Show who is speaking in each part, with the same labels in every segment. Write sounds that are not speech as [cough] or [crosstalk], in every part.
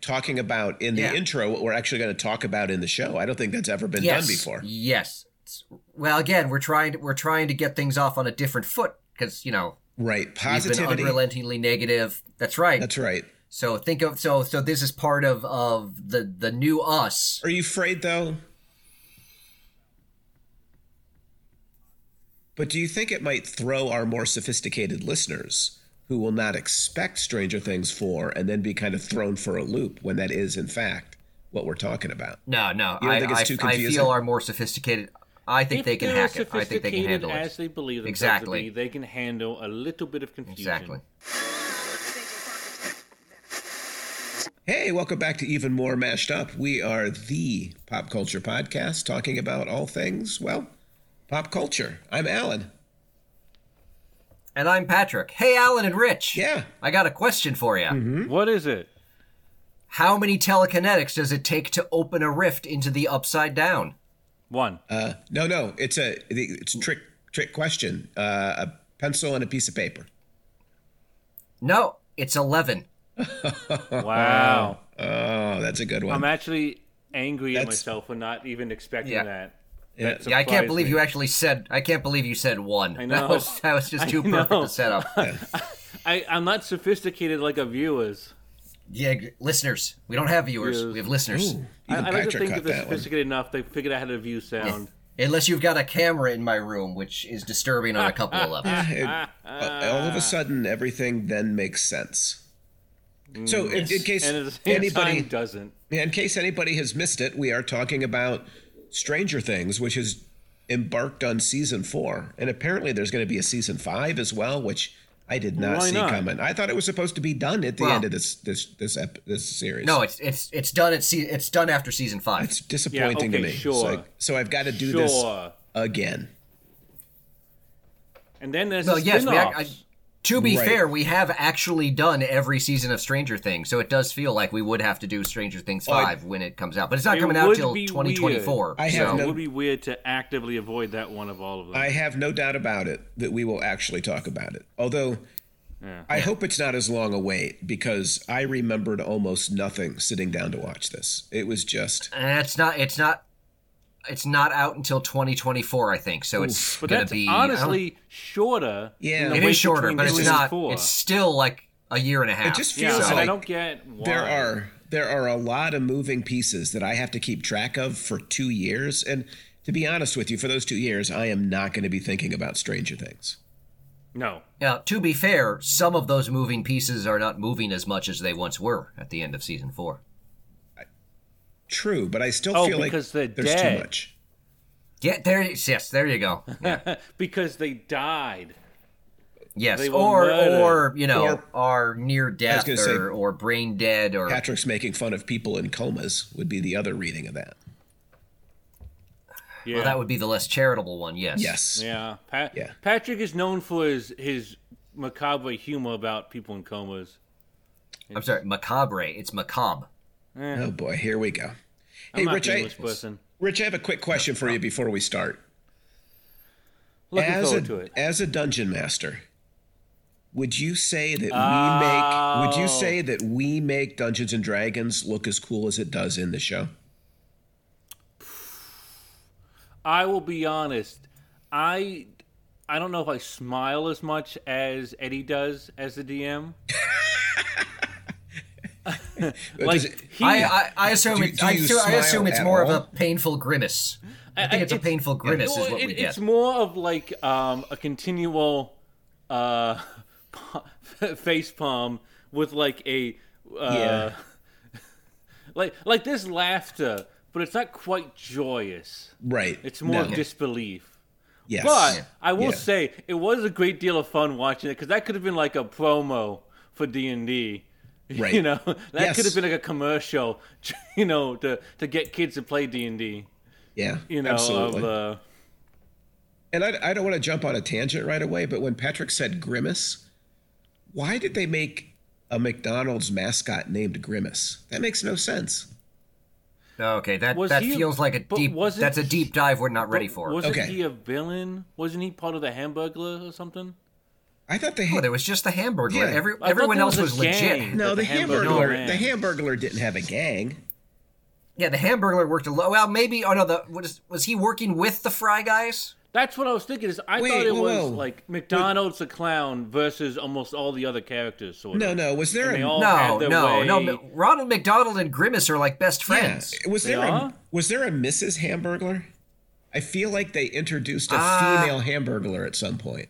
Speaker 1: talking about in the
Speaker 2: Yeah.
Speaker 1: intro what we're actually going to talk about in the show. I don't think that's ever been done before.
Speaker 2: Yes. It's- Well, again, we're trying to, we're trying to get things off on a different foot because you know
Speaker 1: Right.
Speaker 2: we've
Speaker 1: Positivity.
Speaker 2: been unrelentingly negative. That's right.
Speaker 1: That's right.
Speaker 2: so think of so so this is part of of the the new us.
Speaker 1: Are you afraid though? But do you think it might throw our more sophisticated listeners who will not expect Stranger Things 4 and then be kind of thrown for a loop when that is, in fact, what we're talking about?
Speaker 2: No, no,
Speaker 1: You don't
Speaker 2: I
Speaker 1: think it's
Speaker 2: I,
Speaker 1: too
Speaker 2: I
Speaker 1: confusing?
Speaker 2: feel are more sophisticated. I think they can
Speaker 3: they're
Speaker 2: hack
Speaker 3: as
Speaker 2: it. I think they can
Speaker 3: sophisticated
Speaker 2: handle
Speaker 3: as
Speaker 2: it.
Speaker 3: they believe themselves
Speaker 2: Exactly.
Speaker 3: to be. They can handle a little bit of confusion.
Speaker 2: Exactly.
Speaker 1: Hey, welcome back to Even More Mashed Up. We are the pop culture podcast talking about all things, well, pop culture. I'm Alan.
Speaker 2: And I'm Patrick. Hey, Alan and Rich.
Speaker 1: Yeah. Mm-hmm.
Speaker 2: I got a question for you.
Speaker 1: Hmm?
Speaker 3: What is it?
Speaker 2: How many telekinetics does it take to open a rift into the upside down?
Speaker 3: One.
Speaker 1: Uh, no, no, it's a it's a trick trick question. Uh, a pencil and a piece of paper.
Speaker 2: No, it's 11.
Speaker 1: uh,
Speaker 3: wow.
Speaker 1: Oh, that's a good one.
Speaker 3: I'm actually angry at
Speaker 1: That's-
Speaker 3: myself for not even expecting
Speaker 2: Yeah.
Speaker 3: that.
Speaker 1: Yeah.
Speaker 3: That
Speaker 2: Yeah, I can't
Speaker 3: surprised
Speaker 2: believe
Speaker 3: me.
Speaker 2: you actually said. I can't believe you said one. [laughs]
Speaker 3: I
Speaker 2: That
Speaker 3: know.
Speaker 2: was that was just
Speaker 3: [laughs] I
Speaker 2: too perfect
Speaker 3: know.
Speaker 2: to set up.
Speaker 3: [laughs] I, I'm not sophisticated like our viewers.
Speaker 2: yeah, g- listeners. We don't have viewers.
Speaker 3: Yes.
Speaker 2: We have listeners.
Speaker 1: Ooh,
Speaker 3: I,
Speaker 1: even
Speaker 3: I like to
Speaker 1: Patrick
Speaker 3: think
Speaker 1: caught
Speaker 3: that they're
Speaker 1: that one.
Speaker 3: sophisticated enough. They figured out how to view sound.
Speaker 2: [laughs] Unless you've got a camera in my room, which is disturbing on a couple of levels.
Speaker 3: [laughs]
Speaker 1: It- Uh, all of
Speaker 3: Ah.
Speaker 1: a sudden, everything then makes sense. So, in, in case
Speaker 3: Mm, And at the [laughs] same
Speaker 1: anybody,
Speaker 3: time, doesn't.
Speaker 1: in case anybody has missed it, we are talking about Stranger Things, which has embarked on season four, and apparently there's going to be a season five as well, which I did not
Speaker 3: Why
Speaker 1: see
Speaker 3: not?
Speaker 1: coming. I thought it was supposed to be done at the
Speaker 2: Well-
Speaker 1: end of this this this ep- this series.
Speaker 2: No, it's it's it's done. It's it's done after season five.
Speaker 1: it's disappointing
Speaker 3: okay,
Speaker 1: to me. It's
Speaker 3: sure.
Speaker 1: like, so I've got to do this
Speaker 3: Sure.
Speaker 1: again.
Speaker 3: And then there's
Speaker 2: Well,
Speaker 3: the
Speaker 2: yes, we ac-
Speaker 3: spin-offs.
Speaker 2: I- To be
Speaker 1: Right.
Speaker 2: fair, we have actually done every season of Stranger Things, so it does feel like we would have to do Stranger Things
Speaker 1: I-
Speaker 2: five when it comes out, but it's not
Speaker 3: Oh, It
Speaker 2: coming out
Speaker 3: would
Speaker 2: till
Speaker 3: be
Speaker 2: 2024.
Speaker 3: weird.
Speaker 1: I
Speaker 2: so-
Speaker 1: have
Speaker 3: So
Speaker 1: no-
Speaker 3: it would be weird to actively avoid that one of all of them.
Speaker 1: I have no doubt about it that we will actually talk about it. Although I hope it's not as long a wait because I remembered almost nothing sitting down to watch this. It was just
Speaker 2: And it's not. It's not. It's not out until 2024, I think. So it's
Speaker 3: but
Speaker 2: gonna
Speaker 3: that's
Speaker 2: be I don't-
Speaker 3: honestly shorter.
Speaker 1: Yeah.
Speaker 3: than the
Speaker 2: It
Speaker 3: wait
Speaker 2: is shorter,
Speaker 3: between
Speaker 2: but it's
Speaker 3: two and
Speaker 2: not.
Speaker 3: Four.
Speaker 2: It's still like a year and a half.
Speaker 1: just
Speaker 3: yeah,
Speaker 1: feels
Speaker 3: and
Speaker 1: like
Speaker 3: I don't get why.
Speaker 1: there are there are a lot of moving pieces that I have to keep track of for 2 years and to be honest with you for those 2 years I am not going to be thinking about Stranger Things.
Speaker 3: no. [laughs]
Speaker 2: now, to be fair, some of those moving pieces are not moving as much as they once were at the end of season four.
Speaker 1: True, but I still
Speaker 3: Oh,
Speaker 1: feel like
Speaker 3: because they're
Speaker 1: there's
Speaker 3: dead.
Speaker 1: too much.
Speaker 2: Yeah, there. it is. Yes, there you
Speaker 3: [laughs]
Speaker 2: go.
Speaker 3: because they died.
Speaker 2: Yes,
Speaker 3: They were
Speaker 2: or
Speaker 3: murdered.
Speaker 2: or you know,
Speaker 1: Or-
Speaker 2: are near death
Speaker 1: gonna
Speaker 2: or,
Speaker 1: say-
Speaker 2: or brain dead or
Speaker 1: Patrick's making fun of people in comas would be the other reading of that.
Speaker 3: Yeah.
Speaker 2: well, that would be the less charitable one. Yes.
Speaker 1: Yes.
Speaker 3: yeah. Pa-
Speaker 1: Yeah.
Speaker 3: Patrick is known for his his macabre humor about people in comas.
Speaker 2: I'm sorry, macabre. It's macabre.
Speaker 1: Oh boy, here we go.
Speaker 3: I'm
Speaker 1: hey
Speaker 3: not
Speaker 1: Rich,
Speaker 3: the
Speaker 1: I-
Speaker 3: English person.
Speaker 1: Rich, I have a quick question for you before we start.
Speaker 3: Looking
Speaker 1: as
Speaker 3: forward
Speaker 1: a,
Speaker 3: to it.
Speaker 1: As a dungeon master, would you say that we make would you
Speaker 3: Oh.
Speaker 1: say that we make Dungeons and Dragons look as cool as it does in the show?
Speaker 3: I will be honest. I I don't know if I smile as much as Eddie does as the DM. Like
Speaker 1: Does it-
Speaker 3: he,
Speaker 2: I, I, I assume
Speaker 1: Do-
Speaker 2: it,
Speaker 1: do
Speaker 2: I,
Speaker 1: you
Speaker 2: assume, I
Speaker 1: smile
Speaker 2: assume it's
Speaker 1: at
Speaker 2: more
Speaker 1: all?
Speaker 2: of a painful grimace. I think it's a
Speaker 3: it's-
Speaker 2: painful grimace is
Speaker 3: Well,
Speaker 2: what
Speaker 3: it-
Speaker 2: we
Speaker 3: it's
Speaker 2: get.
Speaker 3: more of like um, a continual uh, [laughs] face palm with like a uh,
Speaker 1: Yeah.
Speaker 3: [laughs] like like this laughter, but it's not quite joyous.
Speaker 1: right.
Speaker 3: It's more
Speaker 1: no.
Speaker 3: disbelief.
Speaker 1: yes.
Speaker 3: But I will
Speaker 1: Yeah.
Speaker 3: say it was a great deal of fun watching it because that could have been like a promo for D and D. [laughs]
Speaker 1: Right.
Speaker 3: You know, that
Speaker 1: Yes.
Speaker 3: could have been like a commercial. [laughs] You know, to to get kids to play D and D.
Speaker 1: yeah,
Speaker 3: You know,
Speaker 1: absolutely.
Speaker 3: of uh,
Speaker 1: and I, I don't want to jump on a tangent right away, but when Patrick said grimace, why did they make a McDonald's mascot named Grimace? That makes no sense.
Speaker 2: Okay, that,
Speaker 3: Was
Speaker 2: that
Speaker 3: he a-
Speaker 2: feels like a
Speaker 3: but
Speaker 2: deep.
Speaker 3: wasn't
Speaker 2: That's a
Speaker 3: he-
Speaker 2: deep dive we're not ready for.
Speaker 3: Wasn't
Speaker 1: Okay.
Speaker 3: he a villain? Wasn't he part of the Hamburglar or something?
Speaker 1: I thought they
Speaker 2: Oh,
Speaker 1: had.
Speaker 2: there was just the Hamburglar.
Speaker 1: Yeah.
Speaker 2: Every,
Speaker 3: I thought
Speaker 2: everyone
Speaker 3: there
Speaker 2: else
Speaker 3: was
Speaker 2: was,
Speaker 3: a
Speaker 2: legit.
Speaker 3: gang.
Speaker 1: no,
Speaker 3: the
Speaker 1: the
Speaker 3: Hamburglar
Speaker 1: Hamburglar.
Speaker 3: gang.
Speaker 1: The Hamburglar didn't have a gang.
Speaker 2: Yeah, the Hamburglar worked alone. Well, maybe. Oh no, the what is, was he working with the Fry guys?
Speaker 3: That's what I was thinking. Is I
Speaker 1: Wait,
Speaker 3: thought it
Speaker 1: whoa,
Speaker 3: was
Speaker 1: whoa.
Speaker 3: like McDonald's the clown versus almost all the other characters. Sort of.
Speaker 1: No, no. Was there
Speaker 3: They
Speaker 1: a
Speaker 3: all
Speaker 2: No,
Speaker 3: had their
Speaker 2: no,
Speaker 3: Oh, way.
Speaker 2: no. M- Ronald McDonald and Grimace are like best
Speaker 1: Yeah.
Speaker 2: friends.
Speaker 1: Was there
Speaker 3: Yeah.
Speaker 1: a, was there a Mrs. Hamburglar? I feel like they introduced a
Speaker 2: Ah.
Speaker 1: female Hamburglar at some point.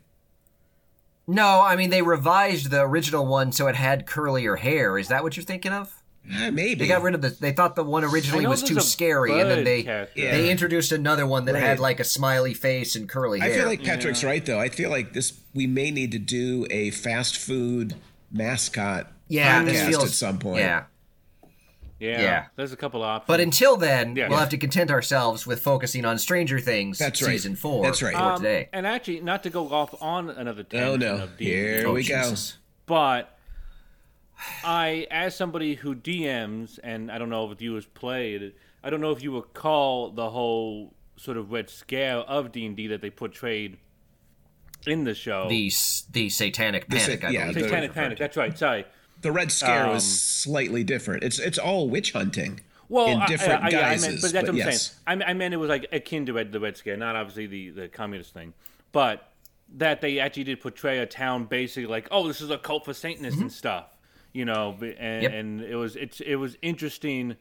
Speaker 2: No, I mean they revised the original one so it had curlier hair. Is that what you're thinking of?
Speaker 1: Ah, maybe.
Speaker 2: They got rid of the. They thought the one
Speaker 3: I
Speaker 2: originally
Speaker 3: know
Speaker 2: was
Speaker 3: there's
Speaker 2: too
Speaker 3: a
Speaker 2: scary, and then
Speaker 3: bird
Speaker 2: they
Speaker 3: character.
Speaker 1: Yeah.
Speaker 2: they introduced another one that had
Speaker 1: Right.
Speaker 2: like a smiley face and curly
Speaker 1: I
Speaker 2: hair.
Speaker 1: feel like Patrick's right though. I feel like this we may need to do a fast food mascot
Speaker 2: yeah, this
Speaker 1: podcast
Speaker 2: feels
Speaker 1: at some point.
Speaker 2: Yeah,
Speaker 3: Yeah,
Speaker 2: Yeah.
Speaker 3: There's a couple options. Um,
Speaker 2: but until then,
Speaker 3: Yeah.
Speaker 2: we'll have to content ourselves with focusing on Stranger Things
Speaker 1: That's right.
Speaker 2: season four.
Speaker 1: That's right.
Speaker 2: for
Speaker 1: Um,
Speaker 2: today.
Speaker 3: and actually, not to go off on another
Speaker 1: Oh
Speaker 3: tangent
Speaker 1: no.
Speaker 3: of D&D,
Speaker 1: Here
Speaker 2: Oh,
Speaker 1: we
Speaker 2: Jesus.
Speaker 3: but I, as somebody who DMs, and I don't know if you has played, I don't know if you recall the whole sort of red scare of D and D that they portrayed in the show.
Speaker 2: the the satanic
Speaker 1: sa-
Speaker 2: panic. I
Speaker 1: yeah,
Speaker 2: believe.
Speaker 1: the-
Speaker 3: Satanic Panic. That's right. Sorry.
Speaker 1: go. The Red Scare is slightly different. It's it's all witch hunting.
Speaker 3: Well,
Speaker 1: in
Speaker 3: I-
Speaker 1: different
Speaker 3: I, I, yeah, I
Speaker 1: guises.
Speaker 3: meant, but that's what I'm
Speaker 1: yes.
Speaker 3: saying. I, mean- I meant it was like akin to Red, the Red Scare, not obviously the, the communist thing, but that they actually did portray a town basically like, oh, this is a cult for
Speaker 1: Mm-hmm.
Speaker 3: Satanists and stuff, you know, b- and,
Speaker 2: Yep.
Speaker 3: and it was it's it was interesting.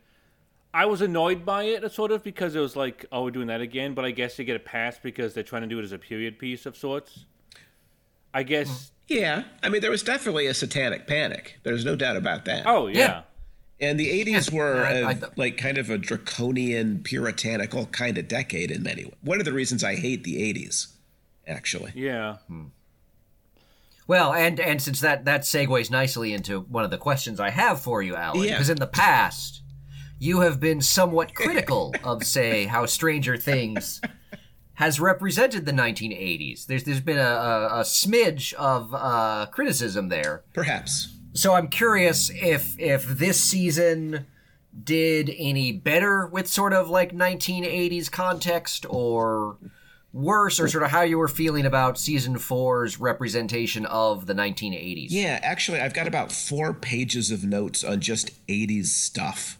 Speaker 3: I was annoyed by it, sort of, because it was like, oh, we're doing that again. But I guess they get a pass because they're trying to do it as a period piece of sorts. I guess.
Speaker 1: Yeah. I mean there was definitely a satanic panic. There's no doubt about that.
Speaker 3: Oh
Speaker 2: Yeah.
Speaker 3: yeah.
Speaker 1: And the 80s were
Speaker 2: I-
Speaker 1: a-
Speaker 2: I th-
Speaker 1: like kind of a draconian, puritanical kind of decade in many ways. One of the reasons I hate the 80s, actually.
Speaker 3: Yeah.
Speaker 1: Hmm.
Speaker 2: Well, and and since that that segues nicely into one of the questions I have for you, Alan,
Speaker 1: Yeah.
Speaker 2: because in the past you have been somewhat critical of, say, how Stranger Things has represented the 1980s. There's there's been a, a, a smidge of uh, criticism there.
Speaker 1: Perhaps.
Speaker 2: So I'm curious if if this season did any better with sort of like 1980s context or worse or sort of how you were feeling about season 4's representation of the 1980s.
Speaker 1: Yeah, actually, I've got about four pages of notes on just 80s stuff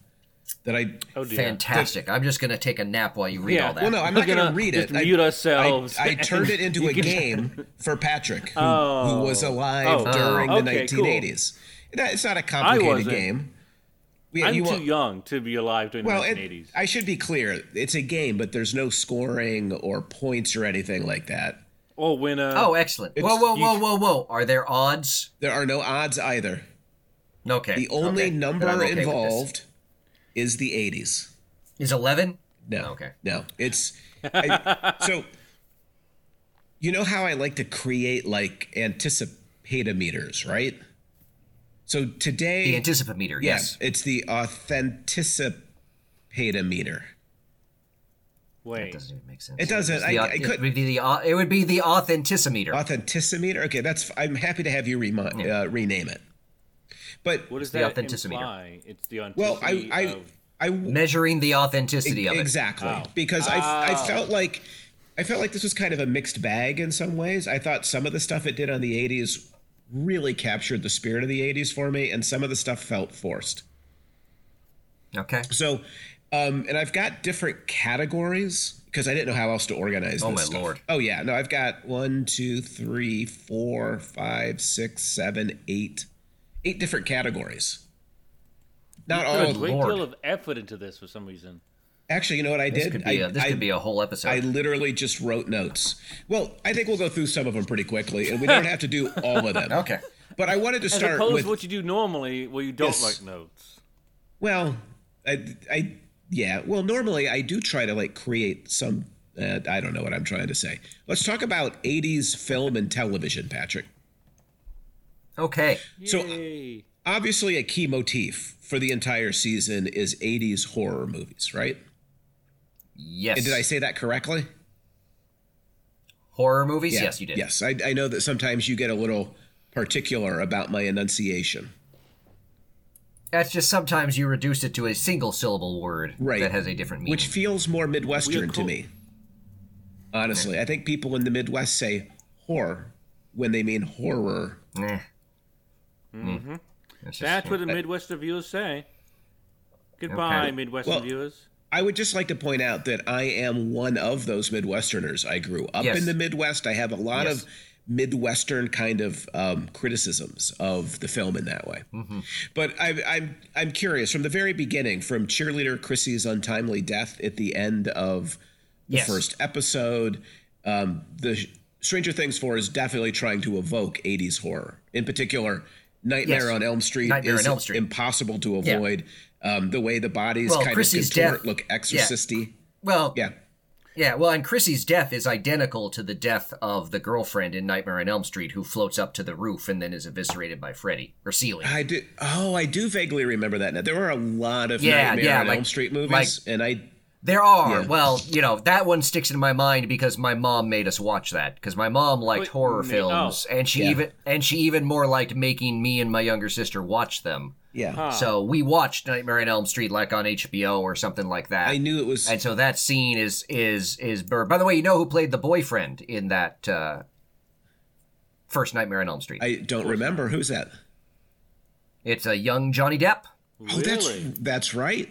Speaker 1: that I.
Speaker 3: Oh dear.
Speaker 2: Fantastic. I'm just going to take a nap while you read
Speaker 3: Yeah.
Speaker 2: all that.
Speaker 1: Well, no, I'm not
Speaker 3: We're
Speaker 1: going to
Speaker 3: gonna
Speaker 1: read
Speaker 3: just
Speaker 1: it. I-
Speaker 3: mute
Speaker 1: I-
Speaker 3: ourselves
Speaker 1: I,
Speaker 3: and
Speaker 1: turned it into
Speaker 3: [laughs] you
Speaker 1: a
Speaker 3: can-
Speaker 1: game [laughs] for Patrick, who,
Speaker 3: Oh.
Speaker 1: who was alive
Speaker 3: Oh.
Speaker 1: during
Speaker 3: Oh.
Speaker 1: the
Speaker 3: Okay, cool.
Speaker 1: 1980s. No, It's not a
Speaker 3: I
Speaker 1: complicated
Speaker 3: wasn't.
Speaker 1: game. We-
Speaker 3: I'm
Speaker 1: you
Speaker 3: too
Speaker 1: won't-
Speaker 3: young to be alive during
Speaker 1: Well,
Speaker 3: the
Speaker 1: it-
Speaker 3: 1980s.
Speaker 1: I should be clear. It's a game, but there's no scoring or points or anything like that.
Speaker 3: Oh, winner.
Speaker 2: oh, excellent. Whoa, whoa, whoa, whoa, whoa. Are there odds?
Speaker 1: There are no odds either.
Speaker 2: Okay.
Speaker 1: The only
Speaker 2: okay. Then
Speaker 1: number
Speaker 2: I'm okay with this.
Speaker 1: involved is the 80s.
Speaker 2: is 11?
Speaker 1: No.
Speaker 2: Okay.
Speaker 1: No. It's I, [laughs] so. You know how I like to create like anticipatometers, right? So today,
Speaker 2: The anticipometer.
Speaker 1: yeah,
Speaker 2: Yes.
Speaker 1: it's the authenticipator.
Speaker 3: Wait.
Speaker 2: Doesn't even make sense.
Speaker 1: It doesn't.
Speaker 2: The
Speaker 1: I,
Speaker 2: au-
Speaker 1: I
Speaker 2: it,
Speaker 1: could
Speaker 2: would be the, au- it would be the authenticimeter.
Speaker 1: authenticimeter. Okay, that's. f- I'm happy to have you remi- uh, rename it. But
Speaker 3: What does
Speaker 2: The
Speaker 3: that
Speaker 2: authenticity.
Speaker 3: imply? It's the authenticity
Speaker 1: well, I I
Speaker 3: of... Oh.
Speaker 1: I, w-
Speaker 2: measuring the authenticity of it.
Speaker 1: Exactly. Because I,
Speaker 3: Ah.
Speaker 1: I felt like I felt like this was kind of a mixed bag in some ways. I thought some of the stuff it did on the 80s really captured the spirit of the 80s for me and some of the stuff felt forced.
Speaker 2: Okay.
Speaker 1: So um and I've got different categories because I didn't know how else to organize
Speaker 2: Oh,
Speaker 1: this
Speaker 2: my
Speaker 1: stuff.
Speaker 2: Lord.
Speaker 1: Oh yeah, no, I've got one, two, three, four, five, six, seven, eight, eight different categories. Not
Speaker 3: Put a
Speaker 1: all.
Speaker 3: great
Speaker 2: Lord.
Speaker 3: deal of effort into this for some reason.
Speaker 1: Actually, you know what I
Speaker 2: This
Speaker 1: did?
Speaker 2: could be
Speaker 1: I-
Speaker 2: a, this
Speaker 1: I-
Speaker 2: could be a whole episode.
Speaker 1: I literally just wrote notes. Well, I think we'll go through some of them pretty quickly, and we don't have to do all of
Speaker 2: [laughs]
Speaker 1: them.
Speaker 2: okay.
Speaker 1: But I wanted to
Speaker 3: As
Speaker 1: start
Speaker 3: opposed
Speaker 1: with
Speaker 3: to what you do normally, where you don't
Speaker 1: Yes.
Speaker 3: like notes.
Speaker 1: well, I, I, yeah. Well, normally I do try to like create some. Uh, I don't know what I'm trying to say. Let's talk about '80s film and television, Patrick.
Speaker 2: Okay.
Speaker 1: So uh,
Speaker 3: Yay.
Speaker 1: obviously, a key motif for the entire season is '80s horror movies, right?
Speaker 2: Yes.
Speaker 1: And did I say that correctly?
Speaker 2: horror movies?
Speaker 1: Yeah.
Speaker 2: Yes, you did.
Speaker 1: Yes, I, I know that sometimes you get a little particular about my enunciation.
Speaker 2: That's just sometimes you reduce it to a single syllable word
Speaker 1: Right.
Speaker 2: that has a different meaning.
Speaker 1: which feels more Midwestern to
Speaker 3: cool.
Speaker 1: me. Honestly, I think people in the Midwest say horror when they mean horror.
Speaker 2: Nah. Mm-hmm.
Speaker 3: hmm
Speaker 2: That's, just-
Speaker 3: That's what the Midwest reviewers say. Goodbye,
Speaker 2: Okay.
Speaker 3: Midwest
Speaker 1: Well-
Speaker 3: reviewers.
Speaker 1: I would just like to point out that I am one of those Midwesterners. I grew up
Speaker 2: Yes.
Speaker 1: in the Midwest. I have a lot
Speaker 2: Yes.
Speaker 1: of Midwestern kind of um, criticisms of the film in that way.
Speaker 2: Mm-hmm.
Speaker 1: But I, I'm I'm curious from the very beginning, from cheerleader Chrissy's untimely death at the end of the
Speaker 2: Yes.
Speaker 1: first episode, um, the Stranger Things four is definitely trying to evoke 80s horror, in particular. Nightmare
Speaker 2: Yes.
Speaker 1: on Elm Street
Speaker 2: Nightmare on
Speaker 1: is
Speaker 2: Elm Street.
Speaker 1: impossible to
Speaker 2: Yeah.
Speaker 1: avoid. Um, the way the bodies
Speaker 2: Well,
Speaker 1: kind
Speaker 2: Chrissy's
Speaker 1: of contort,
Speaker 2: death-
Speaker 1: look exorcisty.
Speaker 2: well,
Speaker 1: Yeah.
Speaker 2: Yeah, well, and Chrissy's death is identical to the death of the girlfriend in Nightmare on Elm Street who floats up to the roof and then is eviscerated by Freddy or Celia.
Speaker 1: I do. Oh, I do vaguely remember that. Now there were a lot of
Speaker 2: Yeah,
Speaker 1: Nightmare
Speaker 2: yeah,
Speaker 1: on
Speaker 2: like-
Speaker 1: Elm Street movies,
Speaker 2: like-
Speaker 1: and I
Speaker 2: There are.
Speaker 1: Yeah.
Speaker 2: Well, you know, that one sticks in my mind because my mom made us watch that because my mom liked
Speaker 3: Wait,
Speaker 2: horror
Speaker 3: ma-
Speaker 2: films and she
Speaker 1: Yeah.
Speaker 2: even and she even more liked making me and my younger sister watch them.
Speaker 1: yeah,
Speaker 2: So we watched Nightmare on Elm Street like on HBO or something like that.
Speaker 1: I knew it was.
Speaker 2: and so that scene is is is Bird. By the way, you know who played the boyfriend in that uh, first Nightmare on Elm Street?
Speaker 1: I don't remember who's that.
Speaker 2: It's a young Johnny Depp.
Speaker 1: Oh, that's
Speaker 3: Really?
Speaker 1: that's right.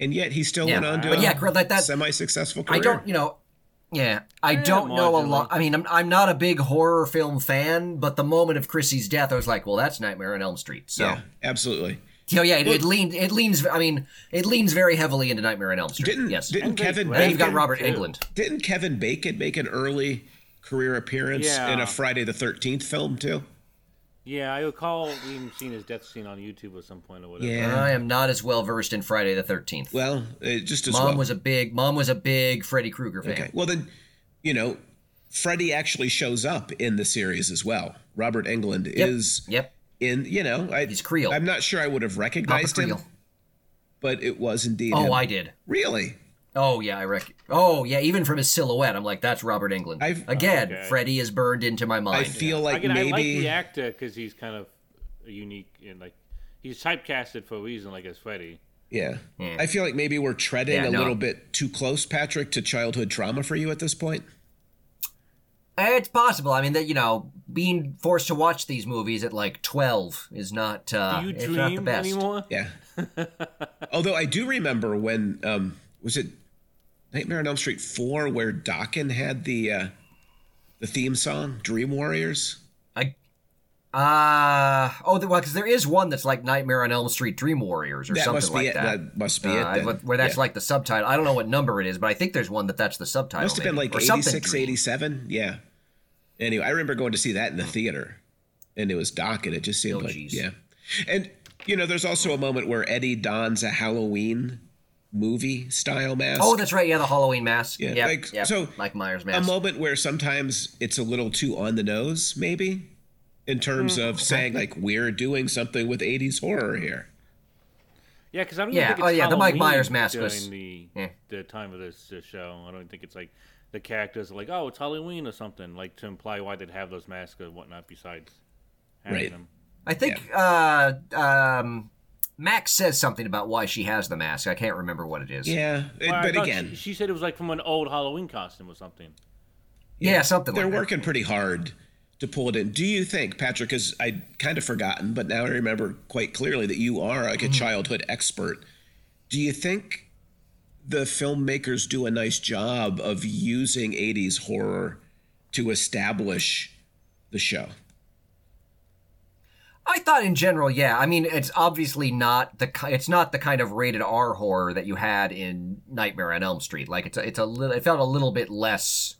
Speaker 1: And yet he still
Speaker 2: Yeah.
Speaker 1: went on to
Speaker 2: But
Speaker 1: a
Speaker 2: yeah, Greg, like that-
Speaker 1: semi-successful career. Eh,
Speaker 2: I don't, you know, yeah, I don't know a lot. I mean, I'm, I'm not a big horror film fan, but the moment of Chrissy's death, I was like, well, that's Nightmare on Elm Street. So,
Speaker 1: Yeah,
Speaker 2: yeah,
Speaker 1: absolutely.
Speaker 2: so, yeah it, it leans, it leans. I mean, it leans very heavily into Nightmare on Elm Street.
Speaker 1: Didn't
Speaker 2: yes,
Speaker 1: didn't
Speaker 3: And they-
Speaker 1: Kevin
Speaker 2: and then
Speaker 1: Bacon,
Speaker 2: you've got Robert
Speaker 3: too.
Speaker 2: Englund.
Speaker 1: didn't Kevin Bacon make an early career appearance
Speaker 3: Yeah.
Speaker 1: in a Friday the Thirteenth film too?
Speaker 3: Yeah, I recall even seeing his death scene on YouTube at some point or whatever.
Speaker 1: Yeah.
Speaker 2: I am not as well versed in Friday the Thirteenth.
Speaker 1: well, it just as
Speaker 2: mom
Speaker 1: well.
Speaker 2: was a big, mom was a big Freddy Krueger fan.
Speaker 1: Okay. Well, then, you know, Freddy actually shows up in the series as well. Robert Englund is
Speaker 2: Yep,
Speaker 1: in, you know, I,
Speaker 2: He's Creel.
Speaker 1: I'm not sure I would have
Speaker 2: Papa
Speaker 1: recognized him,
Speaker 2: Creel.
Speaker 1: but it was indeed.
Speaker 2: Oh,
Speaker 1: him.
Speaker 2: I did.
Speaker 1: really?
Speaker 2: Oh yeah, I reckon. Oh yeah, even from his silhouette, I'm like, that's Robert Englund.
Speaker 1: I've-
Speaker 2: Again,
Speaker 3: Okay.
Speaker 2: Freddy is burned into my
Speaker 1: I
Speaker 2: mind.
Speaker 1: feel
Speaker 3: I,
Speaker 1: like
Speaker 3: can, I like
Speaker 1: maybe.
Speaker 3: the actor because he's kind of unique and like he's typecasted for a reason, like as Freddy.
Speaker 1: yeah.
Speaker 2: Yeah.
Speaker 1: I feel like maybe we're treading
Speaker 2: Yeah,
Speaker 1: a
Speaker 2: no.
Speaker 1: little bit too close, Patrick, to childhood trauma for you at this point.
Speaker 2: It's possible. I mean, that you know, being forced to watch these movies at like twelve is not. Uh,
Speaker 3: Do you
Speaker 2: it's not the
Speaker 3: dream
Speaker 2: best.
Speaker 3: anymore?
Speaker 1: Yeah. Although I do remember when um was it Nightmare on Elm Street 4 where Dokken had the uh the theme song Dream Warriors?
Speaker 2: I. Uh, oh, the, well, because there is one that's like Nightmare on Elm Street, Dream Warriors, or
Speaker 1: That
Speaker 2: something
Speaker 1: must be
Speaker 2: like
Speaker 1: it.
Speaker 2: that.
Speaker 1: must be
Speaker 2: Uh,
Speaker 1: it.
Speaker 2: I-
Speaker 1: then.
Speaker 2: where that's
Speaker 1: Yeah.
Speaker 2: like the subtitle. I don't know what number it is, but I think there's one that that's the subtitle.
Speaker 1: must have been
Speaker 2: maybe,
Speaker 1: like
Speaker 2: or something
Speaker 1: 86,
Speaker 2: Dream.
Speaker 1: 87. Yeah. Anyway, I remember going to see that in the theater, and it was Doc, and it just seemed
Speaker 2: Oh,
Speaker 1: like
Speaker 2: geez.
Speaker 1: yeah. And you know, there's also a moment where Eddie dons a Halloween movie style mask.
Speaker 2: Oh, that's right. Yeah, the Halloween mask.
Speaker 1: Yeah,
Speaker 2: Yeah, yeah.
Speaker 1: like- so-
Speaker 2: Mike Myers
Speaker 1: a
Speaker 2: mask.
Speaker 1: moment where sometimes it's a little too on the nose, maybe, in terms
Speaker 3: Mm.
Speaker 1: of saying like we're doing something with 80s horror here.
Speaker 3: Yeah, because I don't
Speaker 2: Yeah,
Speaker 3: even think it's
Speaker 2: oh, yeah, the Mike
Speaker 3: Halloween
Speaker 2: Myers mask was-
Speaker 3: during the
Speaker 2: yeah.
Speaker 3: the time of this uh, show. I don't think it's like the characters are like, oh, it's Halloween or something, like to imply why they'd have those masks or whatnot. Besides, having
Speaker 1: Right.
Speaker 3: them.
Speaker 2: I think uh, um, Max says something about why she has the mask. I can't remember what it is.
Speaker 1: Yeah, it-
Speaker 3: Well, I
Speaker 1: but
Speaker 3: thought
Speaker 1: again,
Speaker 3: she, she said it was like from an old Halloween costume or something.
Speaker 2: Yeah, something
Speaker 1: they're
Speaker 2: like
Speaker 3: uh,
Speaker 2: that.
Speaker 1: working pretty hard to pull it in. Do you think, Patrick, because I'd kind of forgotten, but now I remember quite clearly that you are
Speaker 3: Mm-hmm.
Speaker 1: like a childhood expert. Do you think the filmmakers do a nice job of using 80s horror to establish the show?
Speaker 2: I thought in general, yeah. I mean, it's obviously not the ki- it's not the kind of rated R horror that you had in Nightmare on Elm Street. Like it's a, it's a little it felt a little bit less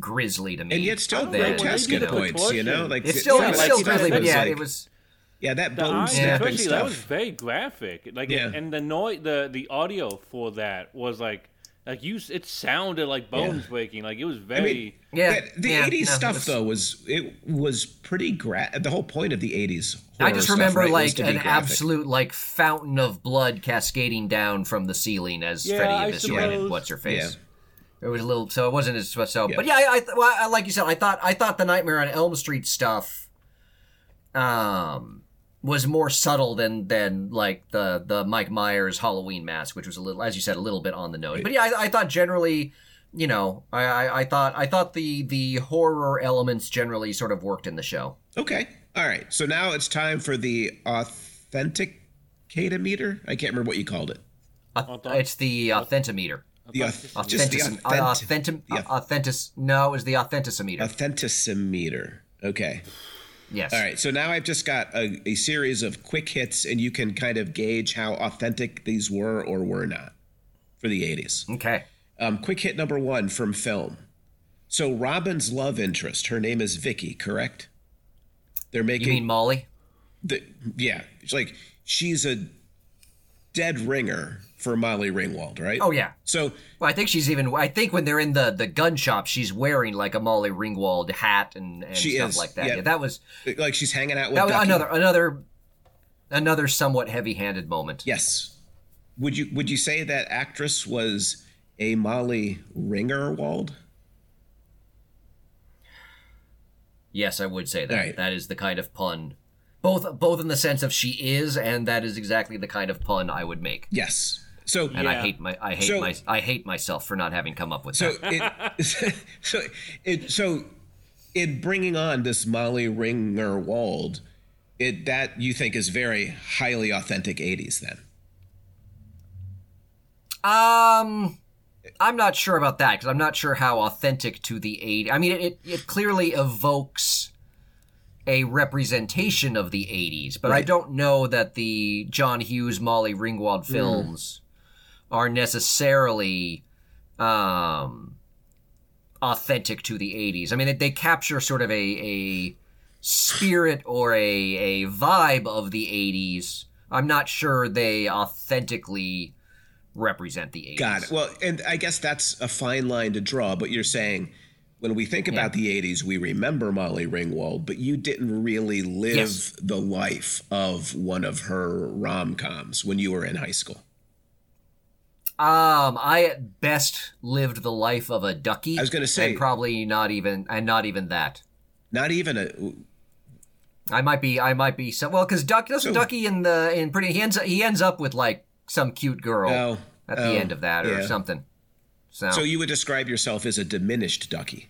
Speaker 2: grisly to me.
Speaker 1: And yet still
Speaker 2: than,
Speaker 3: know.
Speaker 1: grotesque
Speaker 2: you
Speaker 1: at
Speaker 3: They did the
Speaker 2: know,
Speaker 1: points, you know?
Speaker 3: proportion.
Speaker 1: Like
Speaker 2: It's still
Speaker 1: some of
Speaker 2: it's
Speaker 1: that
Speaker 2: still
Speaker 1: stuff
Speaker 2: grisly, but
Speaker 1: was
Speaker 2: yeah,
Speaker 1: like-
Speaker 2: it was
Speaker 1: Yeah, that
Speaker 3: The
Speaker 1: bone
Speaker 3: eye,
Speaker 1: snapping
Speaker 3: especially that was
Speaker 1: stuff.
Speaker 3: very graphic. Like,
Speaker 1: Yeah.
Speaker 3: and the noise, the the audio for that was like, like you, s- it sounded like bones breaking. Like it was very.
Speaker 2: Yeah,
Speaker 1: That- the
Speaker 2: yeah,
Speaker 1: 80s
Speaker 2: no,
Speaker 1: stuff
Speaker 2: it was-
Speaker 1: though was it was pretty gra- the whole point of the 80s.
Speaker 2: I
Speaker 1: horror
Speaker 2: just
Speaker 1: stuff,
Speaker 2: remember
Speaker 1: right, was
Speaker 2: like
Speaker 1: to be
Speaker 2: an
Speaker 1: graphic.
Speaker 2: absolute like fountain of blood cascading down from the ceiling as
Speaker 3: Yeah, I
Speaker 2: Freddy eviscerated
Speaker 3: suppose.
Speaker 2: what's her face. It was a little so it wasn't as so, but yeah,
Speaker 1: Yeah.
Speaker 2: I, I, th- well, I like you said, I thought I thought the Nightmare on Elm Street stuff, um, was more subtle than than like the the Mike Myers Halloween mask, which was a little, as you said, a little bit on the nose. But yeah, I, I thought generally you know, I, I, I thought I thought the the horror elements generally sort of worked in the show.
Speaker 1: Okay. All right. So now it's time for the authenticator meter. I can't remember what you called it.
Speaker 2: Uh, it's the authentimeter. uh,
Speaker 1: The auth- just the
Speaker 2: Authentic-
Speaker 1: authentic-
Speaker 2: authentic-
Speaker 1: the
Speaker 2: authentic- uh, no, is the authenticimeter.
Speaker 1: authenticimeter. Okay.
Speaker 2: yes.
Speaker 1: All right. So now I've just got a, a series of quick hits, and you can kind of gauge how authentic these were or were not for the 80s.
Speaker 2: Okay.
Speaker 1: Um, quick hit number one from film. So Robin's love interest, her name is Vicky, correct? They're
Speaker 2: You
Speaker 1: making
Speaker 2: mean Molly?
Speaker 1: the yeah, it's like she's a dead ringer for Molly Ringwald, right?
Speaker 2: Oh yeah.
Speaker 1: So
Speaker 2: Well, I think she's even. I think when they're in the the gun shop, she's wearing like a Molly Ringwald hat and, and
Speaker 1: She
Speaker 2: stuff
Speaker 1: is,
Speaker 2: like that.
Speaker 1: yeah.
Speaker 2: Yeah, that was
Speaker 1: like she's hanging out with
Speaker 2: that was
Speaker 1: Ducky.
Speaker 2: another another another somewhat heavy handed moment.
Speaker 1: Yes. Would you would you say that actress was a Molly Ringerwald?
Speaker 2: Yes, I would say that.
Speaker 1: Right.
Speaker 2: That is the kind of pun. Both both in the sense of she is, and that is exactly the kind of pun I would make.
Speaker 1: Yes. So
Speaker 2: And I
Speaker 3: Yeah.
Speaker 2: hate my I hate
Speaker 1: So-
Speaker 2: my I hate myself for not having come up with
Speaker 1: so
Speaker 2: that.
Speaker 1: it [laughs] so it so in bringing on this Molly Ringerwald, it that you think is very highly authentic 80s then.
Speaker 2: Um, I'm not sure about that because I'm not sure how authentic to the eight. I mean, it, it, it clearly evokes a representation of the 80s, but I don't know that the John Hughes, Molly Ringwald films are necessarily um, authentic to the 80s. I mean, they, they capture sort of a, a spirit or a, a vibe of the 80s. I'm not sure they authentically represent the 80s.
Speaker 1: Got it. Well, and I guess that's a fine line to draw, but you're saying when we think about the 80s, we remember Molly Ringwald, but you didn't really live
Speaker 2: Yes.
Speaker 1: the life of one of her rom coms when you were in high school.
Speaker 2: Um, I at best lived the life of a ducky.
Speaker 1: I was gonna say-
Speaker 2: and probably not even, and not even that.
Speaker 1: Not even a.
Speaker 2: I might be, I might be so well because duck doesn't
Speaker 1: So-
Speaker 2: ducky in the in pretty he ends he ends up with like some cute girl
Speaker 1: Oh,
Speaker 2: at
Speaker 1: oh,
Speaker 2: the end of that or
Speaker 1: yeah.
Speaker 2: something. So,
Speaker 1: So you would describe yourself as a diminished ducky.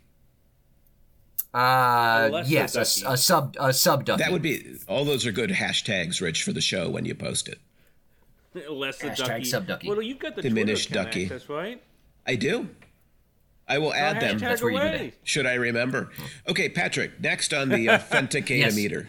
Speaker 3: A
Speaker 2: uh,
Speaker 3: lesser
Speaker 2: yes, a, s-
Speaker 3: ducky.
Speaker 2: a sub a sub ducky.
Speaker 1: That would be. All those are good hashtags, Rich, for the show when you post it.
Speaker 3: Less the
Speaker 2: Hashtag
Speaker 3: ducky.
Speaker 2: sub-ducky.
Speaker 3: Well, you've got the
Speaker 1: Diminished
Speaker 3: Twitter
Speaker 1: ducky.
Speaker 3: That's right.
Speaker 1: I do. I will add them.
Speaker 3: Hashtag
Speaker 2: where you do
Speaker 3: away. [laughs]
Speaker 1: Should I remember?
Speaker 2: Hmm.
Speaker 1: Okay, Patrick, next on the authenticatometer.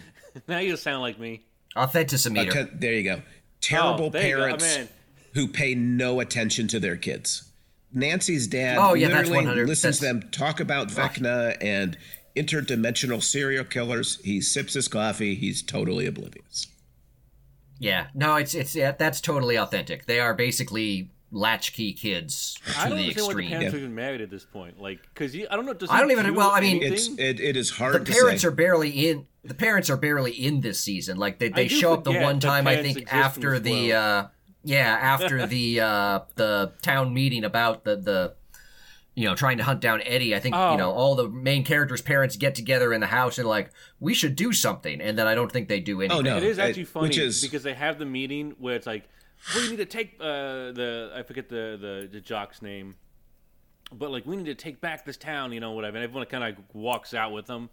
Speaker 3: Now you sound like me.
Speaker 2: Authenticimeter.
Speaker 1: Atten- there you go. Terrible
Speaker 3: Oh, there you go.
Speaker 1: parents
Speaker 3: I'm in.
Speaker 1: who pay no attention to their kids. Nancy's dad
Speaker 2: Oh, yeah, that's
Speaker 1: literally
Speaker 2: 100
Speaker 1: listens to
Speaker 2: that's-
Speaker 1: them talk about Vecna and interdimensional serial killers. He sips his coffee. He's totally oblivious.
Speaker 2: Yeah, no, it's it's yeah, that's totally authentic. They are basically latchkey kids
Speaker 3: I
Speaker 2: to
Speaker 3: don't
Speaker 2: the
Speaker 3: understand why the
Speaker 2: extreme.
Speaker 3: parents are even married at this point. Like, because I don't know. Does
Speaker 2: I don't
Speaker 3: he
Speaker 2: even-
Speaker 3: do
Speaker 2: well, I mean-
Speaker 1: It's
Speaker 3: anything?
Speaker 1: it, it is hard.
Speaker 2: the
Speaker 1: to
Speaker 2: parents
Speaker 1: say.
Speaker 2: are barely in the parents are barely in this season like they, they
Speaker 3: do
Speaker 2: show up the
Speaker 3: forget
Speaker 2: one
Speaker 3: the
Speaker 2: time i
Speaker 3: parents
Speaker 2: think
Speaker 3: exist in
Speaker 2: after
Speaker 3: this
Speaker 2: the uh
Speaker 3: [laughs]
Speaker 2: yeah after the uh the town meeting about the the you know trying to hunt down eddie i think
Speaker 3: Oh.
Speaker 2: you know all the main characters parents get together in the house and like we should do something and then i don't think they do anything
Speaker 1: Oh no!
Speaker 3: it is actually
Speaker 1: Uh,
Speaker 3: funny
Speaker 1: Which is
Speaker 3: because they have the meeting where it's like, we need to take uh, the I forget the, the the jock's name, but like we need to take back this town, you know, whatever. And everyone kind of like, walks out with them,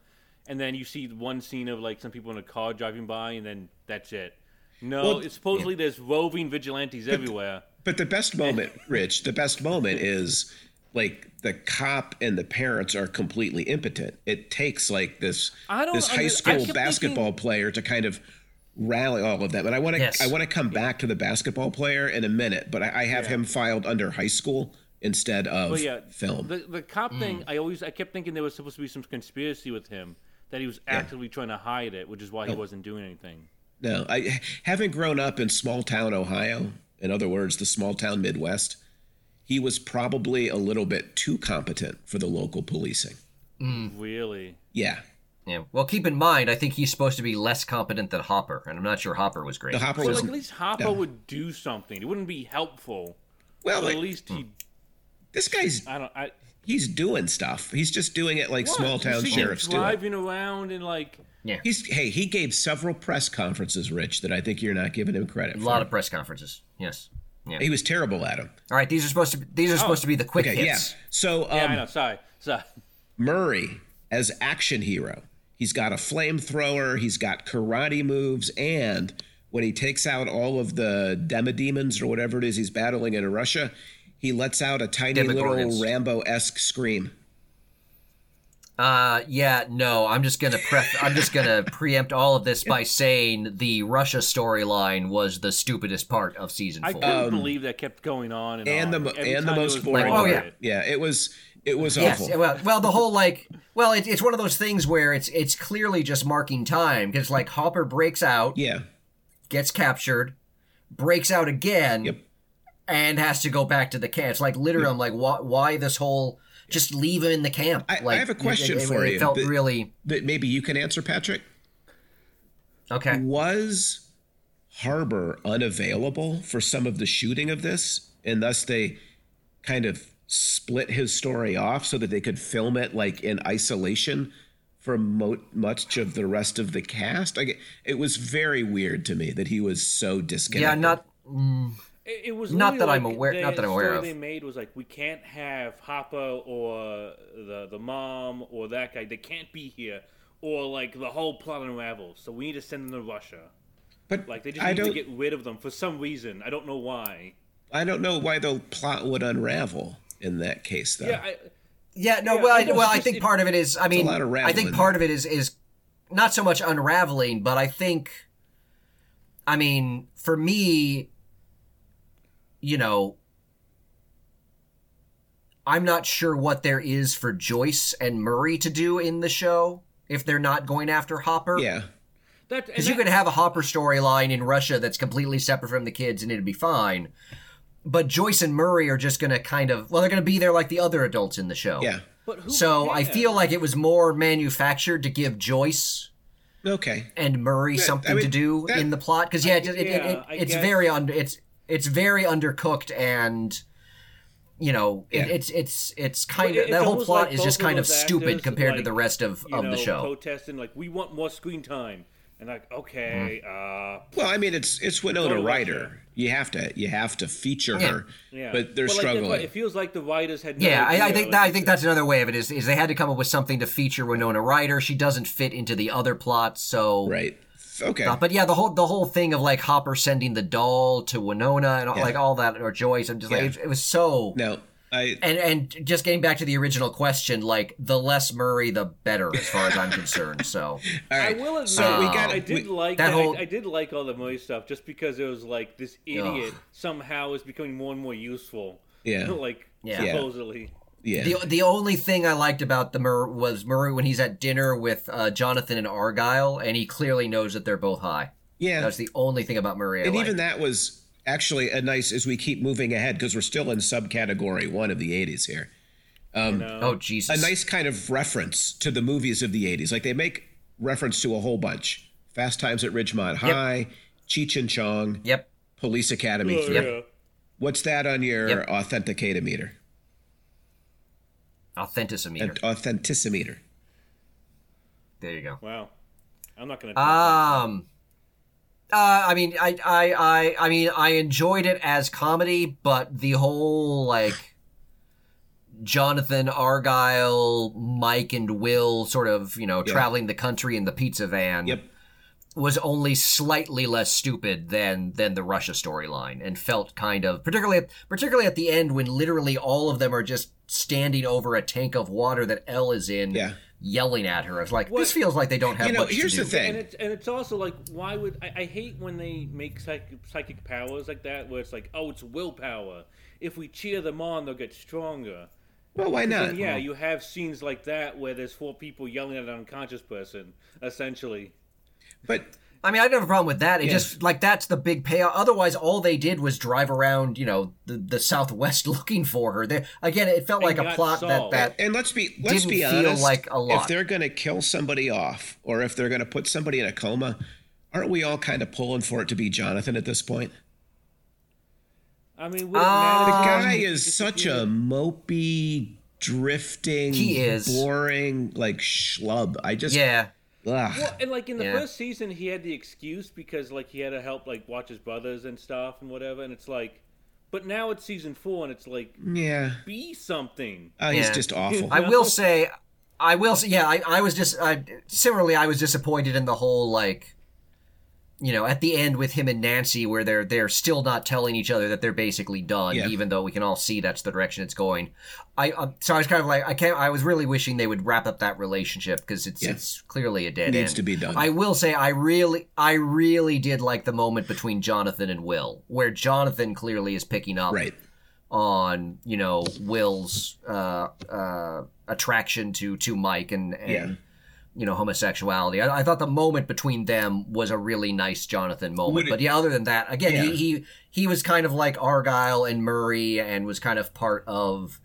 Speaker 3: and then you see one scene of like some people in a car driving by, and then that's it. No,
Speaker 1: Well-
Speaker 3: it's supposedly there's roving vigilantes everywhere.
Speaker 1: But the best moment, Rich, the best moment is like the cop and the parents are completely impotent. It takes like this
Speaker 3: I don't
Speaker 1: this high
Speaker 3: under- I
Speaker 1: school
Speaker 3: kept
Speaker 1: basketball player to kind of rally all of them. And I want to
Speaker 2: Yes.
Speaker 1: I want to come back to the basketball player in a minute, but I, I have him filed under high school instead of
Speaker 3: But yeah,
Speaker 1: film. Mm.
Speaker 3: The the cop thing, I always I kept thinking there was supposed to be some conspiracy with him that he was actively trying to hide it, which is why he wasn't doing anything.
Speaker 1: no, I having grown up in small town Ohio, in other words, the small town Midwest, he was probably a little bit too competent for the local policing. Mm.
Speaker 3: Really.
Speaker 1: Yeah.
Speaker 2: yeah. well keep in mind i think he's supposed to be less competent than hopper and i'm not sure hopper was great
Speaker 1: The hopper
Speaker 3: But
Speaker 1: was
Speaker 3: like at least Hopper would do something. It wouldn't be helpful.
Speaker 1: Well,
Speaker 3: But at
Speaker 1: like,
Speaker 3: least he
Speaker 1: this guy's
Speaker 3: I don't I
Speaker 1: he's doing stuff. He's just doing it like
Speaker 3: What?
Speaker 1: small
Speaker 3: You
Speaker 1: town
Speaker 3: see him
Speaker 1: sheriffs do. it.
Speaker 3: driving around and like
Speaker 2: yeah
Speaker 1: He's hey, he gave several press conferences, Rich, that I think you're not giving him credit
Speaker 2: a
Speaker 1: for.
Speaker 2: lot of press conferences yes Yeah.
Speaker 1: He was terrible at him.
Speaker 2: All right, these are supposed to be,
Speaker 3: Oh.
Speaker 2: these are supposed to be the quick
Speaker 1: Okay, yeah.
Speaker 2: hits.
Speaker 1: So um,
Speaker 3: Yeah, I know. Sorry, sorry.
Speaker 1: Murray as action hero. He's got a flamethrower, he's got karate moves, and when he takes out all of the demodemons or whatever it is he's battling in Russia, he lets out a tiny
Speaker 2: Demogorgons.
Speaker 1: little Rambo-esque scream.
Speaker 2: Uh, yeah, no, I'm just gonna prep. I'm just gonna preempt all of this by saying the Russia storyline was the stupidest part of season
Speaker 3: I
Speaker 2: four.
Speaker 3: couldn't believe that kept going on and,
Speaker 1: um, And the
Speaker 3: on.
Speaker 1: mo-
Speaker 3: Oh, Every
Speaker 1: and the
Speaker 3: time it
Speaker 1: most
Speaker 3: was more
Speaker 1: boring.
Speaker 2: Oh,
Speaker 1: part.
Speaker 3: of
Speaker 2: yeah.
Speaker 3: it.
Speaker 1: yeah, it was it was
Speaker 2: Yes,
Speaker 1: awful.
Speaker 2: well, well, the whole like, well, it's it's one of those things where it's it's clearly just marking time because like Hopper breaks out,
Speaker 1: Yeah,
Speaker 2: gets captured, breaks out again,
Speaker 1: Yep.
Speaker 2: and has to go back to the camp. It's like literally, I'm like, why, why this whole? Just leave him in the camp.
Speaker 1: I- I
Speaker 2: like,
Speaker 1: have a question
Speaker 2: it, it-
Speaker 1: for
Speaker 2: it
Speaker 1: you.
Speaker 2: felt
Speaker 1: The-
Speaker 2: really
Speaker 1: that maybe you can answer, Patrick.
Speaker 2: okay.
Speaker 1: Was Harbor unavailable for some of the shooting of this, and thus they kind of split his story off so that they could film it like in isolation from mo- much of the rest of the cast? Like, it was very weird to me that he was so disconnected.
Speaker 2: Yeah, not mm.
Speaker 3: It, it was
Speaker 2: Not
Speaker 3: literally
Speaker 2: that I'm
Speaker 3: like
Speaker 2: aware-
Speaker 3: the
Speaker 2: not that I'm aware
Speaker 3: story
Speaker 2: of.
Speaker 3: They made was like we can't have Hopper or the the mom or that guy. They can't be here. Or like the whole plot unravels. So we need to send them to Russia.
Speaker 1: but
Speaker 3: Like they just
Speaker 1: I
Speaker 3: need to
Speaker 1: don't.
Speaker 3: get rid of them for some reason. I don't know why.
Speaker 1: I don't know why the plot would unravel in that case, though.
Speaker 3: Yeah, I,
Speaker 2: Yeah, no,
Speaker 3: Yeah,
Speaker 2: well,
Speaker 3: it
Speaker 2: I,
Speaker 3: was
Speaker 2: well, I
Speaker 3: just-
Speaker 2: think
Speaker 3: it-
Speaker 2: part of it is, I mean,
Speaker 1: lot of
Speaker 2: I think
Speaker 1: rattling.
Speaker 2: part of it is is not so much unraveling, but I think, I mean, for me, you know, I'm not sure what there is for Joyce and Murray to do in the show if they're not going after Hopper.
Speaker 1: yeah.
Speaker 3: that and
Speaker 2: Because you
Speaker 3: that-
Speaker 2: could have a Hopper storyline in Russia that's completely separate from the kids and it'd be fine. But Joyce and Murray are just going to kind of, well, they're going to be there like the other adults in the show.
Speaker 1: Yeah.
Speaker 3: but who
Speaker 2: So I
Speaker 3: cares?
Speaker 2: feel like it was more manufactured to give Joyce
Speaker 1: Okay.
Speaker 2: and Murray something to
Speaker 1: mean,
Speaker 2: do
Speaker 1: that-
Speaker 2: in the plot because yeah, it, it, it,
Speaker 3: yeah,
Speaker 2: it-
Speaker 3: I
Speaker 2: it's
Speaker 3: guess.
Speaker 2: very under it's it's very undercooked and you know it, it's it's it's kind
Speaker 3: Well,
Speaker 2: of
Speaker 3: it-
Speaker 2: that
Speaker 3: it's
Speaker 2: whole
Speaker 3: almost
Speaker 2: plot
Speaker 3: like
Speaker 2: is
Speaker 3: both
Speaker 2: just
Speaker 3: of
Speaker 2: kind of
Speaker 3: those
Speaker 2: stupid
Speaker 3: actors,
Speaker 2: compared to
Speaker 3: like,
Speaker 2: the rest of
Speaker 3: you
Speaker 2: of
Speaker 3: know,
Speaker 2: the show.
Speaker 3: protesting like we want more screen time and like okay
Speaker 2: Mm-hmm.
Speaker 3: uh
Speaker 1: Well, I mean, it's it's Winona
Speaker 3: Totally
Speaker 1: Ryder.
Speaker 3: fair.
Speaker 1: You have to you have to feature her,
Speaker 3: yeah
Speaker 1: but they're
Speaker 3: like, that's why
Speaker 1: struggling.
Speaker 3: it feels like the writers had no
Speaker 2: Yeah, I, I
Speaker 3: idea,
Speaker 2: think
Speaker 3: like
Speaker 2: that, I
Speaker 3: you
Speaker 2: think
Speaker 3: said.
Speaker 2: that's another way of it is is they had to come up with something to feature Winona Ryder. She doesn't fit into the other plots, so
Speaker 1: right? Okay.
Speaker 2: Uh, but yeah, the whole the whole thing of like Hopper sending the doll to Winona and all like all that or Joyce. I'm just like
Speaker 1: Yeah.
Speaker 2: it, it was so.
Speaker 1: no, I
Speaker 2: And and just getting back to the original question, like the less Murray, the better, as far as I'm concerned. So
Speaker 1: all right.
Speaker 3: I will admit,
Speaker 1: so we got
Speaker 3: I did like
Speaker 2: that
Speaker 3: that
Speaker 2: whole-
Speaker 3: I, I did like all the Murray stuff just because it was like this idiot somehow is becoming more and more useful.
Speaker 1: Yeah.
Speaker 3: [laughs] like
Speaker 2: Yeah.
Speaker 1: Yeah.
Speaker 3: supposedly.
Speaker 1: [laughs] yeah.
Speaker 2: the the only thing I liked about the Mur was Murray when he's at dinner with uh, Jonathan and Argyle, and he clearly knows that they're both high.
Speaker 1: yeah.
Speaker 2: That's the only thing about Murray. I
Speaker 1: And
Speaker 2: liked.
Speaker 1: even that was actually a nice as we keep moving ahead because we're still in subcategory one of the 80s here.
Speaker 2: oh
Speaker 1: A
Speaker 2: Jesus!
Speaker 1: nice kind of reference to the movies of the 80s. Like they make reference to a whole bunch Fast Times at Ridgemont High, Cheech and Chong,
Speaker 2: yep.
Speaker 1: Police Academy.
Speaker 3: Oh,
Speaker 1: three. What's that on your
Speaker 2: Yep.
Speaker 1: authenticator?
Speaker 2: Authenticimeter.
Speaker 1: Authenticimeter.
Speaker 2: There you go.
Speaker 3: yeah. Wow. I'm not gonna.
Speaker 2: Um, uh, I mean, I, I, I, I mean, I enjoyed it as comedy, but the whole like Jonathan Argyle, Mike, and Will sort of you know traveling the country in the pizza van
Speaker 1: Yep.
Speaker 2: was only slightly less stupid than than the Russia storyline, and felt kind of particularly particularly at the end when literally all of them are just standing over a tank of water that Elle is in,
Speaker 1: Yeah.
Speaker 2: yelling at her. I was like, this feels like they don't have
Speaker 1: You know,
Speaker 2: much. to
Speaker 1: here's the
Speaker 2: do.
Speaker 1: thing.
Speaker 3: and it's and it's also like why would I, I hate when they make psychic psychic powers like that where it's like oh it's willpower if we cheer them on they'll get stronger
Speaker 1: Well, why not?
Speaker 3: and yeah you have scenes like that where there's four people yelling at an unconscious person essentially
Speaker 1: But
Speaker 2: I mean, I don't have a problem with that. It just like that's the big payoff. Otherwise, all they did was drive around, you know, the, the Southwest [laughs] looking for her. They, again, it felt like a
Speaker 3: got
Speaker 2: plot
Speaker 3: solved.
Speaker 2: that that
Speaker 1: and let's be let's
Speaker 2: didn't
Speaker 1: be
Speaker 2: feel
Speaker 1: honest.
Speaker 2: like a lot.
Speaker 1: If they're going to kill somebody off, or if they're going to put somebody in a coma, aren't we all kind of pulling for it to be Jonathan at this point?
Speaker 3: i mean would it matter
Speaker 1: Uh, The
Speaker 2: Um,
Speaker 3: if-
Speaker 1: guy is such a mopey, drifting,
Speaker 2: He is.
Speaker 1: boring, like schlub. I just
Speaker 2: yeah.
Speaker 1: ugh.
Speaker 3: Well, and like in the
Speaker 2: Yeah.
Speaker 3: first season, he had the excuse because like he had to help like watch his brothers and stuff and whatever, and it's like, But now it's season four, and it's like
Speaker 1: Yeah.
Speaker 3: be something.
Speaker 1: Uh, he's
Speaker 2: Yeah.
Speaker 1: just awful.
Speaker 2: I will say, I will say, yeah, I, I was just, I, similarly, I was disappointed in the whole, like, you know, at the end with him and Nancy, where they're they're still not telling each other that they're basically done,
Speaker 1: Yeah.
Speaker 2: even though we can all see that's the direction it's going. I um, so I was kind of like, I can't. I was really wishing they would wrap up that relationship because it's
Speaker 1: Yeah.
Speaker 2: it's clearly a dead
Speaker 1: Needs
Speaker 2: end.
Speaker 1: to be done.
Speaker 2: I will say, I really, I really did like the moment between Jonathan and Will, where Jonathan clearly is picking up
Speaker 1: right.
Speaker 2: on you know Will's uh, uh, attraction to to Mike and and
Speaker 1: Yeah.
Speaker 2: you know homosexuality. I, I thought the moment between them was a really nice Jonathan moment.
Speaker 1: Would it-
Speaker 2: but yeah, other than that, again,
Speaker 1: Yeah.
Speaker 2: he, he he was kind of like Argyle and Murray, and was kind of part of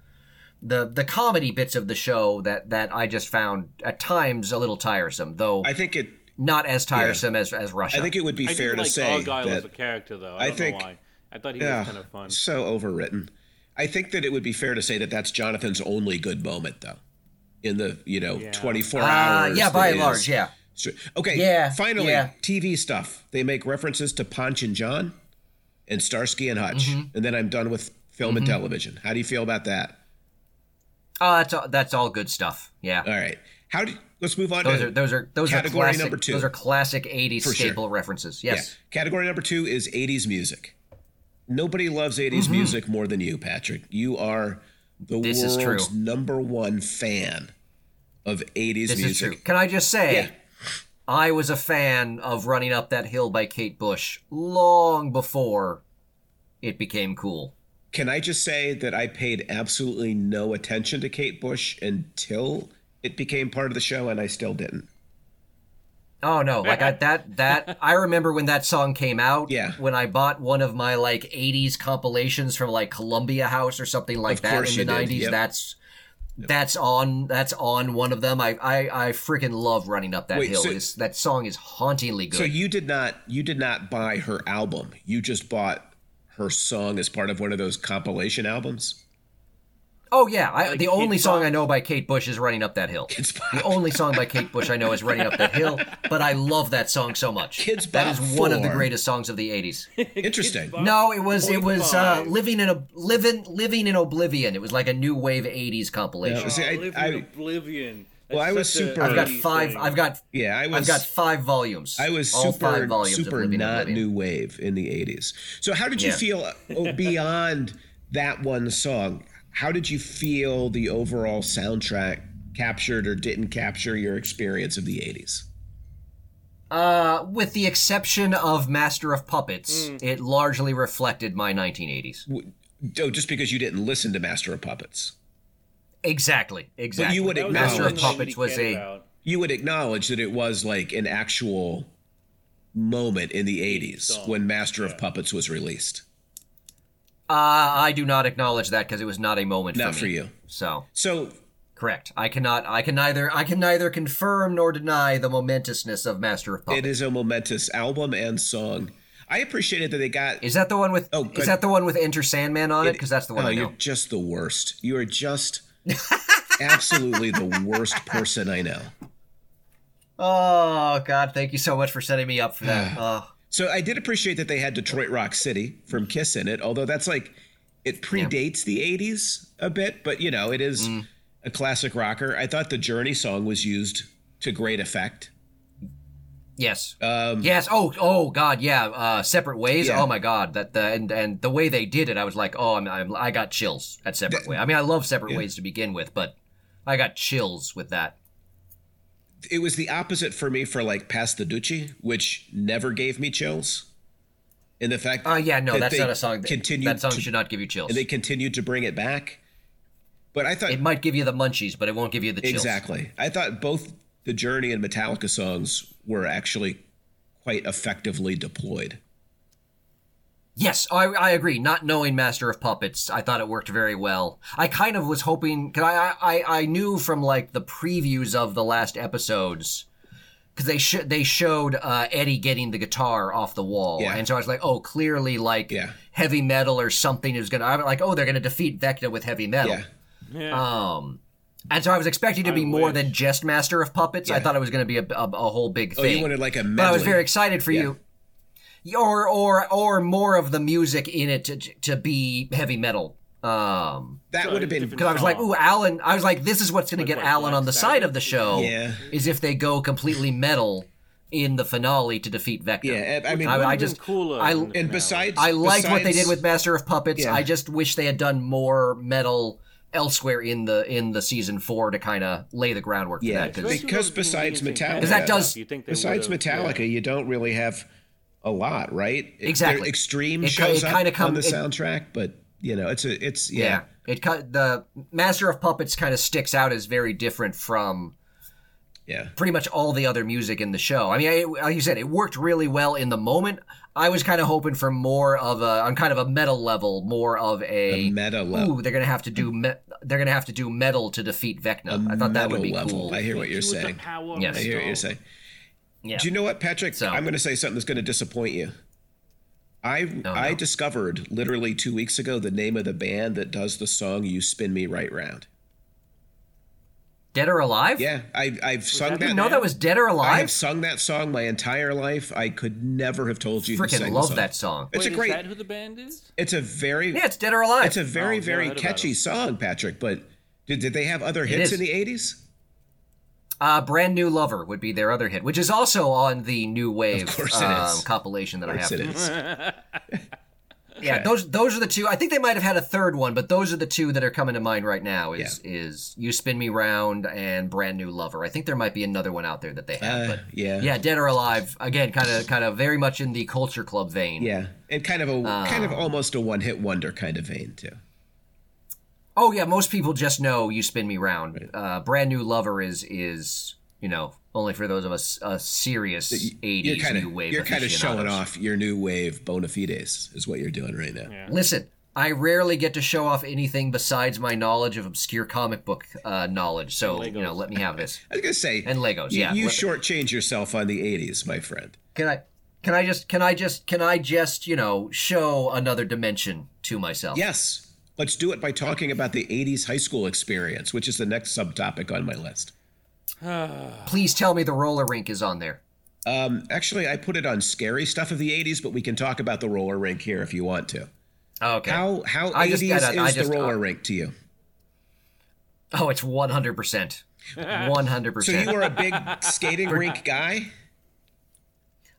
Speaker 2: the the comedy bits of the show that that I just found at times a little tiresome, though
Speaker 1: I think it.
Speaker 2: not as tiresome as as Russia.
Speaker 1: I think it would be
Speaker 3: I
Speaker 1: fair
Speaker 3: did
Speaker 1: to
Speaker 3: like
Speaker 1: say
Speaker 3: Argyle
Speaker 1: that
Speaker 3: as a character, though. I,
Speaker 1: I
Speaker 3: don't
Speaker 1: think-
Speaker 3: know why. I thought he
Speaker 1: Yeah.
Speaker 3: was kind of fun.
Speaker 1: so overwritten. I think that it would be fair to say that that's Jonathan's only good moment, though. In the you know
Speaker 3: Yeah.
Speaker 1: 24
Speaker 2: uh,
Speaker 1: hours.
Speaker 2: yeah, by
Speaker 1: that
Speaker 2: and
Speaker 1: is-
Speaker 2: large, yeah.
Speaker 1: Sure. Okay.
Speaker 2: Yeah,
Speaker 1: Finally,
Speaker 2: yeah.
Speaker 1: TV stuff. They make references to Punch and John, and Starsky and Hutch,
Speaker 2: Mm-hmm.
Speaker 1: and then I'm done with film and television. How do you feel about that?
Speaker 2: Uh, that's all, that's all good stuff. Yeah.
Speaker 1: All right. How do let's move on
Speaker 2: Those
Speaker 1: to
Speaker 2: are those are those
Speaker 1: Category
Speaker 2: are classic,
Speaker 1: number two.
Speaker 2: Those are classic '80s
Speaker 1: For sure.
Speaker 2: staple references.
Speaker 1: yeah.
Speaker 2: Yes,
Speaker 1: Category number two is 80s music. Nobody loves 80s music more than you, Patrick. You are the
Speaker 2: Mm-hmm. This is
Speaker 1: world's
Speaker 2: true.
Speaker 1: number one fan of 80s
Speaker 2: this
Speaker 1: music.
Speaker 2: is true. Can I just say,
Speaker 1: Yeah.
Speaker 2: I was a fan of "Running Up That Hill" by Kate Bush long before it became cool.
Speaker 1: Can I just say that I paid absolutely no attention to Kate Bush until it became part of the show, and I still didn't.
Speaker 2: Oh no! Like I,
Speaker 1: [laughs]
Speaker 2: that that I remember when that song came out.
Speaker 1: Yeah.
Speaker 2: When I bought one of my like '80s compilations from like Columbia House or something like
Speaker 1: Of
Speaker 2: that
Speaker 1: course
Speaker 2: in
Speaker 1: you
Speaker 2: the
Speaker 1: did,
Speaker 2: '90s.
Speaker 1: yep.
Speaker 2: That's that's on that's on one of them. I I, I freaking love running up that
Speaker 1: Wait,
Speaker 2: hill.
Speaker 1: so-
Speaker 2: It's- that song is hauntingly good.
Speaker 1: So you did not you did not buy her album. You just bought her song as part of one of those compilation albums.
Speaker 2: Oh yeah, I, the
Speaker 3: Kate
Speaker 2: only song
Speaker 3: Bush.
Speaker 2: I know by Kate Bush is "Running Up That Hill."
Speaker 1: Kids
Speaker 2: The
Speaker 1: Bop.
Speaker 2: only song by Kate Bush I know is "Running Up That Hill," but I love that song so much.
Speaker 1: Kids
Speaker 2: that is
Speaker 1: Bop
Speaker 2: one of the
Speaker 1: four.
Speaker 2: greatest songs of the '80s.
Speaker 1: Interesting.
Speaker 2: No, it was it was uh,
Speaker 3: 45.
Speaker 2: "Living in a Living Living in Oblivion." It was like a new wave '80s compilation.
Speaker 1: Yeah, see, I-
Speaker 3: I, live
Speaker 1: I-
Speaker 3: in oblivion.
Speaker 1: Well,
Speaker 3: That's
Speaker 1: I was
Speaker 3: such a
Speaker 1: super-
Speaker 2: I've got
Speaker 3: 80s
Speaker 2: five.
Speaker 3: thing.
Speaker 2: I've got
Speaker 1: Yeah, I was.
Speaker 2: I've got five volumes.
Speaker 1: I was
Speaker 2: all
Speaker 1: super
Speaker 2: five volumes of
Speaker 1: super
Speaker 2: "Living in
Speaker 1: not
Speaker 2: Oblivion."
Speaker 1: new wave in the eighties. So how did you
Speaker 2: Yeah.
Speaker 1: feel
Speaker 2: [laughs]
Speaker 1: oh, beyond that one song? How did you feel the overall soundtrack captured or didn't capture your experience of the eighties?
Speaker 2: Uh, with the exception of "Master of Puppets,"
Speaker 3: Mm.
Speaker 2: it largely reflected my 1980s.
Speaker 1: Oh, just because you didn't listen to Master of Puppets,
Speaker 2: Exactly. Exactly.
Speaker 1: would
Speaker 3: That was the
Speaker 2: Master
Speaker 3: only
Speaker 2: of
Speaker 1: acknowledge-
Speaker 3: thing that
Speaker 2: Puppets
Speaker 3: he
Speaker 2: was
Speaker 3: cared
Speaker 2: a
Speaker 3: about.
Speaker 1: you would acknowledge that it was like an actual moment in the eighties when Master of Puppets was released.
Speaker 2: Uh, I do not acknowledge that because it was not a moment
Speaker 1: Not
Speaker 2: for me.
Speaker 1: for you.
Speaker 2: So
Speaker 1: So
Speaker 2: correct. I cannot. I can neither. I can neither confirm nor deny the momentousness of Master of
Speaker 1: it
Speaker 2: Puppets.
Speaker 1: is a momentous album and song. I appreciated that they got
Speaker 2: Is that the one with?
Speaker 1: Oh,
Speaker 2: is
Speaker 1: good.
Speaker 2: that the one with Enter Sandman on it? Because that's the one
Speaker 1: Oh,
Speaker 2: I know.
Speaker 1: you're just the worst. You are
Speaker 2: [laughs]
Speaker 1: just absolutely the worst person I know.
Speaker 2: Oh God! Thank you so much for setting me up
Speaker 1: [sighs]
Speaker 2: for that. Oh,
Speaker 1: So I did appreciate that they had Detroit Rock City from Kiss in it, although that's like it predates the 80s a bit, but you know, it is
Speaker 2: Mm.
Speaker 1: a classic rocker. I thought the Journey song was used to great effect.
Speaker 2: yes. yes. Oh. Oh God. Yeah. Uh, separate ways.
Speaker 1: Um, Yeah.
Speaker 2: Oh my God. That the and and the way they did it, I was like, oh, I'm, I'm I got chills at separate way. I mean, I love separate ways to begin with, but I got chills with that.
Speaker 1: It was the opposite for me for like Past the Ducci, which never gave me chills. And the fact
Speaker 2: Oh yeah. No,
Speaker 1: that
Speaker 2: that's
Speaker 1: they
Speaker 2: not a song. That,
Speaker 1: continued
Speaker 2: that song
Speaker 1: to-
Speaker 2: should not give you chills.
Speaker 1: they continued to bring it back. But I thought
Speaker 2: It might give you the munchies, but it won't give you the chills.
Speaker 1: Exactly. I thought both the Journey and Metallica songs were actually quite effectively deployed.
Speaker 2: Yes, I, I agree. Not knowing Master of Puppets, I thought it worked very well. I kind of was hoping because I, I I knew from like the previews of the last episodes because they sh- they showed uh, Eddie getting the guitar off the wall,
Speaker 1: Yeah.
Speaker 2: and so I was like, oh, clearly like
Speaker 1: Yeah.
Speaker 2: heavy metal or something is gonna. I'm like, oh, they're gonna defeat Vecna with heavy metal.
Speaker 1: Yeah.
Speaker 3: Yeah.
Speaker 2: Um, and so I was expecting to be more
Speaker 3: wish.
Speaker 2: than just Master of Puppets. I thought it was going to be a, a, a whole big
Speaker 1: Oh,
Speaker 2: thing.
Speaker 1: you wanted like a
Speaker 2: But I was
Speaker 1: medley.
Speaker 2: very excited for you. or or or more of the music in it to to be heavy metal. Um,
Speaker 1: That
Speaker 3: So
Speaker 1: would have been
Speaker 3: it's different-
Speaker 2: because I was like, ooh, Alan. I was like, this is what's going to
Speaker 3: Oh. Like
Speaker 2: get
Speaker 3: what,
Speaker 2: Alan on the
Speaker 3: Black
Speaker 2: side of the show.
Speaker 1: Yeah.
Speaker 2: Is if they go completely metal in the finale to defeat Vector.
Speaker 1: Yeah, I- I mean,
Speaker 2: I,
Speaker 1: would've
Speaker 2: I
Speaker 1: been
Speaker 2: just
Speaker 3: cooler
Speaker 2: I-
Speaker 3: in the
Speaker 2: and
Speaker 3: finale.
Speaker 1: and besides,
Speaker 2: I liked what they
Speaker 1: besides-
Speaker 2: did with Master of Puppets.
Speaker 1: Yeah.
Speaker 2: I just wish they had done more metal elsewhere in the in the season four to kind of lay the groundwork for
Speaker 1: Yeah,
Speaker 2: that. 'cause-
Speaker 3: Especially
Speaker 1: because
Speaker 3: with the
Speaker 1: besides
Speaker 3: Indian thing
Speaker 1: Metallica-
Speaker 2: Because that does-
Speaker 3: you think they
Speaker 1: Besides
Speaker 3: would've-
Speaker 1: Metallica, you don't really have a lot, right? It- their
Speaker 2: Exactly.
Speaker 1: Extreme
Speaker 2: It ki-
Speaker 1: shows
Speaker 2: it
Speaker 1: up
Speaker 2: kinda come-
Speaker 1: on the
Speaker 2: it-
Speaker 1: soundtrack, but you know, it's a it's yeah.
Speaker 2: yeah. it cut the Master of Puppets kind of sticks out as very different from
Speaker 1: Yeah.
Speaker 2: pretty much all the other music in the show. I mean, I, like you said, it worked really well in the moment. I was kind of hoping for more of a on kind of a metal level, more of a,
Speaker 1: A meta level.
Speaker 2: Ooh, they're gonna have to do me- they're gonna have to do metal to defeat Vecna.
Speaker 1: A
Speaker 2: I thought that
Speaker 1: metal
Speaker 2: would be
Speaker 1: level.
Speaker 2: cool.
Speaker 1: I hear what you're
Speaker 3: She was the
Speaker 1: saying.
Speaker 3: power of
Speaker 2: Yes.
Speaker 1: I hear what
Speaker 3: stone.
Speaker 1: you're saying.
Speaker 2: yeah.
Speaker 1: Do you know what, Patrick?
Speaker 2: So-
Speaker 1: I'm going to say something that's going to disappoint you. I
Speaker 2: Oh,
Speaker 1: I discovered literally two weeks ago the name of the band that does the song "You Spin Me Right Round."
Speaker 2: Dead or Alive?
Speaker 1: Yeah, I I've sung
Speaker 3: that
Speaker 1: that.
Speaker 3: the
Speaker 2: No,
Speaker 3: name?
Speaker 2: that was Dead or
Speaker 1: I
Speaker 2: Alive.
Speaker 1: have sung that song my entire life. I could never have told you. who sang
Speaker 2: Freaking
Speaker 1: the
Speaker 2: love
Speaker 1: song.
Speaker 2: that song.
Speaker 1: It's
Speaker 3: Wait,
Speaker 1: a
Speaker 3: is
Speaker 1: great.
Speaker 3: that who the band is?
Speaker 1: It's a very.
Speaker 2: Yeah, it's Dead or Alive.
Speaker 1: It's a very
Speaker 3: never
Speaker 1: very
Speaker 3: heard about
Speaker 1: catchy
Speaker 3: them.
Speaker 1: song, Patrick. But did, did they have other hits
Speaker 2: is.
Speaker 1: in the '80s?
Speaker 2: uh, Brand New Lover would be their other hit, which is also on the New Wave
Speaker 1: course it
Speaker 2: um,
Speaker 1: is.
Speaker 2: compilation that I have.
Speaker 1: Yes, it
Speaker 2: to-
Speaker 3: [laughs]
Speaker 1: is. Uh,
Speaker 2: Yeah, those those are the two. I think they might have had a third one, but those are the two that are coming to mind right now. Is is You Spin Me Round and Brand New Lover. I think there might be another one out there that they have.
Speaker 1: Uh,
Speaker 2: but
Speaker 1: yeah.
Speaker 2: yeah, Dead or Alive again, kind of kind of very much in the Culture Club vein.
Speaker 1: Yeah, and kind of a kind of
Speaker 2: Um,
Speaker 1: almost a one-hit wonder kind of vein too.
Speaker 2: Oh yeah, most people just know you spin me round. Uh, brand new lover is is you know only for those of us uh, serious
Speaker 1: You're
Speaker 2: eighties
Speaker 1: kind
Speaker 2: new
Speaker 1: of
Speaker 2: wave.
Speaker 1: you're kind of
Speaker 2: aficionados.
Speaker 1: showing off your new wave bona fides is what you're doing right now.
Speaker 2: Listen, I rarely get to show off anything besides my knowledge of obscure comic book uh, knowledge. So you know, let me have this.
Speaker 1: I was gonna say
Speaker 2: And Legos,
Speaker 1: You,
Speaker 2: yeah.
Speaker 1: you
Speaker 2: Le-
Speaker 1: shortchange yourself on the '80s, my friend.
Speaker 2: Can I? Can I just? Can I just? Can I just? You know, show another dimension to myself.
Speaker 1: Yes, let's do it by talking about the '80s high school experience, which is the next subtopic on my list.
Speaker 2: Please tell me the roller rink is on there.
Speaker 1: Um, actually, I put it on scary stuff of the '80s, but we can talk about the roller rink here if you want to.
Speaker 2: Oh, Okay.
Speaker 1: How how
Speaker 2: I just
Speaker 1: '80s
Speaker 2: gotta-
Speaker 1: is
Speaker 2: I just-
Speaker 1: the roller
Speaker 2: uh,
Speaker 1: rink to you?
Speaker 2: Oh, it's one hundred
Speaker 1: [laughs]
Speaker 2: percent. One hundred
Speaker 1: So
Speaker 2: percent.
Speaker 1: you were a
Speaker 2: [laughs]
Speaker 1: big skating rink guy.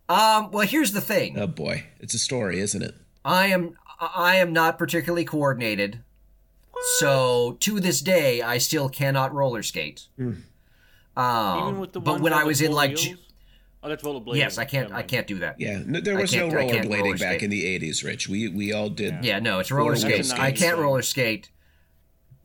Speaker 2: Um. Well, here's the thing.
Speaker 1: Oh boy, it's a story, isn't it?
Speaker 2: I am I am not particularly coordinated. So to this day, I still cannot roller skate.
Speaker 1: Hmm.
Speaker 2: Um,
Speaker 3: Even with the
Speaker 2: but
Speaker 3: ones
Speaker 2: when
Speaker 3: on
Speaker 2: I
Speaker 3: the
Speaker 2: was in
Speaker 3: four
Speaker 2: like,
Speaker 3: wheels?
Speaker 2: ju-
Speaker 3: oh, that's rollerblading.
Speaker 2: yes, I can't
Speaker 3: Never
Speaker 2: I
Speaker 3: mind.
Speaker 2: can't do that. Yeah,
Speaker 1: Yeah, no, there was no
Speaker 2: can't- I can't roller
Speaker 1: rollerblading back
Speaker 2: skate.
Speaker 1: in the '80s, Rich. We we all did.
Speaker 2: no, it's roller
Speaker 1: That's a
Speaker 2: skates. I
Speaker 3: nice
Speaker 2: can't
Speaker 3: thing.
Speaker 2: roller skate.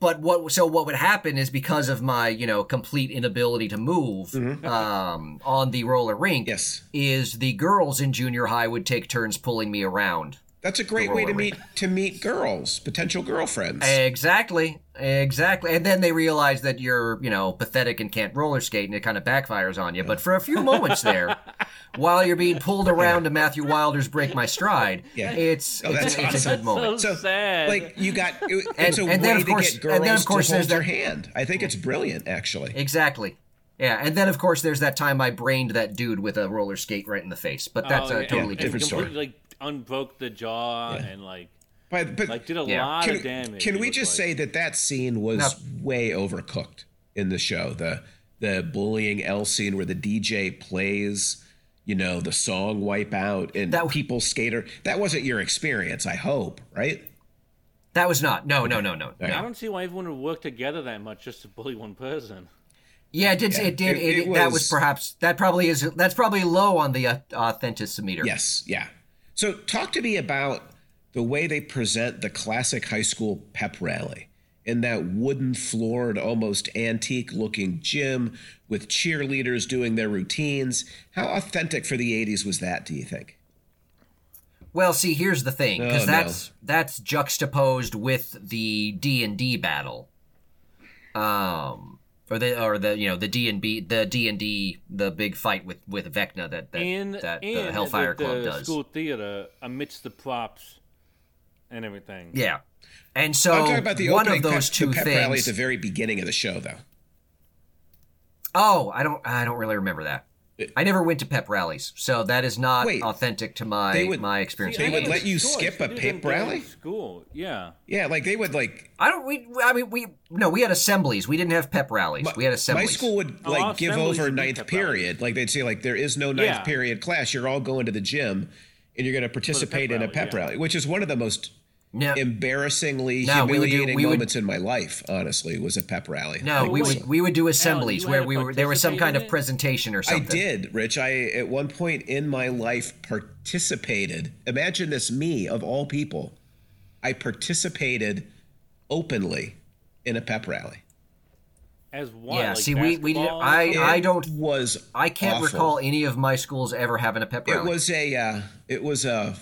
Speaker 2: But what so what would happen is because of my you know complete inability to move um, on the roller rink
Speaker 1: Mm-hmm. Yes.
Speaker 2: is the girls in junior high would take turns pulling me around.
Speaker 1: That's a great way to
Speaker 2: roller
Speaker 1: meet to meet girls, potential girlfriends.
Speaker 2: Exactly. Exactly. And then they realize that you're, you know, pathetic and can't roller skate and it kind of backfires on you. But for a few
Speaker 1: [laughs]
Speaker 2: moments there, while you're being pulled around to Matthew Wilder's Break My Stride,
Speaker 1: Yeah.
Speaker 2: it's
Speaker 1: Oh, that's
Speaker 2: it's, it's
Speaker 1: awesome.
Speaker 2: a good moment.
Speaker 3: So sad.
Speaker 1: Like you got it- it's
Speaker 2: And-
Speaker 1: a
Speaker 2: and
Speaker 1: way
Speaker 2: then, of course-
Speaker 1: to get
Speaker 2: and then,
Speaker 1: girls
Speaker 2: of course,
Speaker 1: to
Speaker 2: there's
Speaker 1: hold your
Speaker 2: that-
Speaker 1: hand. I think it's brilliant, actually.
Speaker 2: Exactly. Yeah, and then of course there's that time I brained that dude with a roller skate right in the face, but that's
Speaker 3: Oh,
Speaker 2: a
Speaker 3: yeah,
Speaker 2: uh, totally
Speaker 3: and
Speaker 2: different.
Speaker 1: different story.
Speaker 3: completely, Like unbroke the jaw and like
Speaker 1: But, but
Speaker 3: like did a
Speaker 2: Yeah.
Speaker 3: lot
Speaker 1: can,
Speaker 3: of damage.
Speaker 1: can
Speaker 3: it
Speaker 1: we
Speaker 3: looked
Speaker 1: just
Speaker 3: like.
Speaker 1: say that that scene was
Speaker 2: No.
Speaker 1: way overcooked in the show? The the bullying L scene where the DJ plays, you know, the song "Wipeout" and
Speaker 2: That-
Speaker 1: people skater. That wasn't your experience, I hope, right?
Speaker 2: That was not. No, no, no, no. no.
Speaker 3: I don't see why everyone would work together that much just to bully one person.
Speaker 2: Yeah, it did. It did.
Speaker 1: it-
Speaker 2: It,
Speaker 1: it
Speaker 2: that
Speaker 1: was-
Speaker 2: was perhaps that probably is that's probably low on the uh, authenticimeter.
Speaker 1: Yes, yeah. So talk to me about the way they present the classic high school pep rally in that wooden floored, almost antique looking gym with cheerleaders doing their routines. How authentic for the 80s was that, do you think?
Speaker 2: Well, see, here's the thing, because
Speaker 1: Oh, no.
Speaker 2: that's that's juxtaposed with the D and D battle, um, or the or the you know the D and B the D and D the big fight with with Vecna that that,
Speaker 3: In
Speaker 2: that
Speaker 3: in
Speaker 2: the Hellfire
Speaker 3: the,
Speaker 2: Club
Speaker 3: the
Speaker 2: does.
Speaker 3: school theater amidst the props and everything.
Speaker 2: Yeah, and so
Speaker 1: I'm talking about the
Speaker 2: Oh, one
Speaker 1: opening
Speaker 2: of those
Speaker 1: pep,
Speaker 2: two
Speaker 1: the pep rally at
Speaker 2: things.
Speaker 1: the very beginning of the show, though.
Speaker 2: oh, I don't I don't really remember that. I never went to pep rallies, so that is not
Speaker 1: Wait.
Speaker 2: authentic to my
Speaker 1: They would-
Speaker 2: my experience.
Speaker 1: they
Speaker 3: I
Speaker 1: would
Speaker 3: had
Speaker 1: let
Speaker 3: a
Speaker 1: you
Speaker 3: choice
Speaker 1: skip
Speaker 3: to
Speaker 1: a
Speaker 3: do
Speaker 1: pep
Speaker 3: them during
Speaker 1: rally?
Speaker 3: School, yeah.
Speaker 1: Yeah, like they would like
Speaker 2: I don't. We. I mean, we. No, we had assemblies. We didn't have pep rallies. we had assemblies.
Speaker 1: My school would
Speaker 3: Oh,
Speaker 1: like
Speaker 3: our
Speaker 1: give
Speaker 3: assemblies
Speaker 1: over
Speaker 3: would be
Speaker 1: ninth
Speaker 3: kept
Speaker 1: period. Like they'd say, like there is no ninth
Speaker 3: Yeah.
Speaker 1: period class. You're all going to the gym, and you're going to participate in a
Speaker 3: rally,
Speaker 1: pep
Speaker 3: yeah.
Speaker 1: rally, which is one of the most
Speaker 2: No,
Speaker 1: embarrassingly
Speaker 2: No, we would do-
Speaker 1: humiliating
Speaker 2: we would-
Speaker 1: moments in my life. Honestly, was a pep rally.
Speaker 2: no. We would we would do assemblies
Speaker 3: you
Speaker 2: where
Speaker 3: had
Speaker 2: we were there was some kind of
Speaker 3: participated in it?
Speaker 2: presentation or
Speaker 1: I
Speaker 2: something.
Speaker 1: did, Rich. I at one point in my life participated. Imagine this, me of all people, I participated openly in a pep rally.
Speaker 3: As one.
Speaker 2: Yeah.
Speaker 3: like
Speaker 2: see, we we did.
Speaker 3: basketball or
Speaker 2: I uh,
Speaker 3: something?
Speaker 2: I
Speaker 1: It
Speaker 2: don't.
Speaker 1: was
Speaker 2: I can't
Speaker 1: awful.
Speaker 2: recall any of my schools ever having a pep
Speaker 1: It
Speaker 2: rally.
Speaker 1: was a uh, it was a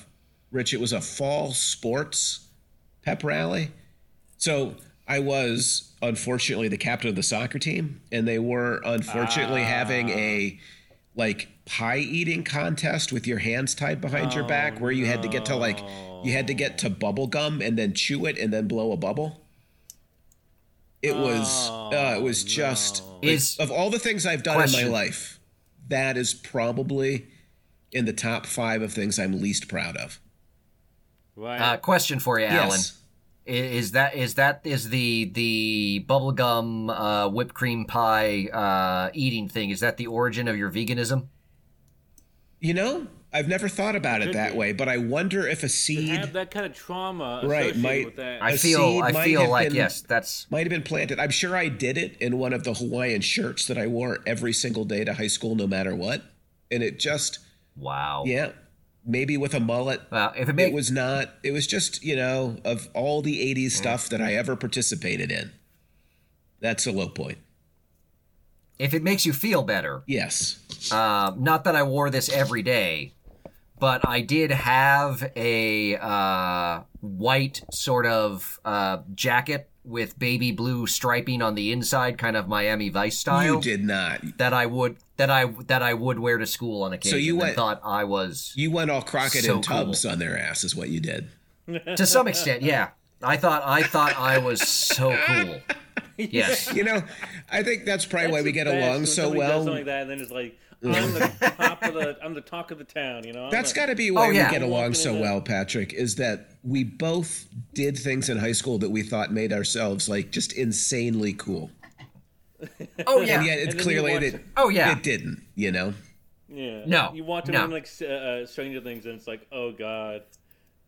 Speaker 1: Rich. It was a fall sports pep rally. So I was unfortunately the captain of the soccer team, and they were unfortunately having a like pie eating contest with your hands tied behind your back, where you had to get to like you had to get to bubble gum and then chew it and then blow a bubble. It was uh, it was just
Speaker 2: Is-
Speaker 1: of all the things I've done in
Speaker 2: Question.
Speaker 1: my life, that is probably in the top five of things I'm least proud of.
Speaker 3: Right.
Speaker 2: uh, question for you, Alan.
Speaker 1: Yes.
Speaker 2: I- Is that is that is the the bubblegum uh, whipped cream pie uh, eating thing? Is that the origin of your veganism?
Speaker 1: You know, I've never thought about it that way, but I wonder if a
Speaker 3: have
Speaker 1: seed
Speaker 3: that kind of trauma
Speaker 1: Right,
Speaker 3: associated
Speaker 1: might-
Speaker 3: with that.
Speaker 2: I
Speaker 1: A
Speaker 2: feel
Speaker 1: seed
Speaker 2: I
Speaker 1: might
Speaker 2: feel
Speaker 1: have
Speaker 2: like
Speaker 1: been-
Speaker 2: yes, that's
Speaker 1: might have been planted. I'm sure I did it in one of the Hawaiian shirts that I wore every single day to high school, no matter what. And it just,
Speaker 2: wow.
Speaker 1: yeah, maybe with a mullet.
Speaker 2: Well, if it
Speaker 1: It
Speaker 2: makes
Speaker 1: was not, it was just, you know, of all the 80s
Speaker 2: Mm.
Speaker 1: stuff that I ever participated in, that's a low point.
Speaker 2: if it makes you feel better,
Speaker 1: Yes.
Speaker 2: um, not that I wore this every day, but I did have a uh, white sort of uh, jacket with baby blue striping on the inside, kind of Miami Vice style.
Speaker 1: You did not.
Speaker 2: that I would that I that I would wear to school on occasion.
Speaker 1: you
Speaker 2: and
Speaker 1: went-
Speaker 2: thought I
Speaker 3: [laughs]
Speaker 2: was
Speaker 1: You went all Crockett
Speaker 2: So
Speaker 1: and Tubbs on their ass, is what you did.
Speaker 2: to some extent, yeah. I thought I thought I was so
Speaker 1: [laughs]
Speaker 2: cool. Yes.
Speaker 1: You know, I think that's probably why
Speaker 3: That's
Speaker 1: we
Speaker 3: the
Speaker 1: get
Speaker 3: best
Speaker 1: along
Speaker 3: when
Speaker 1: so
Speaker 3: somebody does
Speaker 1: well.
Speaker 3: something like that, and then it's like
Speaker 1: [laughs]
Speaker 3: I'm the top of the I'm the talk of the town. You know, I'm
Speaker 1: That's
Speaker 3: the-
Speaker 1: got to be why
Speaker 2: Oh, yeah.
Speaker 1: we get along
Speaker 3: Walking
Speaker 1: so
Speaker 3: in the-
Speaker 1: well, Patrick, is that we both did things in high school that we thought made ourselves like just insanely cool.
Speaker 2: Oh yeah.
Speaker 1: And yet it's
Speaker 3: And then you
Speaker 1: clearly
Speaker 3: watch
Speaker 1: that
Speaker 3: it.
Speaker 2: Oh, yeah.
Speaker 1: it didn't, you know.
Speaker 3: Yeah.
Speaker 2: No,
Speaker 3: You watch them
Speaker 2: no.
Speaker 3: in like s- uh, uh, Stranger Things, and it's like, oh god.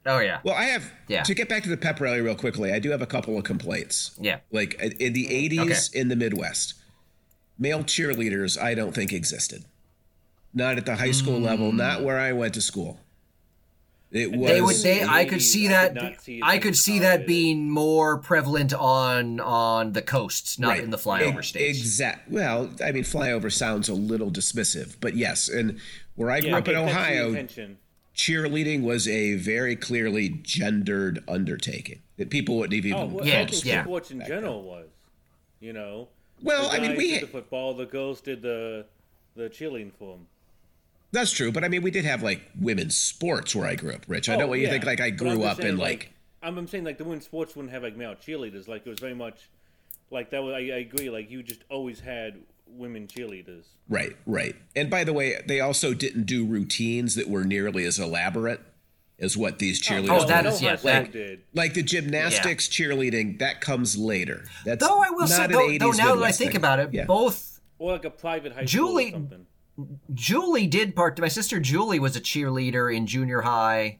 Speaker 2: Oh yeah.
Speaker 1: Well, I have
Speaker 2: Yeah.
Speaker 1: to get back to the pep rally real quickly. I do have a couple of complaints.
Speaker 2: Yeah.
Speaker 1: Like in- in
Speaker 2: Mm.
Speaker 1: the 80s in the Midwest, male cheerleaders I don't think existed. Not at the high school level, not where I went to school. It was
Speaker 2: Mm. They would. They. I could
Speaker 3: Ladies,
Speaker 2: see
Speaker 3: I
Speaker 2: that.
Speaker 3: could not see it
Speaker 2: I
Speaker 3: being
Speaker 2: could see that
Speaker 3: tolerated.
Speaker 2: being more prevalent on on the coasts, not in the flyover states.
Speaker 1: Exact. Well, I mean, flyover sounds a little dismissive, but yes. And where I grew
Speaker 3: Yeah,
Speaker 1: up in
Speaker 3: pay attention,
Speaker 1: Ohio,
Speaker 3: attention.
Speaker 1: cheerleading was a very clearly gendered undertaking that people wouldn't have even.
Speaker 3: Oh, what
Speaker 2: Yeah,
Speaker 3: I think
Speaker 2: yeah.
Speaker 3: sports in general was, you know.
Speaker 1: Well,
Speaker 3: the
Speaker 1: I mean,
Speaker 3: guys
Speaker 1: we-
Speaker 3: did the football. The girls did the the cheerleading for them.
Speaker 1: That's true, but I mean, we did have like women's sports where I grew up,
Speaker 3: Oh,
Speaker 1: Rich. I don't want you to think like I grew up in like.
Speaker 3: I'm, I'm saying like the women's sports wouldn't have like male cheerleaders. Like it was very much like that. Was, I, I agree. Like you just always had women cheerleaders.
Speaker 1: Right, right. And by the way, they also didn't do routines that were nearly as elaborate as what these cheerleaders
Speaker 2: Oh, that
Speaker 1: did.
Speaker 2: is- yeah,
Speaker 3: High
Speaker 2: that-
Speaker 3: school did.
Speaker 1: like the gymnastics, cheerleading, that comes later. That's
Speaker 2: Though I will
Speaker 1: not
Speaker 2: say,
Speaker 1: an
Speaker 2: though, though
Speaker 1: 80s
Speaker 2: now that I
Speaker 1: Midwest
Speaker 2: think
Speaker 1: thing.
Speaker 2: about it,
Speaker 1: Yeah.
Speaker 2: both
Speaker 3: Or like a private high
Speaker 2: Julie-
Speaker 3: school or something.
Speaker 2: Julie did part. My sister Julie was a cheerleader in junior high.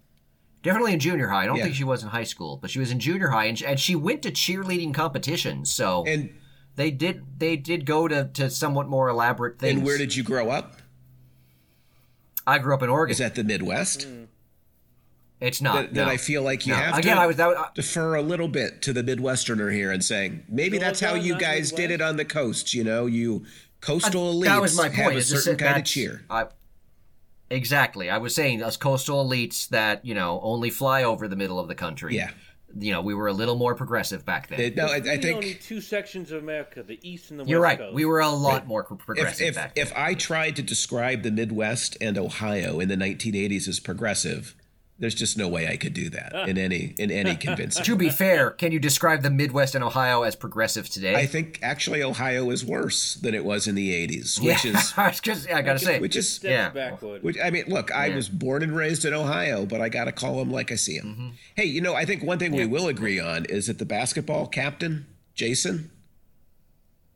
Speaker 2: Definitely in junior high. I don't
Speaker 1: Yeah.
Speaker 2: think she was in high school, but she was in junior high, and she, and she went to cheerleading competitions. So
Speaker 1: and
Speaker 2: they did they did go to, to somewhat more elaborate things.
Speaker 1: and where did you grow up?
Speaker 2: I grew up in Oregon?
Speaker 1: Is that the Midwest?
Speaker 2: it's not.
Speaker 1: That, that
Speaker 2: Mm, no.
Speaker 1: I feel like you
Speaker 2: No.
Speaker 1: have
Speaker 2: Again,
Speaker 1: to
Speaker 2: I was that. was- I-
Speaker 1: defer a little bit to the Midwesterner here and saying maybe
Speaker 3: No,
Speaker 1: that's how
Speaker 3: no,
Speaker 1: you
Speaker 3: not
Speaker 1: guys did it
Speaker 3: Midwest.
Speaker 1: on the coast. You know, you coastal elites
Speaker 2: that was my point.
Speaker 1: have a
Speaker 2: is just
Speaker 1: certain
Speaker 2: that
Speaker 1: kind of
Speaker 2: that's-
Speaker 1: cheer.
Speaker 2: I, exactly. I was saying us coastal elites that you know only fly over the middle of the country.
Speaker 1: Yeah.
Speaker 2: You know, we were a little more progressive back then.
Speaker 1: It- no, I, I
Speaker 3: Really
Speaker 1: think
Speaker 3: only two sections of America: the East and the
Speaker 2: You're
Speaker 3: West
Speaker 2: right.
Speaker 3: Coast.
Speaker 2: We were a lot more pro-
Speaker 1: if
Speaker 2: progressive
Speaker 1: if,
Speaker 2: back then.
Speaker 1: if I tried to describe the Midwest and Ohio in the 1980s as progressive, There's just no way I could do that
Speaker 2: Ah.
Speaker 1: in any in any
Speaker 2: [laughs]
Speaker 1: convincing.
Speaker 2: To be fair, can you describe the Midwest and Ohio as progressive today?
Speaker 1: I think actually Ohio is worse than it was in the 80s, which
Speaker 2: [laughs] yeah,
Speaker 1: is
Speaker 2: [laughs] I was just- I gotta say,
Speaker 1: which is
Speaker 3: Steps
Speaker 2: Yeah.
Speaker 3: backward.
Speaker 1: Which I mean, look, I was born and raised in Ohio, but I got to call him like I see him.
Speaker 3: Mm-hmm.
Speaker 1: Hey, you know, I think one thing we will agree on is that the basketball captain, Jason,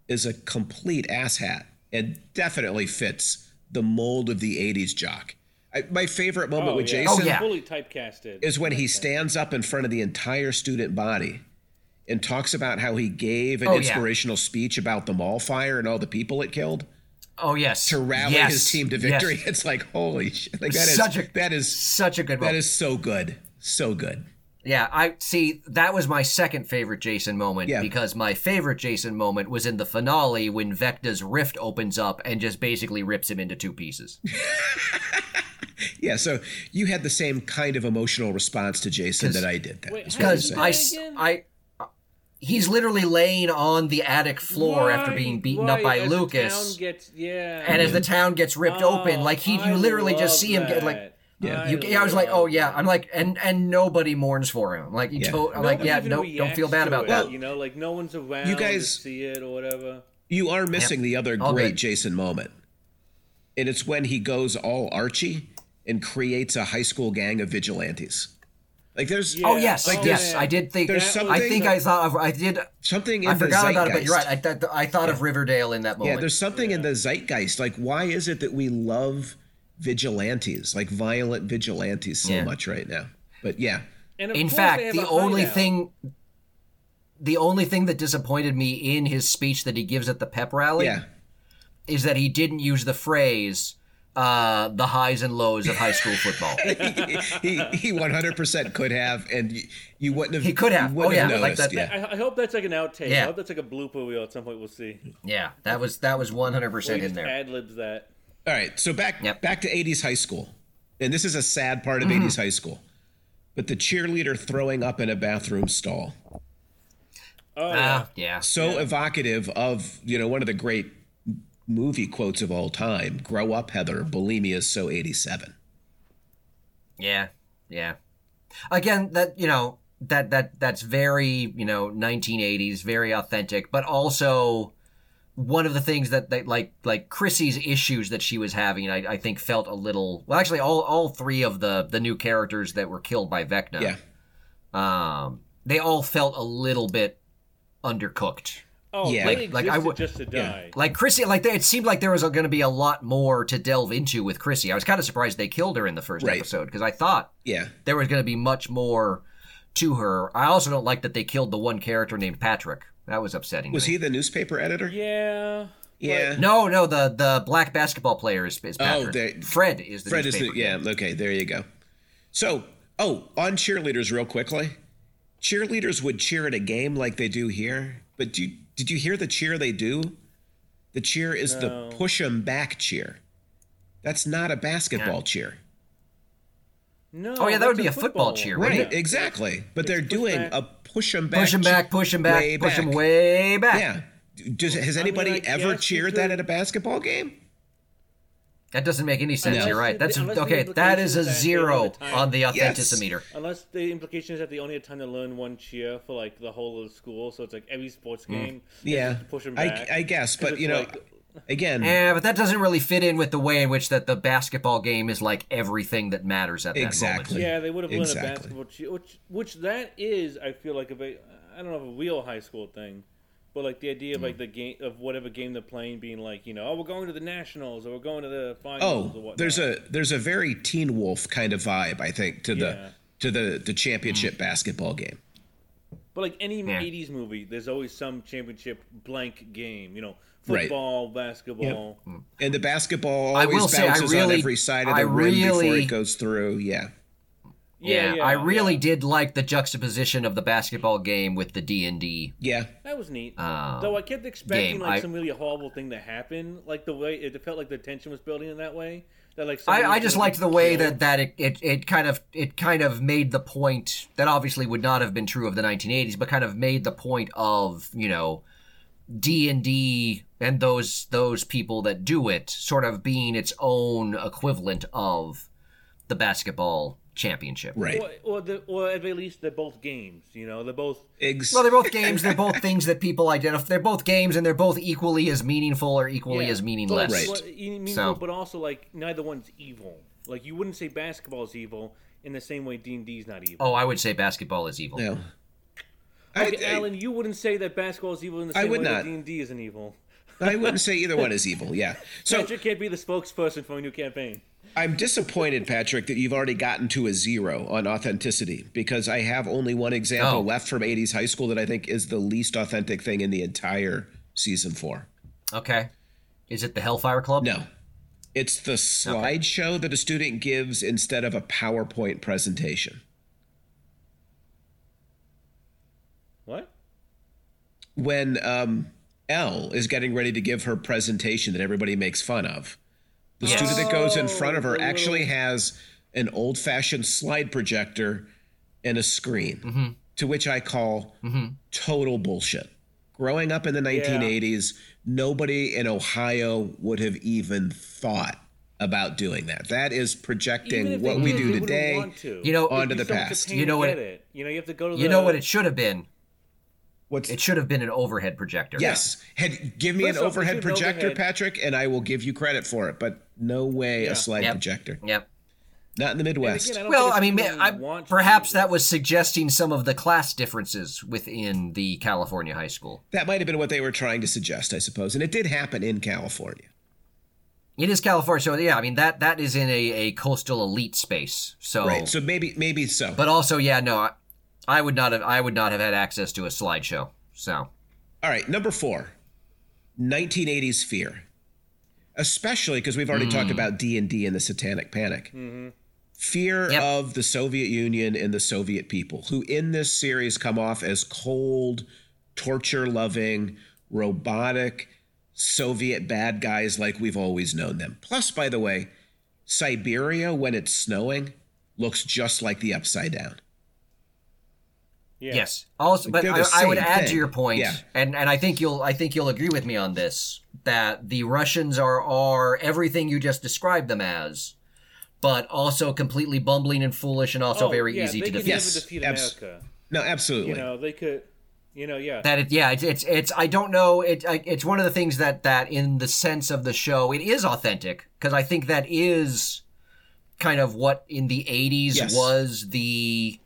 Speaker 1: is a complete asshat and definitely fits the mold of the 80s jock. I, my favorite moment
Speaker 3: Oh,
Speaker 1: with
Speaker 3: yeah.
Speaker 1: Jason
Speaker 2: Oh, yeah.
Speaker 3: Fully typecasted.
Speaker 1: is when he stands up in front of the entire student body and talks about how he gave an
Speaker 2: Oh, yeah.
Speaker 1: inspirational speech about the mall fire and all the people it killed
Speaker 2: oh yes,
Speaker 1: to rally
Speaker 2: yes,
Speaker 1: his team to
Speaker 2: yes.
Speaker 1: victory. [laughs] It's like holy shit! Like, that is
Speaker 2: Such a-
Speaker 1: that is
Speaker 2: Such a good
Speaker 1: that
Speaker 2: moment.
Speaker 1: is so good, so good.
Speaker 2: Yeah, I see. That was my second favorite Jason moment
Speaker 1: Yeah.
Speaker 2: because my favorite Jason moment was in the finale when Vecta's rift opens up and just basically rips him into
Speaker 1: [laughs]
Speaker 2: two pieces.
Speaker 1: Yeah. So you had the same kind of emotional response to Jason that I did. That
Speaker 3: Wait,
Speaker 1: is what I'm
Speaker 2: Because
Speaker 1: saying.
Speaker 2: I, s-
Speaker 3: Again?
Speaker 2: I, he's literally laying on the attic floor after being beaten
Speaker 3: Why-
Speaker 2: up by
Speaker 3: why as the
Speaker 2: Lucas,
Speaker 3: town gets- yeah.
Speaker 2: and as the town gets ripped open,
Speaker 3: Oh,
Speaker 2: like he,
Speaker 3: I
Speaker 2: you literally
Speaker 3: love
Speaker 2: just see him get like.
Speaker 3: that.
Speaker 1: Yeah.
Speaker 2: You, I was like,
Speaker 3: love
Speaker 2: oh yeah, I'm like, and and nobody mourns for him. Like, you
Speaker 1: Yeah.
Speaker 2: to- I'm like,
Speaker 3: Nobody
Speaker 2: yeah,
Speaker 3: even
Speaker 2: no, don't feel
Speaker 3: reacts
Speaker 2: bad
Speaker 3: to
Speaker 2: about
Speaker 3: it,
Speaker 2: that.
Speaker 3: You know, like no one's around.
Speaker 1: You
Speaker 3: You
Speaker 1: guys-
Speaker 3: guys to see it or whatever.
Speaker 1: you are missing the other
Speaker 2: All
Speaker 1: great
Speaker 2: good.
Speaker 1: Jason moment, and it's when he goes all Archie and creates a high school gang of vigilantes. Like there's
Speaker 2: Oh
Speaker 3: Yeah.
Speaker 2: yes,
Speaker 3: Like,
Speaker 2: yes,
Speaker 1: there's-
Speaker 2: I did think.
Speaker 1: there's
Speaker 2: I
Speaker 1: something-
Speaker 2: think I thought of, I did.
Speaker 1: something. In
Speaker 2: I
Speaker 1: the
Speaker 2: forgot about it, but you're
Speaker 1: zeitgeist.
Speaker 2: right. I, th- I thought of Riverdale in that
Speaker 1: Yeah,
Speaker 2: moment.
Speaker 1: there's something in the zeitgeist. Like, why is it that we love vigilantes, like violent vigilantes, so
Speaker 2: Yeah.
Speaker 1: much right now? But yeah,
Speaker 3: And of
Speaker 2: in
Speaker 3: course they
Speaker 2: fact,
Speaker 3: have
Speaker 2: the
Speaker 3: a
Speaker 2: only
Speaker 3: hideout.
Speaker 2: thing, the only thing that disappointed me in his speech that he gives at the pep rally
Speaker 1: yeah, [laughs]
Speaker 2: is that he didn't use the phrase uh, "the highs and lows of high school football."
Speaker 1: he he 100% could have, and you, you wouldn't have.
Speaker 2: He could have.
Speaker 1: you wouldn't
Speaker 2: Oh,
Speaker 1: have
Speaker 2: yeah, like
Speaker 1: noticed,
Speaker 2: that-
Speaker 1: yeah.
Speaker 3: I, I hope that's like an outtake.
Speaker 2: Yeah.
Speaker 3: I hope that's like a blooper reel at some point. We'll see.
Speaker 2: yeah, that was that was 100 percent in there.
Speaker 3: Ad libs that.
Speaker 1: All right, so back
Speaker 2: Yep. Mm-hmm.
Speaker 1: back to 80s high school, and this is a sad part of 80s high school, but the cheerleader throwing up in a bathroom stall.
Speaker 3: Oh,
Speaker 2: Uh, yeah,
Speaker 1: so evocative of you know one of the great m- movie quotes of all time grow up heather bulimia is so 87
Speaker 2: yeah, yeah. Again, that you know that that that's very you know 1980s, very authentic, but also. one of the things that they like like Chrissy's issues that she was having, I, I think felt a little well actually all all three of the the new characters that were killed by Vecna.
Speaker 1: yeah
Speaker 2: Um they all felt a little bit undercooked.
Speaker 3: Oh,
Speaker 1: Yeah.
Speaker 3: yeah.
Speaker 1: Like-
Speaker 3: Like,
Speaker 2: like, I would-
Speaker 3: just to die.
Speaker 2: Like Chrissy like they, it seemed like there was going to be a lot more to delve into with Chrissy. I was kind of surprised they killed her in the first
Speaker 1: Right.
Speaker 2: episode because I thought
Speaker 1: yeah
Speaker 2: there was going to be much more to her. I also don't like that they killed the one character named Patrick. That was upsetting.
Speaker 1: was
Speaker 2: to me.
Speaker 1: he the newspaper editor
Speaker 3: Yeah.
Speaker 1: yeah
Speaker 2: No, no, the the black basketball player is, is Patrick.
Speaker 1: Oh, they-
Speaker 2: Fred is the
Speaker 1: fred is
Speaker 2: newspaper
Speaker 1: the yeah okay there you go so oh on cheerleaders real quickly cheerleaders would cheer at a game like they do here but do you, did you hear the cheer they do the cheer is the push 'em back cheer that's not a basketball cheer
Speaker 3: No.
Speaker 2: Oh, yeah, that would
Speaker 3: that's
Speaker 2: be a football
Speaker 3: one.
Speaker 2: cheer, wouldn't
Speaker 1: right exactly but they're doing
Speaker 3: back.
Speaker 1: a push 'em back
Speaker 2: Push him
Speaker 1: cheer.
Speaker 2: back, push him back,
Speaker 1: Way
Speaker 2: push him
Speaker 1: back.
Speaker 2: way back.
Speaker 1: Yeah. Does, has anybody
Speaker 3: I
Speaker 1: ever
Speaker 3: guess you
Speaker 1: cheered that
Speaker 3: could-
Speaker 1: at a basketball game?
Speaker 2: That doesn't make any sense.
Speaker 1: No.
Speaker 2: You're right. That's
Speaker 3: Unless the
Speaker 2: okay. That is a
Speaker 3: implication is that
Speaker 2: zero
Speaker 3: every time-
Speaker 2: on the
Speaker 1: Yes.
Speaker 2: authenticimeter.
Speaker 3: Unless the implication is that they only had time to learn one cheer for like the whole of the school, so it's like every sports
Speaker 2: Mm.
Speaker 3: game. they
Speaker 1: Yeah.
Speaker 3: just Push 'em
Speaker 1: I,
Speaker 3: back.
Speaker 1: I guess,
Speaker 3: 'Cause
Speaker 1: but
Speaker 3: it's
Speaker 1: you know,
Speaker 3: like-
Speaker 1: again,
Speaker 2: Yeah, but that doesn't really fit in with the way in which that the basketball game is like everything that matters at that
Speaker 1: Exactly.
Speaker 2: moment.
Speaker 3: Yeah, they would have learned
Speaker 1: Exactly.
Speaker 3: a basketball cheer, which which that is, I feel like a ve- I don't know if a real high school thing, but like the
Speaker 2: Mm.
Speaker 3: idea of like the game of whatever game they're playing being like you know oh we're going to the nationals or we're going to the finals. or
Speaker 1: oh,
Speaker 3: whatnot.
Speaker 1: there's a there's a very Teen Wolf kind of vibe, I think, to
Speaker 3: Yeah.
Speaker 1: the to the the championship
Speaker 2: Hmm.
Speaker 1: basketball game.
Speaker 3: but like any
Speaker 2: Yeah.
Speaker 3: '80s movie, there's always some championship blank game. You know,
Speaker 1: Right.
Speaker 3: football, basketball.
Speaker 1: And the basketball
Speaker 2: I
Speaker 1: always
Speaker 2: will say, I
Speaker 1: bounces on
Speaker 2: really-
Speaker 1: every side of
Speaker 2: I
Speaker 1: the rim before
Speaker 2: really-
Speaker 1: it goes through. Yeah.
Speaker 2: Yeah,
Speaker 3: Yeah, yeah,
Speaker 2: I really
Speaker 3: yeah.
Speaker 2: did like the juxtaposition of the basketball game with the D and D.
Speaker 1: Yeah.
Speaker 3: That was neat.
Speaker 2: Um,
Speaker 3: Though I kept expecting
Speaker 2: game,
Speaker 3: like
Speaker 2: I-
Speaker 3: some really horrible thing to happen, like the way it felt like the tension was building in that way. That like
Speaker 2: I,
Speaker 3: somebody was
Speaker 2: I just
Speaker 3: gonna
Speaker 2: liked
Speaker 3: get
Speaker 2: the way
Speaker 3: killed.
Speaker 2: that, that it, it, it kind of it kind of made the point that obviously would not have been true of the 1980s, but kind of made the point of you know D and D and those those people that do it sort of being its own equivalent of the basketball championship.
Speaker 1: Right.
Speaker 3: Or, or, the, or at least they're both games. You know, they're both.
Speaker 1: Ex-
Speaker 2: Well, they're both games. They're both things that people identify. They're both games, and they're both equally as meaningful or equally
Speaker 3: Yeah.
Speaker 2: as meaningless.
Speaker 1: Right.
Speaker 3: Well, you mean,
Speaker 2: So-
Speaker 3: but also like neither one's evil. Like you wouldn't say basketball is evil in the same way D and D's not evil.
Speaker 2: Oh, I would say basketball is evil.
Speaker 1: no. I,
Speaker 3: Like, Alan, you wouldn't say that basketball is evil in the
Speaker 1: I
Speaker 3: same
Speaker 1: would
Speaker 3: way
Speaker 1: not.
Speaker 3: that D and D isn't evil.
Speaker 1: I, I wouldn't say either one is evil.
Speaker 3: [laughs]
Speaker 1: Yeah. So
Speaker 3: Patrick can't be the spokesperson for a new campaign.
Speaker 1: I'm disappointed, Patrick, that you've already gotten to a zero on authenticity because I have only one example
Speaker 2: Oh.
Speaker 1: left from 80s high school that I think is the least authentic thing in the entire season four.
Speaker 2: Okay. Is it the Hellfire Club?
Speaker 1: No. It's the slideshow that a student gives instead of a PowerPoint presentation.
Speaker 3: What?
Speaker 1: When um, Elle is getting ready to give her presentation that everybody makes fun of, the
Speaker 2: Yes.
Speaker 1: student that goes in front of
Speaker 3: Oh,
Speaker 1: her
Speaker 3: the
Speaker 1: actually has an old fashioned slide projector and a screen,
Speaker 3: Mm-hmm.
Speaker 1: to which I call total bullshit. Growing up in the 1980s, nobody in Ohio would have even thought about doing that. That is
Speaker 3: Even if
Speaker 1: projecting
Speaker 3: they
Speaker 1: what we
Speaker 3: did, they
Speaker 1: do
Speaker 3: wouldn't
Speaker 1: today.
Speaker 3: want to.
Speaker 2: You know,
Speaker 1: On to
Speaker 3: It'd
Speaker 1: the
Speaker 3: be so much a
Speaker 1: past.
Speaker 3: pain
Speaker 2: You know
Speaker 3: to
Speaker 2: what
Speaker 3: get
Speaker 2: it-
Speaker 3: It. You know, you have to go to.
Speaker 2: You
Speaker 3: the,
Speaker 2: know what it should have been?
Speaker 1: What's
Speaker 2: It should have been an overhead projector.
Speaker 1: Yes. Had give me
Speaker 3: First
Speaker 1: an
Speaker 3: off, we
Speaker 1: overhead
Speaker 3: should
Speaker 1: projector,
Speaker 3: overhead.
Speaker 1: Patrick, and I will give you credit for it. But no way
Speaker 3: Yeah.
Speaker 1: a slide
Speaker 2: Yep.
Speaker 1: projector.
Speaker 2: Yep.
Speaker 1: Not in the Midwest.
Speaker 3: Again, don't
Speaker 2: Well,
Speaker 3: think
Speaker 2: I
Speaker 3: it's
Speaker 2: mean,
Speaker 3: something
Speaker 2: ma-
Speaker 3: we
Speaker 2: I,
Speaker 3: want to
Speaker 2: perhaps
Speaker 3: do.
Speaker 2: that was suggesting some of the class differences within the California high school.
Speaker 1: that might have been what they were trying to suggest, I suppose. And it did happen in California.
Speaker 2: It is California, so yeah, I mean that that is in a, a coastal elite space. So,
Speaker 1: Right. So maybe maybe so.
Speaker 2: but also, yeah, no, I, I would not have I would not have had access to a slideshow. So,
Speaker 1: All right, number four. 1980s fear. Especially because we've already
Speaker 3: Mm.
Speaker 1: talked about D&D and the satanic panic.
Speaker 3: Mm-hmm.
Speaker 1: Fear
Speaker 2: Yep.
Speaker 1: of the Soviet Union and the Soviet people, who in this series come off as cold, torture-loving, robotic Soviet bad guys like we've always known them. Plus, by the way, Siberia when it's snowing looks just like the upside down.
Speaker 3: Yeah.
Speaker 2: yes. Also, but
Speaker 1: they're
Speaker 2: I,
Speaker 1: the
Speaker 2: I would
Speaker 1: same
Speaker 2: add to
Speaker 1: thing.
Speaker 2: your point,
Speaker 1: Yeah.
Speaker 2: and and I think you'll I think you'll agree with me on this that the Russians are are everything you just described them as, but also completely bumbling and foolish, and also
Speaker 3: Oh,
Speaker 2: very
Speaker 3: yeah,
Speaker 2: easy
Speaker 3: they
Speaker 2: to
Speaker 3: could
Speaker 2: defeat.
Speaker 1: Yes,
Speaker 3: Never defeat
Speaker 1: abs-
Speaker 3: America.
Speaker 1: No, absolutely.
Speaker 3: You know, they could. You know, yeah.
Speaker 2: That it, yeah, it's, it's it's I don't know. It I, it's one of the things that that in the sense of the show, it is authentic because I think that is kind of what in the '80s
Speaker 1: Yes.
Speaker 2: was the,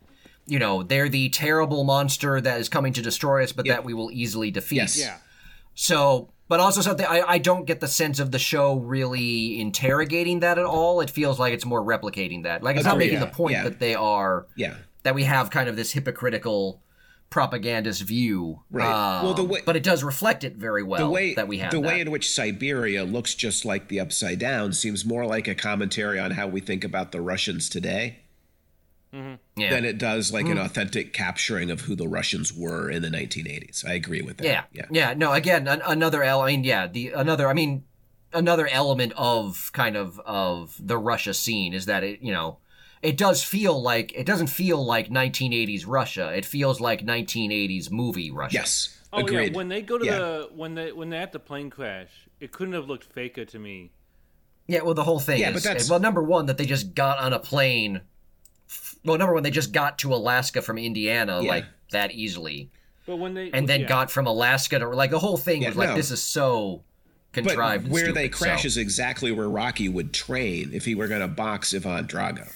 Speaker 2: you know, they're the terrible monster that is coming to destroy us, but
Speaker 1: Yeah.
Speaker 2: that we will easily defeat.
Speaker 1: Yes.
Speaker 3: yeah.
Speaker 2: So, but also something I I don't get the sense of the show really interrogating that at all. It feels like it's more replicating that. Like it's not
Speaker 1: Agreed.
Speaker 2: making the
Speaker 1: Yeah.
Speaker 2: point
Speaker 1: Yeah.
Speaker 2: that they are
Speaker 1: yeah.
Speaker 2: that we have kind of this hypocritical propagandist view.
Speaker 1: Right.
Speaker 2: Um,
Speaker 1: Well, the way-
Speaker 2: but it does reflect it very well
Speaker 1: the way
Speaker 2: Oh, that we have
Speaker 1: the way
Speaker 2: that.
Speaker 1: in which Siberia looks just like the upside down seems more like a commentary on how we think about the Russians today
Speaker 2: yeah. Mm.
Speaker 1: than it does like an authentic capturing of who the Russians were in the 1980s. I agree with that.
Speaker 2: yeah.
Speaker 1: yeah,
Speaker 2: yeah. No, again, an, another L. I mean, yeah, the another. I mean, another element of kind of of the Russia scene is that it, you know, it does feel like it doesn't feel like 1980s Russia. It feels like 1980s movie Russia.
Speaker 1: yes,
Speaker 3: Oh
Speaker 1: agreed.
Speaker 3: yeah, when they go to
Speaker 1: Yeah.
Speaker 3: the when they when they're at the plane crash, it couldn't have looked faker to me.
Speaker 2: Yeah, well, the whole thing
Speaker 1: Yeah,
Speaker 2: is
Speaker 1: but that's-
Speaker 2: well, number one that they just got on a plane. f- Well, number one, they just got to Alaska from Indiana
Speaker 1: Yeah.
Speaker 2: like that easily,
Speaker 3: But when they
Speaker 2: and then
Speaker 3: yeah.
Speaker 2: got from Alaska to like the whole thing
Speaker 1: Yeah,
Speaker 2: was like
Speaker 1: no.
Speaker 2: this is so
Speaker 1: but
Speaker 2: contrived. and
Speaker 1: where they
Speaker 2: stupid, so-
Speaker 1: crash is exactly where Rocky would train if he were going to box Ivan Drago.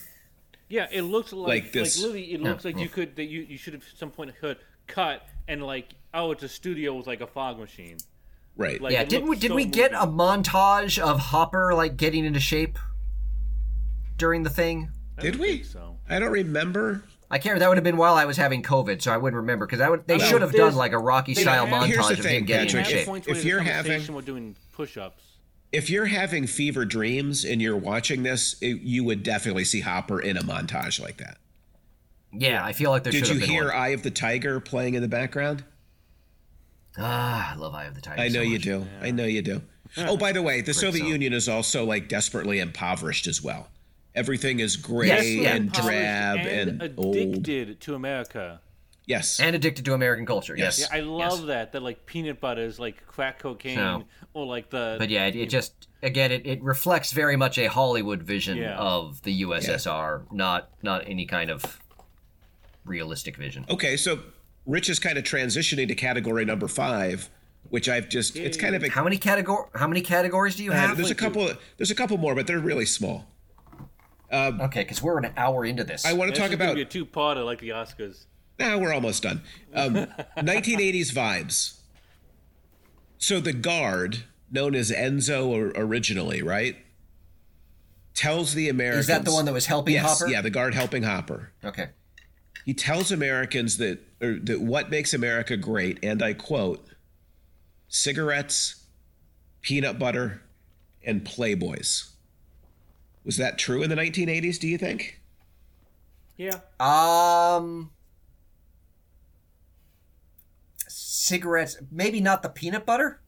Speaker 3: yeah, it looks like
Speaker 1: like this.
Speaker 3: literally, it looks like you could that you you should have at some point could cut and like oh, it's a studio with like a fog machine.
Speaker 1: Right.
Speaker 3: Like,
Speaker 2: yeah,
Speaker 3: it
Speaker 2: did we
Speaker 3: looked
Speaker 2: did
Speaker 3: so
Speaker 2: we get a
Speaker 3: moving.
Speaker 2: montage of Hopper like getting into shape during the thing?
Speaker 3: I
Speaker 1: Did
Speaker 3: don't
Speaker 1: we?
Speaker 3: think So
Speaker 1: I don't remember.
Speaker 2: I can't. That would have been while I was having COVID, so I wouldn't remember because I would. They
Speaker 3: Well,
Speaker 2: should have
Speaker 3: there's-
Speaker 2: done like a Rocky style
Speaker 3: have-
Speaker 2: montage
Speaker 1: here's the
Speaker 2: of
Speaker 1: thing,
Speaker 2: him getting
Speaker 1: Patrick,
Speaker 2: into
Speaker 1: if-
Speaker 2: shape.
Speaker 3: points
Speaker 1: if
Speaker 3: where the
Speaker 1: you're having-
Speaker 3: conversation, we're doing push-ups.
Speaker 1: If you're having fever dreams and you're watching this, it, you would definitely see Hopper in a montage like that.
Speaker 2: yeah, I feel like there should
Speaker 1: Did you
Speaker 2: have been
Speaker 1: hear
Speaker 2: one.
Speaker 1: Eye of the Tiger playing in the background?
Speaker 2: Ah, I love Eye of the Tiger.
Speaker 1: I
Speaker 2: so
Speaker 1: know you
Speaker 2: much.
Speaker 1: do. I know you do. Oh, by the way, the Soviet
Speaker 2: song.
Speaker 1: Union is also like desperately impoverished as well. Everything is gray
Speaker 2: Yes, yeah.
Speaker 1: and
Speaker 3: Polished
Speaker 1: drab and, old.
Speaker 3: addicted to America.
Speaker 1: Yes.
Speaker 2: and addicted to American culture. Yes.
Speaker 3: Yeah, I love that. That like peanut butter is like crack cocaine,
Speaker 2: No.
Speaker 3: or like the.
Speaker 2: but yeah, it, it just again it, it reflects very much a Hollywood vision
Speaker 3: Yeah.
Speaker 2: of the USSR, not not any kind of realistic vision.
Speaker 1: Okay, so Rich is kind of transitioning to category number five, which I've just it's kind of a,
Speaker 2: How many categor how many categories do you have?
Speaker 1: Uh, there's a couple there's a couple more, but they're really small.
Speaker 2: Okay, because we're an hour into this.
Speaker 1: I want to
Speaker 3: This
Speaker 1: talk
Speaker 3: is gonna
Speaker 1: about
Speaker 3: be a two-parter like the Oscars.
Speaker 1: Nah, we're almost done. Um, 1980s vibes. So the guard, known as Enzo or- originally, right, tells the Americans.
Speaker 2: Is that the one that was helping
Speaker 1: Yes,
Speaker 2: Hopper?
Speaker 1: yeah, the guard helping Hopper.
Speaker 2: Okay.
Speaker 1: He tells Americans that or that what makes America great, and I quote: cigarettes, peanut butter, and playboys. Was that true in the 1980s? Do you think?
Speaker 3: Yeah.
Speaker 2: Um, cigarettes. Maybe not the peanut butter.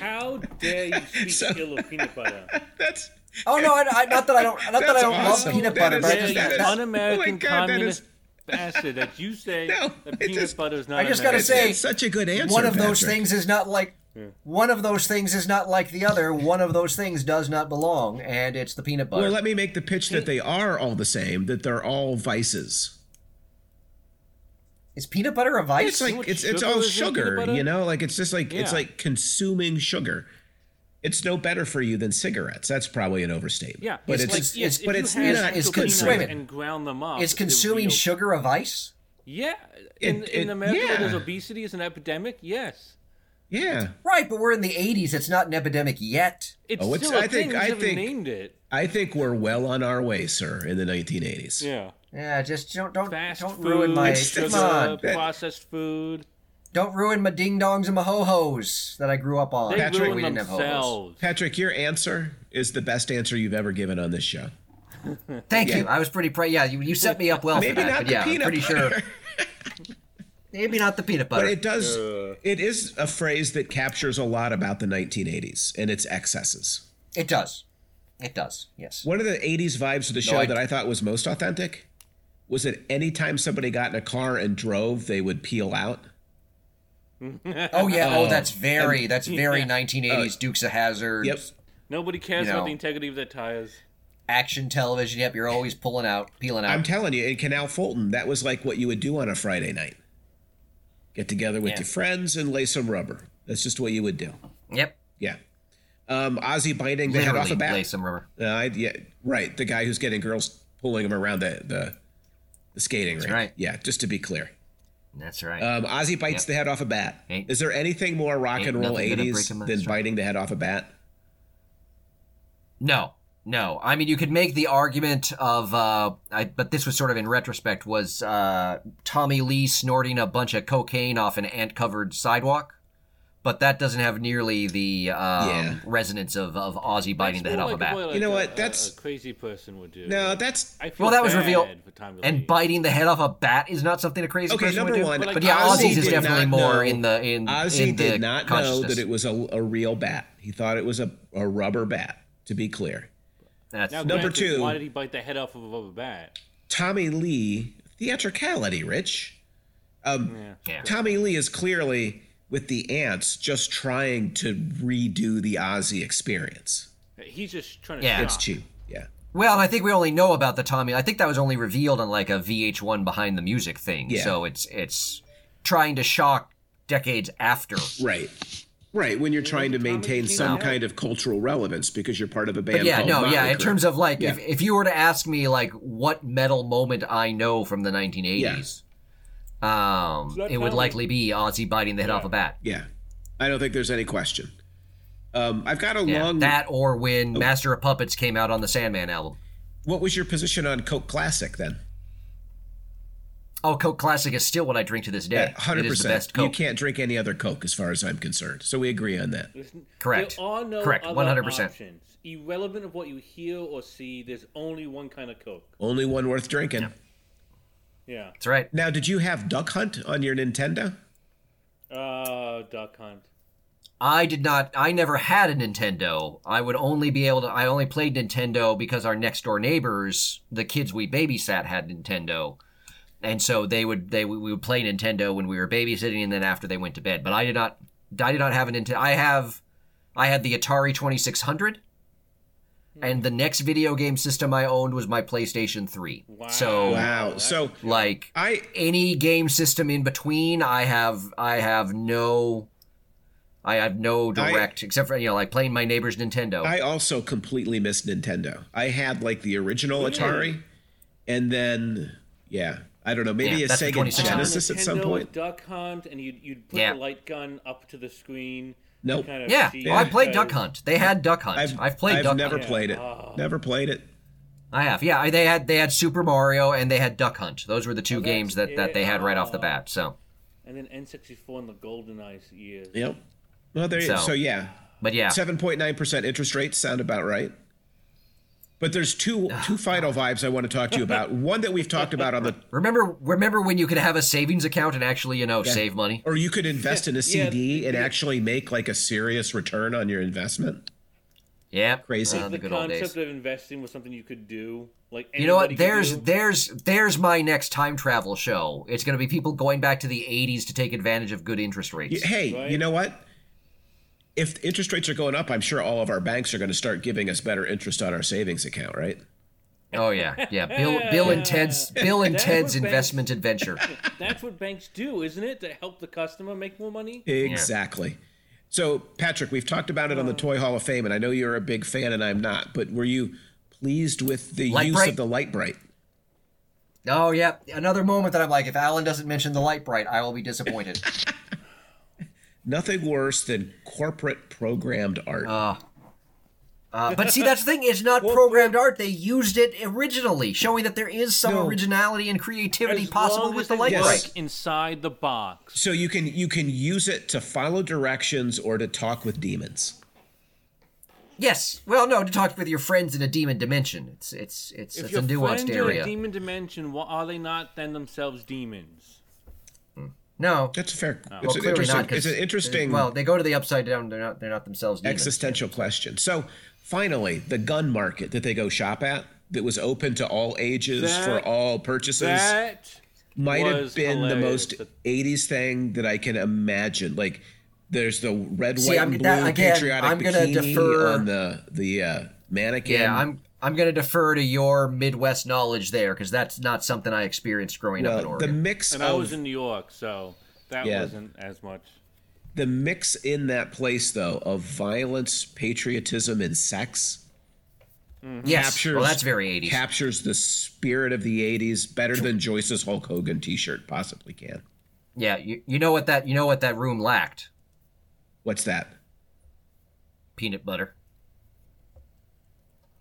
Speaker 3: How dare
Speaker 1: [laughs]
Speaker 3: you speak ill of peanut butter?
Speaker 1: That's
Speaker 2: Oh no, I, I, not that I don't. Not that I
Speaker 1: That's
Speaker 2: don't
Speaker 1: awesome.
Speaker 2: love peanut
Speaker 1: That
Speaker 2: butter,
Speaker 1: is-
Speaker 2: but I
Speaker 1: that
Speaker 3: Dare
Speaker 2: just,
Speaker 3: you
Speaker 1: is-
Speaker 2: that's-
Speaker 1: oh my
Speaker 3: un-American
Speaker 1: God, that
Speaker 3: communist
Speaker 1: is-
Speaker 3: bastard that you say
Speaker 1: [laughs] No, it
Speaker 3: that peanut
Speaker 1: just-
Speaker 3: butter is not.
Speaker 2: I just gotta
Speaker 3: American.
Speaker 2: say-
Speaker 1: it's such a good answer.
Speaker 2: one of those
Speaker 1: Patrick.
Speaker 2: things is not like. One of those things is not like the other. One of those things does not belong, and it's the peanut butter.
Speaker 1: Well, let me make the pitch that they are all the same, that they're all vices.
Speaker 2: is peanut butter a vice?
Speaker 1: It's like
Speaker 3: what
Speaker 1: it's it's
Speaker 3: sugar
Speaker 1: all
Speaker 3: is in peanut
Speaker 1: sugar,
Speaker 3: butter?
Speaker 1: you know? Like it's just like it's
Speaker 3: Yeah.
Speaker 1: like consuming sugar. It's no better for you than cigarettes. That's probably an overstatement.
Speaker 3: Yeah,
Speaker 1: but
Speaker 3: it's,
Speaker 1: it's,
Speaker 3: like
Speaker 2: it's-
Speaker 3: yes, if
Speaker 1: but
Speaker 3: you
Speaker 1: it's
Speaker 3: had
Speaker 1: not-
Speaker 3: actual
Speaker 1: it's
Speaker 3: peanuts
Speaker 2: consuming.
Speaker 3: and ground them up.
Speaker 2: is
Speaker 3: it would be
Speaker 2: consuming
Speaker 3: okay.
Speaker 2: sugar a vice?
Speaker 3: Yeah, in,
Speaker 1: It-
Speaker 3: in
Speaker 1: it-
Speaker 3: America, where there's
Speaker 1: yeah.
Speaker 3: obesity is an epidemic. Yes,
Speaker 1: yeah.
Speaker 2: Right, but we're in the '80s. It's not an epidemic yet.
Speaker 3: it's
Speaker 1: Oh, it's-
Speaker 3: still a
Speaker 1: I think-
Speaker 3: thing. we
Speaker 1: I
Speaker 3: haven't
Speaker 1: think-
Speaker 3: named it.
Speaker 1: I think we're well on our way, sir, in the 1980s.
Speaker 3: Yeah,
Speaker 2: Yeah, just don't don't
Speaker 3: fast
Speaker 2: don't
Speaker 3: food,
Speaker 2: ruin my
Speaker 1: It's-
Speaker 2: come
Speaker 1: it's-
Speaker 2: on.
Speaker 3: sugar, processed food.
Speaker 2: Don't ruin my ding dongs and my ho hos that I grew up on.
Speaker 3: They
Speaker 1: Patrick,
Speaker 3: ruin
Speaker 2: we didn't have ho
Speaker 3: themselves.
Speaker 1: Patrick, your answer is the best answer you've ever given on this show.
Speaker 2: hos. Thank you. I was pretty proud. Yeah, you, you set me up well
Speaker 1: Maybe
Speaker 2: for that.
Speaker 1: not
Speaker 2: but
Speaker 1: the
Speaker 2: yeah, I'm
Speaker 1: peanut
Speaker 2: pretty
Speaker 1: butter.
Speaker 2: sure. Maybe not the peanut
Speaker 1: But
Speaker 2: butter.
Speaker 1: it does it is a phrase that captures a lot about the 1980s and its excesses.
Speaker 2: it does. It does. Yes.
Speaker 1: One of the 80s vibes of the show
Speaker 2: I-
Speaker 1: that I thought was most authentic was that anytime somebody got in a car and drove, they would peel out.
Speaker 2: Oh yeah. Oh, that's
Speaker 1: Um,
Speaker 2: very that's very 1980s Dukes of Hazard.
Speaker 1: Uh, Yep.
Speaker 3: Nobody cares
Speaker 2: You know.
Speaker 3: about the integrity of their tires.
Speaker 2: Action television. Yep. You're always pulling out, peeling out.
Speaker 1: I'm telling you, in Canal Fulton, that was like what you would do on a Friday night get together with your friends and lay some rubber. That's just what you would do.
Speaker 2: yep.
Speaker 1: Yeah. Um, Ozzy biting the head off
Speaker 2: Literally
Speaker 1: a bat.
Speaker 2: lay some rubber.
Speaker 1: Uh, I- yeah, right. The guy who's getting girls pulling him around the, the, the skating rink.
Speaker 2: right.
Speaker 1: Yeah, just to be clear.
Speaker 2: That's right.
Speaker 1: Um, Ozzy bites the head off a bat.
Speaker 2: Ain't-
Speaker 1: Is there anything more rock
Speaker 2: ain't
Speaker 1: and roll
Speaker 2: nothing gonna break
Speaker 1: 80s
Speaker 2: him,
Speaker 1: than
Speaker 2: that's right.
Speaker 1: biting the head off a bat?
Speaker 2: No, no. I mean, you could make the argument of, uh, I, but this was sort of in retrospect, was uh, Tommy Lee snorting a bunch of cocaine off an ant covered sidewalk. But that doesn't have nearly the um,
Speaker 1: Yeah.
Speaker 2: resonance of, of Ozzy biting the head
Speaker 3: More
Speaker 2: off a
Speaker 3: like
Speaker 2: bat.
Speaker 3: what, like
Speaker 1: You know
Speaker 3: a-
Speaker 1: what,
Speaker 3: a-
Speaker 1: that's-
Speaker 3: a crazy person would do.
Speaker 1: No, that's
Speaker 3: I feel
Speaker 2: Well, that was
Speaker 3: bad
Speaker 2: revealed.
Speaker 3: for Tom
Speaker 2: And
Speaker 3: Lee.
Speaker 2: biting the head off a bat is not something a crazy
Speaker 1: Okay,
Speaker 2: person would
Speaker 1: number
Speaker 2: do.
Speaker 1: one,
Speaker 2: but,
Speaker 3: like,
Speaker 2: yeah,
Speaker 3: Ozzy
Speaker 2: Ozzy's is
Speaker 3: did
Speaker 2: definitely
Speaker 1: not
Speaker 2: more
Speaker 1: know-
Speaker 2: in the in,
Speaker 1: Ozzy
Speaker 2: in the
Speaker 1: did not know
Speaker 2: consciousness.
Speaker 1: that it was a, a real bat. He thought it was a, a rubber bat, to be clear.
Speaker 2: That's,
Speaker 3: Now,
Speaker 1: Number
Speaker 3: granted,
Speaker 1: two.
Speaker 3: Why did he bite the head off of a bat?
Speaker 1: Tommy Lee, theatricality, Rich. Um,
Speaker 2: yeah.
Speaker 1: Tommy Lee is clearly, with the ants, just trying to redo the Ozzy experience.
Speaker 3: He's just trying to.
Speaker 2: Yeah.
Speaker 3: shock.
Speaker 1: It's cheap. Yeah.
Speaker 2: Well, and I think we only know about the Tommy. I think that was only revealed on like a VH1 behind the music thing.
Speaker 1: Yeah.
Speaker 2: So it's it's trying to shock decades after.
Speaker 1: Right. Right. When you're trying to maintain some kind of cultural relevance because you're part of a band.
Speaker 2: But yeah,
Speaker 1: called
Speaker 2: no, yeah. In
Speaker 1: Motley Crue.
Speaker 2: terms of like, if,
Speaker 1: Yeah.
Speaker 2: if you were to ask me like what metal moment I know from the 1980s, um,
Speaker 3: that
Speaker 2: it would
Speaker 3: Tommy?
Speaker 2: likely be Ozzy biting the head off a bat.
Speaker 1: Yeah. I don't think there's any question. Um, I've got a
Speaker 2: Yeah,
Speaker 1: long. Oh.
Speaker 2: that or when Master of Puppets came out on the Sandman album.
Speaker 1: What was your position on Coke Classic then?
Speaker 2: Oh, Coke Classic is still what I drink to this day.
Speaker 1: hundred
Speaker 2: It is the
Speaker 1: percent.
Speaker 2: best
Speaker 1: You
Speaker 2: Coke.
Speaker 1: can't drink any other Coke, as far as I'm concerned. So we agree on that.
Speaker 2: Correct.
Speaker 3: There are no
Speaker 2: Correct.
Speaker 3: other
Speaker 2: 100%.
Speaker 3: options. Irrelevant of what you hear or see, there's only one kind of Coke.
Speaker 1: Only one worth drinking.
Speaker 3: Yeah.
Speaker 2: That's right.
Speaker 1: Now, did you have Duck Hunt on your Nintendo?
Speaker 3: Uh, Duck Hunt.
Speaker 2: I did not. I never had a Nintendo. I would only be able to. I only played Nintendo because our next door neighbors, the kids we babysat, had Nintendo, and so they would they we would play Nintendo when we were babysitting, and then after they went to bed. But I did not. I did not have a Nintendo. I have. I had the Atari Twenty Six Hundred, and the next video game system I owned was my PlayStation Three.
Speaker 3: Wow.
Speaker 2: So
Speaker 1: Wow. So
Speaker 2: like
Speaker 1: I
Speaker 2: any game system in between i have i have no i have no direct except for you know like playing my neighbor's nintendo
Speaker 1: I also completely missed Nintendo. I had like the original Atari, and then yeah, I don't know. Maybe
Speaker 2: Yeah,
Speaker 1: a
Speaker 2: that's the
Speaker 1: Sega
Speaker 2: 26.
Speaker 1: Genesis at some
Speaker 3: Nintendo
Speaker 1: point.
Speaker 3: Duck Hunt, and you'd you'd put
Speaker 2: Yeah.
Speaker 3: the light gun up to the screen.
Speaker 1: Nope.
Speaker 3: to kind of
Speaker 2: yeah
Speaker 3: see
Speaker 2: well, i
Speaker 3: if
Speaker 2: played
Speaker 3: it-
Speaker 2: duck hunt they had duck hunt i've, played
Speaker 1: I've
Speaker 2: duck
Speaker 1: never
Speaker 2: hunt
Speaker 1: played it. Never played it.
Speaker 2: i have yeah I- they had they had super mario and they had duck hunt those were the two
Speaker 3: that's
Speaker 2: games that that
Speaker 3: it.
Speaker 2: they had right off the bat so
Speaker 3: And then N64 and the Golden Ice years.
Speaker 1: Yep. Well, there.
Speaker 2: So-
Speaker 1: So, so yeah,
Speaker 2: but yeah
Speaker 1: seven point nine percent interest rate sound about right. But there's two two final vibes I want to talk to you about. One that we've talked about on the,
Speaker 2: remember remember when you could have a savings account and actually you know save money
Speaker 1: or you could invest in a
Speaker 3: Yeah,
Speaker 1: CD and actually make like a serious return on your investment.
Speaker 2: yeah
Speaker 1: Crazy.
Speaker 2: Uh, the
Speaker 3: The
Speaker 2: good old
Speaker 3: concept
Speaker 2: days
Speaker 3: of investing was something you could do. Like
Speaker 2: you know
Speaker 3: anybody
Speaker 2: what?
Speaker 3: could
Speaker 2: There's
Speaker 3: do.
Speaker 2: there's there's my next time travel show. It's going to be people going back to the 80s to take advantage of good interest rates.
Speaker 1: Hey,
Speaker 3: Right.
Speaker 1: you know what? If interest rates are going up, I'm sure all of our banks are going to start giving us better interest on our savings account, right?
Speaker 2: Oh yeah, yeah.
Speaker 3: [laughs]
Speaker 2: Bill Bill and Ted's Bill and
Speaker 3: That's
Speaker 2: Ted's
Speaker 3: what banks-
Speaker 2: investment adventure.
Speaker 3: That's what banks do, isn't it? To help the customer make more money.
Speaker 1: Exactly. So, Patrick, we've talked about it on the Toy Hall of Fame, and I know you're a big fan, and I'm not. But were you pleased with the
Speaker 2: Light
Speaker 1: use
Speaker 2: bright?
Speaker 1: of the light bright?
Speaker 2: Oh yeah, another moment that I'm like, if Alan doesn't mention the light bright, I will be disappointed.
Speaker 1: Nothing worse than corporate programmed art.
Speaker 2: Uh, but see, that's the thing; it's
Speaker 3: [laughs]
Speaker 2: not programmed art. They used it originally, showing that there is some
Speaker 1: No.
Speaker 2: originality and creativity
Speaker 3: As
Speaker 2: possible
Speaker 3: long
Speaker 2: with
Speaker 3: as
Speaker 2: the
Speaker 3: they
Speaker 2: light
Speaker 1: Yes.
Speaker 3: work
Speaker 2: bright.
Speaker 3: inside the box.
Speaker 1: so you can you can use it to follow directions or to talk with demons.
Speaker 2: Yes. Well, no, to talk with your friends in a demon dimension. It's it's it's,
Speaker 3: If
Speaker 2: it's a
Speaker 3: your
Speaker 2: nuanced
Speaker 3: friends are
Speaker 2: area.
Speaker 3: a demon dimension, why are they not then themselves demons?
Speaker 2: no.
Speaker 1: That's a fair.
Speaker 3: Uh,
Speaker 1: It's an
Speaker 2: Well, clearly
Speaker 1: interesting.
Speaker 2: not. 'cause
Speaker 1: it's an interesting.
Speaker 2: Well, they go to the upside down. They're not. They're not themselves. Demons.
Speaker 1: existential question. So finally, the gun market that they go shop at that was open to all ages
Speaker 3: That-
Speaker 1: for all purchases
Speaker 3: That
Speaker 1: might have
Speaker 3: was
Speaker 1: been the
Speaker 3: hilarious.
Speaker 1: most 80s thing that I can imagine. Like there's the red,
Speaker 2: See,
Speaker 1: white,
Speaker 2: I'm-
Speaker 1: and blue
Speaker 2: that- again,
Speaker 1: patriotic
Speaker 2: I'm gonna
Speaker 1: bikini
Speaker 2: defer-
Speaker 1: on the the uh, mannequin.
Speaker 2: Yeah, I'm. I'm going to defer to your Midwest knowledge there because that's not something I experienced growing up in
Speaker 1: well, Uh, the
Speaker 2: Oregon.
Speaker 1: mix
Speaker 3: and I
Speaker 1: of
Speaker 3: was in New York, so that
Speaker 1: um, Yeah.
Speaker 3: wasn't as much.
Speaker 1: the mix in that place though of violence, patriotism, and sex
Speaker 2: yes.
Speaker 1: captures
Speaker 2: well, that's very 80s.
Speaker 1: Captures the spirit of the 80s better than Joyce's Hulk Hogan T-shirt possibly can.
Speaker 2: yeah, you, you know what that you know what that room lacked?
Speaker 1: What's that?
Speaker 2: Peanut butter.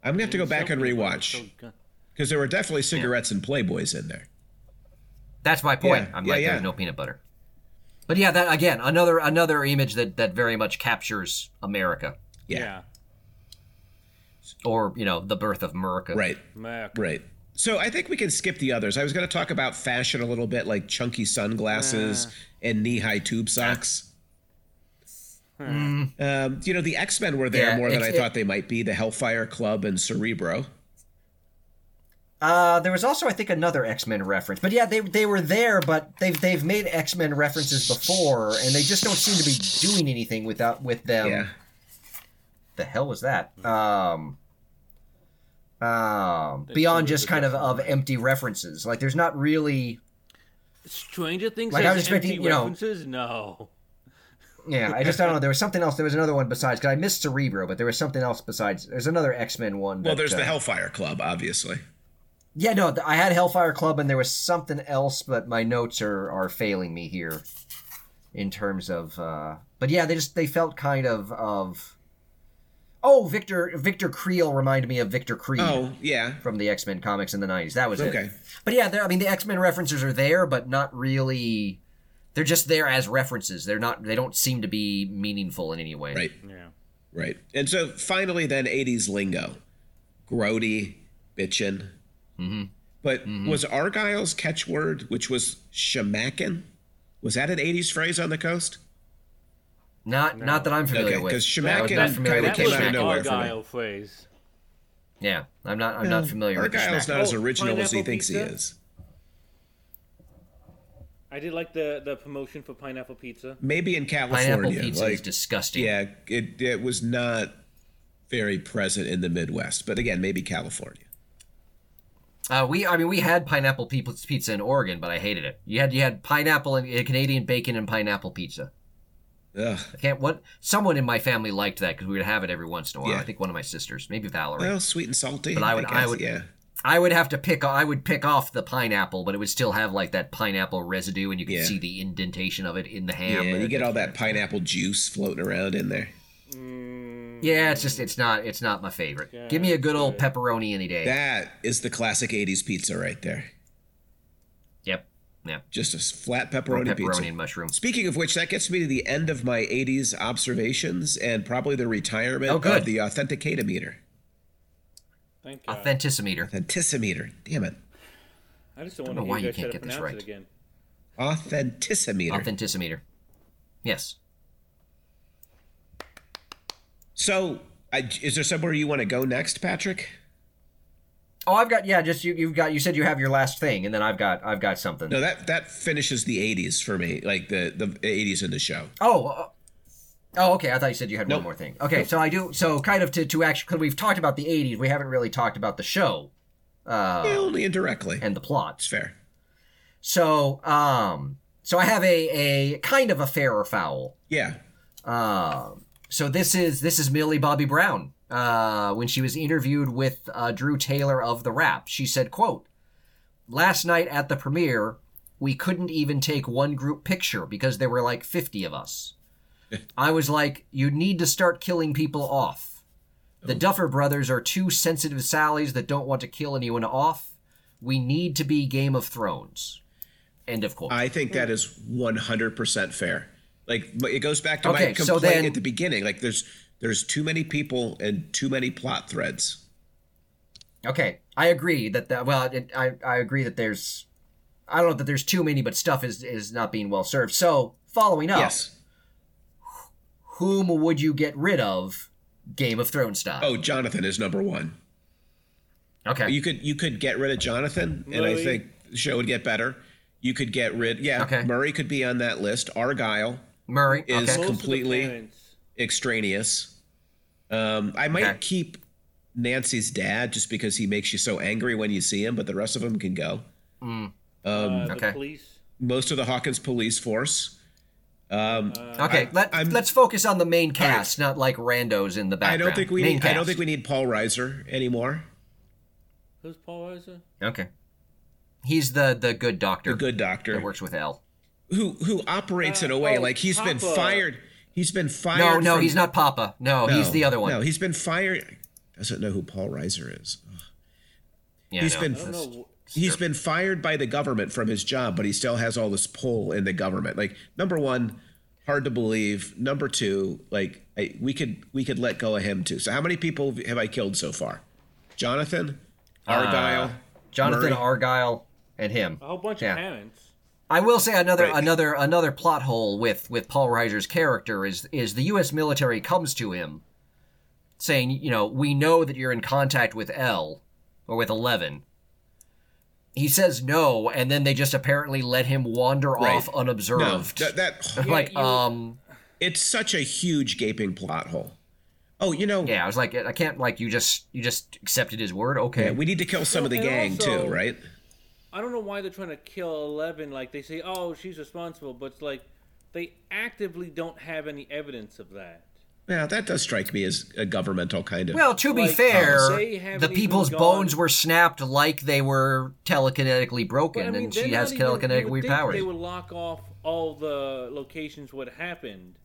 Speaker 1: I'm gonna have to go back and
Speaker 3: Something about
Speaker 1: rewatch
Speaker 3: so good.
Speaker 1: because there were definitely cigarettes and Playboys in there.
Speaker 2: That's my point.
Speaker 1: Yeah,
Speaker 2: I'm
Speaker 1: yeah,
Speaker 2: like,
Speaker 1: yeah.
Speaker 2: there's no peanut butter. But yeah, that again, another another image that that very much captures America,
Speaker 1: Yeah,
Speaker 3: Yeah,
Speaker 2: or you know, the birth of America.
Speaker 1: right,
Speaker 3: America.
Speaker 1: right. So I think we can skip the others. I was gonna talk about fashion a little bit, like chunky sunglasses and knee-high tube socks. Um, you know, the X Men were there
Speaker 2: Hmm. Yeah,
Speaker 1: more than I
Speaker 2: it's- it-
Speaker 1: thought they might be. The Hellfire Club and Cerebro.
Speaker 2: Uh, there was also, I think, another X Men reference, but yeah, they they were there, but they've they've made X Men references before, and they just don't seem to be doing anything without with them.
Speaker 1: Yeah,
Speaker 2: The hell was that? Um, um, beyond just kind of of empty references, like there's not really.
Speaker 3: Stranger Things
Speaker 2: Like, I
Speaker 3: has
Speaker 2: was expecting,
Speaker 3: empty
Speaker 2: you know-
Speaker 3: references. No,
Speaker 2: Yeah, I just don't know. There was something else. There was another one besides. Cause I missed Cerebro, but there was something else besides. There's another X Men one.
Speaker 1: well,
Speaker 2: that,
Speaker 1: there's
Speaker 2: uh,
Speaker 1: the Hellfire Club, obviously.
Speaker 2: Yeah, no, th- I had Hellfire Club, and there was something else, but my notes are are failing me here, in terms of. Uh, but yeah, they just they felt kind of of. Oh, Victor Victor Creel reminded me of Victor Creed
Speaker 1: Oh, yeah,
Speaker 2: from the X Men comics in the '90s. That was
Speaker 1: Okay.
Speaker 2: It. But yeah, there. I mean, the X Men references are there, but not really. They're just there as references. They're not. They don't seem to be meaningful in any way.
Speaker 1: right.
Speaker 3: yeah.
Speaker 1: Right. And so finally, then 80s lingo grody, bitchin. Mm-hmm. But
Speaker 2: Mm-hmm.
Speaker 1: was Argyle's catchword, which was shemackin, was that an 80s phrase on the coast?
Speaker 2: Not not that I'm familiar
Speaker 1: Okay,
Speaker 2: with.
Speaker 1: because
Speaker 2: I was
Speaker 1: Shemakin
Speaker 2: not familiar
Speaker 1: kinda
Speaker 2: with
Speaker 3: that
Speaker 1: came
Speaker 3: was
Speaker 1: out of
Speaker 2: Schmack.
Speaker 3: an
Speaker 1: nowhere for me.
Speaker 3: Argyle phrase.
Speaker 2: Yeah, I'm not. I'm
Speaker 1: Hmm.
Speaker 2: not familiar with
Speaker 1: Argyle's
Speaker 2: Schmack.
Speaker 1: not as
Speaker 3: Oh,
Speaker 1: original as he
Speaker 3: pineapple
Speaker 1: thinks he
Speaker 3: pizza?
Speaker 1: is.
Speaker 3: I did like the the promotion for pineapple pizza.
Speaker 1: Maybe in California,
Speaker 2: Pineapple pizza
Speaker 1: like
Speaker 2: is disgusting.
Speaker 1: yeah, it it was not very present in the Midwest, but again, maybe California.
Speaker 2: Uh, we, I mean, we had pineapple people- pizza in Oregon, but I hated it. You had you had pineapple and uh, Canadian bacon and pineapple pizza.
Speaker 1: Ugh.
Speaker 2: I can't. What someone in my family liked that because we would have it every once in a while.
Speaker 1: Yeah.
Speaker 2: I think one of my sisters, maybe Valerie.
Speaker 1: Well, sweet and salty.
Speaker 2: But I would-
Speaker 1: guess,
Speaker 2: I would-
Speaker 1: yeah.
Speaker 2: I would have to pick. I would pick off the pineapple, but it would still have like that pineapple residue, and you could
Speaker 1: Yeah.
Speaker 2: see the indentation of it in the
Speaker 1: Yeah,
Speaker 2: ham. and
Speaker 1: you
Speaker 2: it-
Speaker 1: get all that pineapple juice floating around in there.
Speaker 2: yeah, it's just it's not it's not my favorite. Give me a good old pepperoni any day.
Speaker 1: That is the classic 80s pizza right there.
Speaker 2: yep, yeah,
Speaker 1: Just a s- flat
Speaker 2: Or
Speaker 1: pepperoni,
Speaker 2: pepperoni
Speaker 1: pizza.
Speaker 2: and mushroom.
Speaker 1: Speaking of which, that gets me to the end of my 80s observations and probably the retirement
Speaker 2: Oh, good.
Speaker 1: of the authenticatometer.
Speaker 3: Thank God.
Speaker 2: Authenticimeter.
Speaker 1: Authenticimeter. Damn it.
Speaker 3: I just don't
Speaker 2: Don't
Speaker 3: want
Speaker 2: know
Speaker 3: to
Speaker 2: why
Speaker 3: hear you
Speaker 2: you can't
Speaker 3: guys try to
Speaker 2: get this
Speaker 3: pronounce
Speaker 2: right.
Speaker 3: it again.
Speaker 1: Authenticimeter.
Speaker 2: Authenticimeter. Yes.
Speaker 1: so, I, is there somewhere you want to go next, Patrick?
Speaker 2: Oh, I've got yeah. Just you. You've got. You said you have your last thing, and then I've got. I've got something.
Speaker 1: No, that that finishes the 80s for me, like the, the 80s in the show.
Speaker 2: Oh. uh, Oh, okay. I thought you said you had one
Speaker 1: Nope.
Speaker 2: more thing. Okay, so I do. So kind of to to actually because we've talked about the '80s, we haven't really talked about the show uh,
Speaker 1: Yeah, only indirectly.
Speaker 2: and the plots.
Speaker 1: It's fair.
Speaker 2: So, um, so I have a a kind of a fair or foul.
Speaker 1: Yeah.
Speaker 2: Um, so this is this is Millie Bobby Brown. Uh, when she was interviewed with uh, Drew Taylor of the Rap, she said, "quote Last night at the premiere, we couldn't even take one group picture because there were like fifty of us. I was like, you need to start killing people off. The Duffer Brothers are two sensitive Sallys that don't want to kill anyone off. We need to be Game of Thrones." End of quote.
Speaker 1: I think that is 100% fair. Like but it goes back to my
Speaker 2: Okay, so
Speaker 1: complaint
Speaker 2: then-
Speaker 1: at the beginning. Like there's there's too many people and too many plot threads.
Speaker 2: Okay, I agree that that. Well, it, I I agree that there's, I don't know that there's too many, but stuff is is not being well served. So following
Speaker 3: Oh.
Speaker 2: up,
Speaker 1: Yes.
Speaker 2: whom would you get rid of, Game of Thrones style?
Speaker 1: Oh, Jonathan is number 1.
Speaker 2: okay,
Speaker 1: You could you could get rid of Jonathan and I
Speaker 3: Murray.
Speaker 1: think the show would get better. You could get rid Yeah,
Speaker 2: Okay.
Speaker 1: Murray could be on that list. Argyle
Speaker 2: Murray.
Speaker 1: is
Speaker 2: okay,
Speaker 3: Most of the
Speaker 1: completely-
Speaker 3: parents-
Speaker 1: extraneous. Um, I might
Speaker 2: Okay.
Speaker 1: keep Nancy's dad just because he makes you so angry when you see him, but the rest of them can go.
Speaker 3: uh,
Speaker 2: um, okay.
Speaker 3: The police.
Speaker 1: Most of the Hawkins police force.
Speaker 2: okay. let
Speaker 1: I'm-
Speaker 2: let's focus on the main cast, not like randos in the
Speaker 1: I
Speaker 2: background.
Speaker 1: don't think we
Speaker 2: main
Speaker 1: need, I don't think we need Paul Reiser anymore.
Speaker 3: Who's Paul Reiser?
Speaker 2: Okay, he's the the good doctor
Speaker 1: The good
Speaker 2: that
Speaker 1: doctor
Speaker 2: works with L.
Speaker 1: who who operates in a way
Speaker 3: oh,
Speaker 1: like he's been
Speaker 3: Papa.
Speaker 1: fired. He's been fired.
Speaker 2: No, no,
Speaker 1: from-
Speaker 2: he's not Papa. No,
Speaker 1: No,
Speaker 2: he's the other one.
Speaker 1: No, he's been fired. Doesn't know who Paul Reiser is.
Speaker 2: yeah,
Speaker 1: he's
Speaker 2: no,
Speaker 1: been-
Speaker 3: I
Speaker 2: that's-
Speaker 3: don't know.
Speaker 1: He's been fired by the government from his job, but he still has all this pull in the government. Like number one, hard to believe. Number two, like I, we could we could let go of him too. So how many people have I killed so far? Jonathan,
Speaker 2: Uh,
Speaker 1: Argyle,
Speaker 2: Jonathan
Speaker 1: Murray.
Speaker 2: Argyle and him.
Speaker 3: A whole bunch
Speaker 2: Yeah.
Speaker 3: of parents.
Speaker 2: I will say another
Speaker 1: Right.
Speaker 2: another another plot hole with with Paul Reiser's character is is the U.S. military comes to him, saying, you know, we know that you're in contact with L, or with Eleven. He says no, and then they just apparently let him wander off
Speaker 1: no,
Speaker 2: unobserved.
Speaker 1: that, that [laughs]
Speaker 2: [laughs] like,
Speaker 3: you-
Speaker 2: um,
Speaker 1: it's such a huge gaping plot hole. Oh, you know,
Speaker 2: yeah, I was like, I can't like you just you just accepted his word, okay?
Speaker 1: we need to kill some of the
Speaker 3: And
Speaker 1: gang
Speaker 3: also-
Speaker 1: too, right?
Speaker 3: I don't know why they're trying to kill Eleven. Like they say, oh, she's responsible, but it's like they actively don't have any evidence of that.
Speaker 1: Yeah, that does strike me as a governmental kind of.
Speaker 2: Well, to be
Speaker 3: Like,
Speaker 2: fair,
Speaker 3: they haven't
Speaker 2: the
Speaker 3: even
Speaker 2: people's
Speaker 3: gone-
Speaker 2: bones were snapped like they were telekinetically broken,
Speaker 3: But, I mean,
Speaker 2: and
Speaker 3: they're
Speaker 2: she
Speaker 3: not
Speaker 2: has
Speaker 3: even- you would
Speaker 2: telekinetic weird
Speaker 3: think
Speaker 2: powers.
Speaker 3: They would lock off all the locations what happened.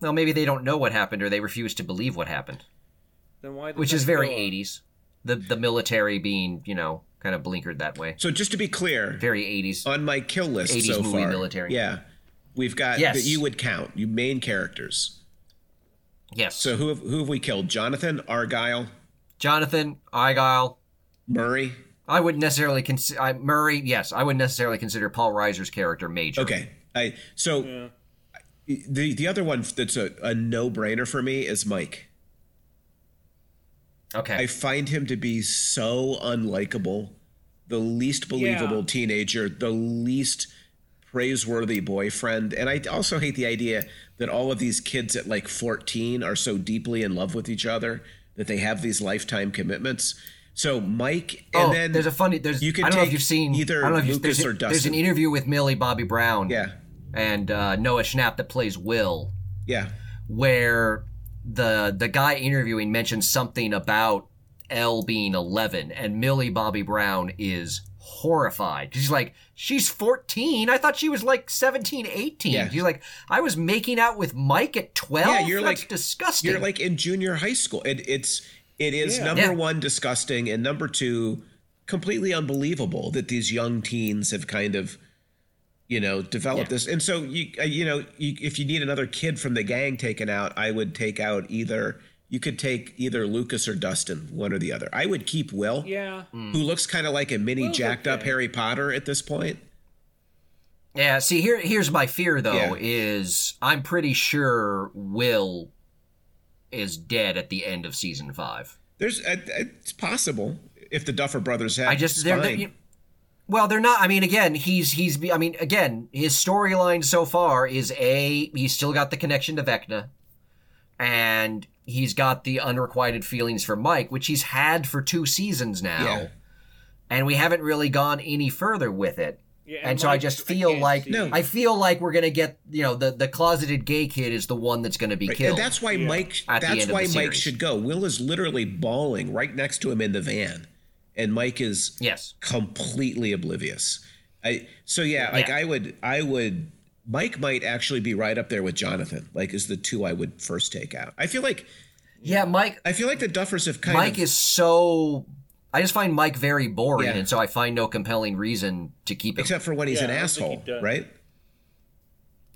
Speaker 2: Well, maybe they don't know what happened or they refuse to believe what happened,
Speaker 3: Then why? did
Speaker 2: which
Speaker 3: they
Speaker 2: is very
Speaker 3: kill her?
Speaker 2: 80s. The the military being, you know, kind of blinkered that way.
Speaker 1: so just to be clear,
Speaker 2: Very 80s.
Speaker 1: on my kill list
Speaker 2: 80s
Speaker 1: so
Speaker 2: movie
Speaker 1: far.
Speaker 2: military.
Speaker 1: Yeah, we've got
Speaker 2: Yes.
Speaker 1: that you would count you main characters.
Speaker 2: Yes.
Speaker 1: So who have, who have we killed? Jonathan, Argyle,
Speaker 2: Jonathan, Argyle.
Speaker 1: Murray.
Speaker 2: I wouldn't necessarily consider I, Murray. Yes, I wouldn't necessarily consider Paul Reiser's character major.
Speaker 1: Okay, I so The the other one that's a, a no brainer for me is Mike.
Speaker 2: Okay.
Speaker 1: I find him to be so unlikable, the least believable
Speaker 3: Yeah.
Speaker 1: teenager, the least praiseworthy boyfriend, and I also hate the idea that all of these kids at like 14 are so deeply in love with each other that they have these lifetime commitments. So Mike, and
Speaker 2: oh,
Speaker 1: then
Speaker 2: there's a funny. There's.
Speaker 1: you can
Speaker 2: I don't know if
Speaker 1: take
Speaker 2: you've seen.
Speaker 1: either
Speaker 2: I don't know if you've-
Speaker 1: Lucas
Speaker 2: there's,
Speaker 1: or
Speaker 2: There's an
Speaker 1: Dustin.
Speaker 2: interview with Millie Bobby Brown.
Speaker 1: yeah,
Speaker 2: And uh, Noah Schnapp that plays Will,
Speaker 1: yeah,
Speaker 2: where the the guy interviewing mentions something about L being 11, and Millie Bobby Brown is horrified. She's like, she's 14. I thought she was like 17, 18.
Speaker 1: Yeah.
Speaker 2: She's like, I was making out with Mike at 12.
Speaker 1: Yeah, you're
Speaker 2: That's
Speaker 1: like-
Speaker 2: disgusting.
Speaker 1: you're like in junior high school. It, it's it is
Speaker 3: Yeah.
Speaker 1: number
Speaker 2: Yeah.
Speaker 1: one disgusting and number two completely unbelievable that these young teens have kind of you know developed this. And so you uh, you know you, if you need another kid from the gang taken out, I would take out either. You could take either Lucas or Dustin, one or the other. I would keep Will,
Speaker 3: Yeah.
Speaker 2: Mm.
Speaker 1: who looks kind of like a mini
Speaker 3: Will's
Speaker 1: jacked up
Speaker 3: okay.
Speaker 1: Harry Potter at this point.
Speaker 2: Yeah, see here here's my fear
Speaker 1: Yeah.
Speaker 2: though is I'm pretty sure Will is dead at the end of season 5.
Speaker 1: There's uh, it's possible if the Duffer Brothers had.
Speaker 2: I just they're, they're-
Speaker 1: spine.
Speaker 2: you- well, they're not I mean again, he's he's I mean again, his storyline so far is a he's still got the connection to Vecna and he's got the unrequited feelings for Mike which he's had for two seasons now.
Speaker 1: Yeah.
Speaker 2: And we haven't really gone any further with it.
Speaker 3: Yeah,
Speaker 2: and so I
Speaker 3: Mike,
Speaker 2: just feel
Speaker 3: can't
Speaker 2: like
Speaker 3: see-
Speaker 1: No.
Speaker 2: I feel like we're gonna get you know the the closeted gay kid is the one that's gonna be
Speaker 1: Right,
Speaker 2: killed.
Speaker 1: And that's why Mike.
Speaker 2: At the end
Speaker 1: That's
Speaker 2: of the
Speaker 1: why Mike
Speaker 2: series.
Speaker 1: should go. Will is literally bawling right next to him in the van, and Mike is
Speaker 2: yes.
Speaker 1: completely oblivious. I so yeah, like
Speaker 2: Yeah.
Speaker 1: I would, I would. Mike might actually be right up there with Jonathan. Like, is the two I would first take out. I feel like
Speaker 2: Yeah, Mike.
Speaker 1: I feel like the Duffers have kind
Speaker 2: Mike
Speaker 1: of.
Speaker 2: is so. I just find Mike very boring,
Speaker 1: Yeah.
Speaker 2: and so I find no compelling reason to keep him.
Speaker 1: except for when he's
Speaker 3: Yeah,
Speaker 1: an
Speaker 3: I don't think he
Speaker 1: asshole,
Speaker 3: does.
Speaker 1: right?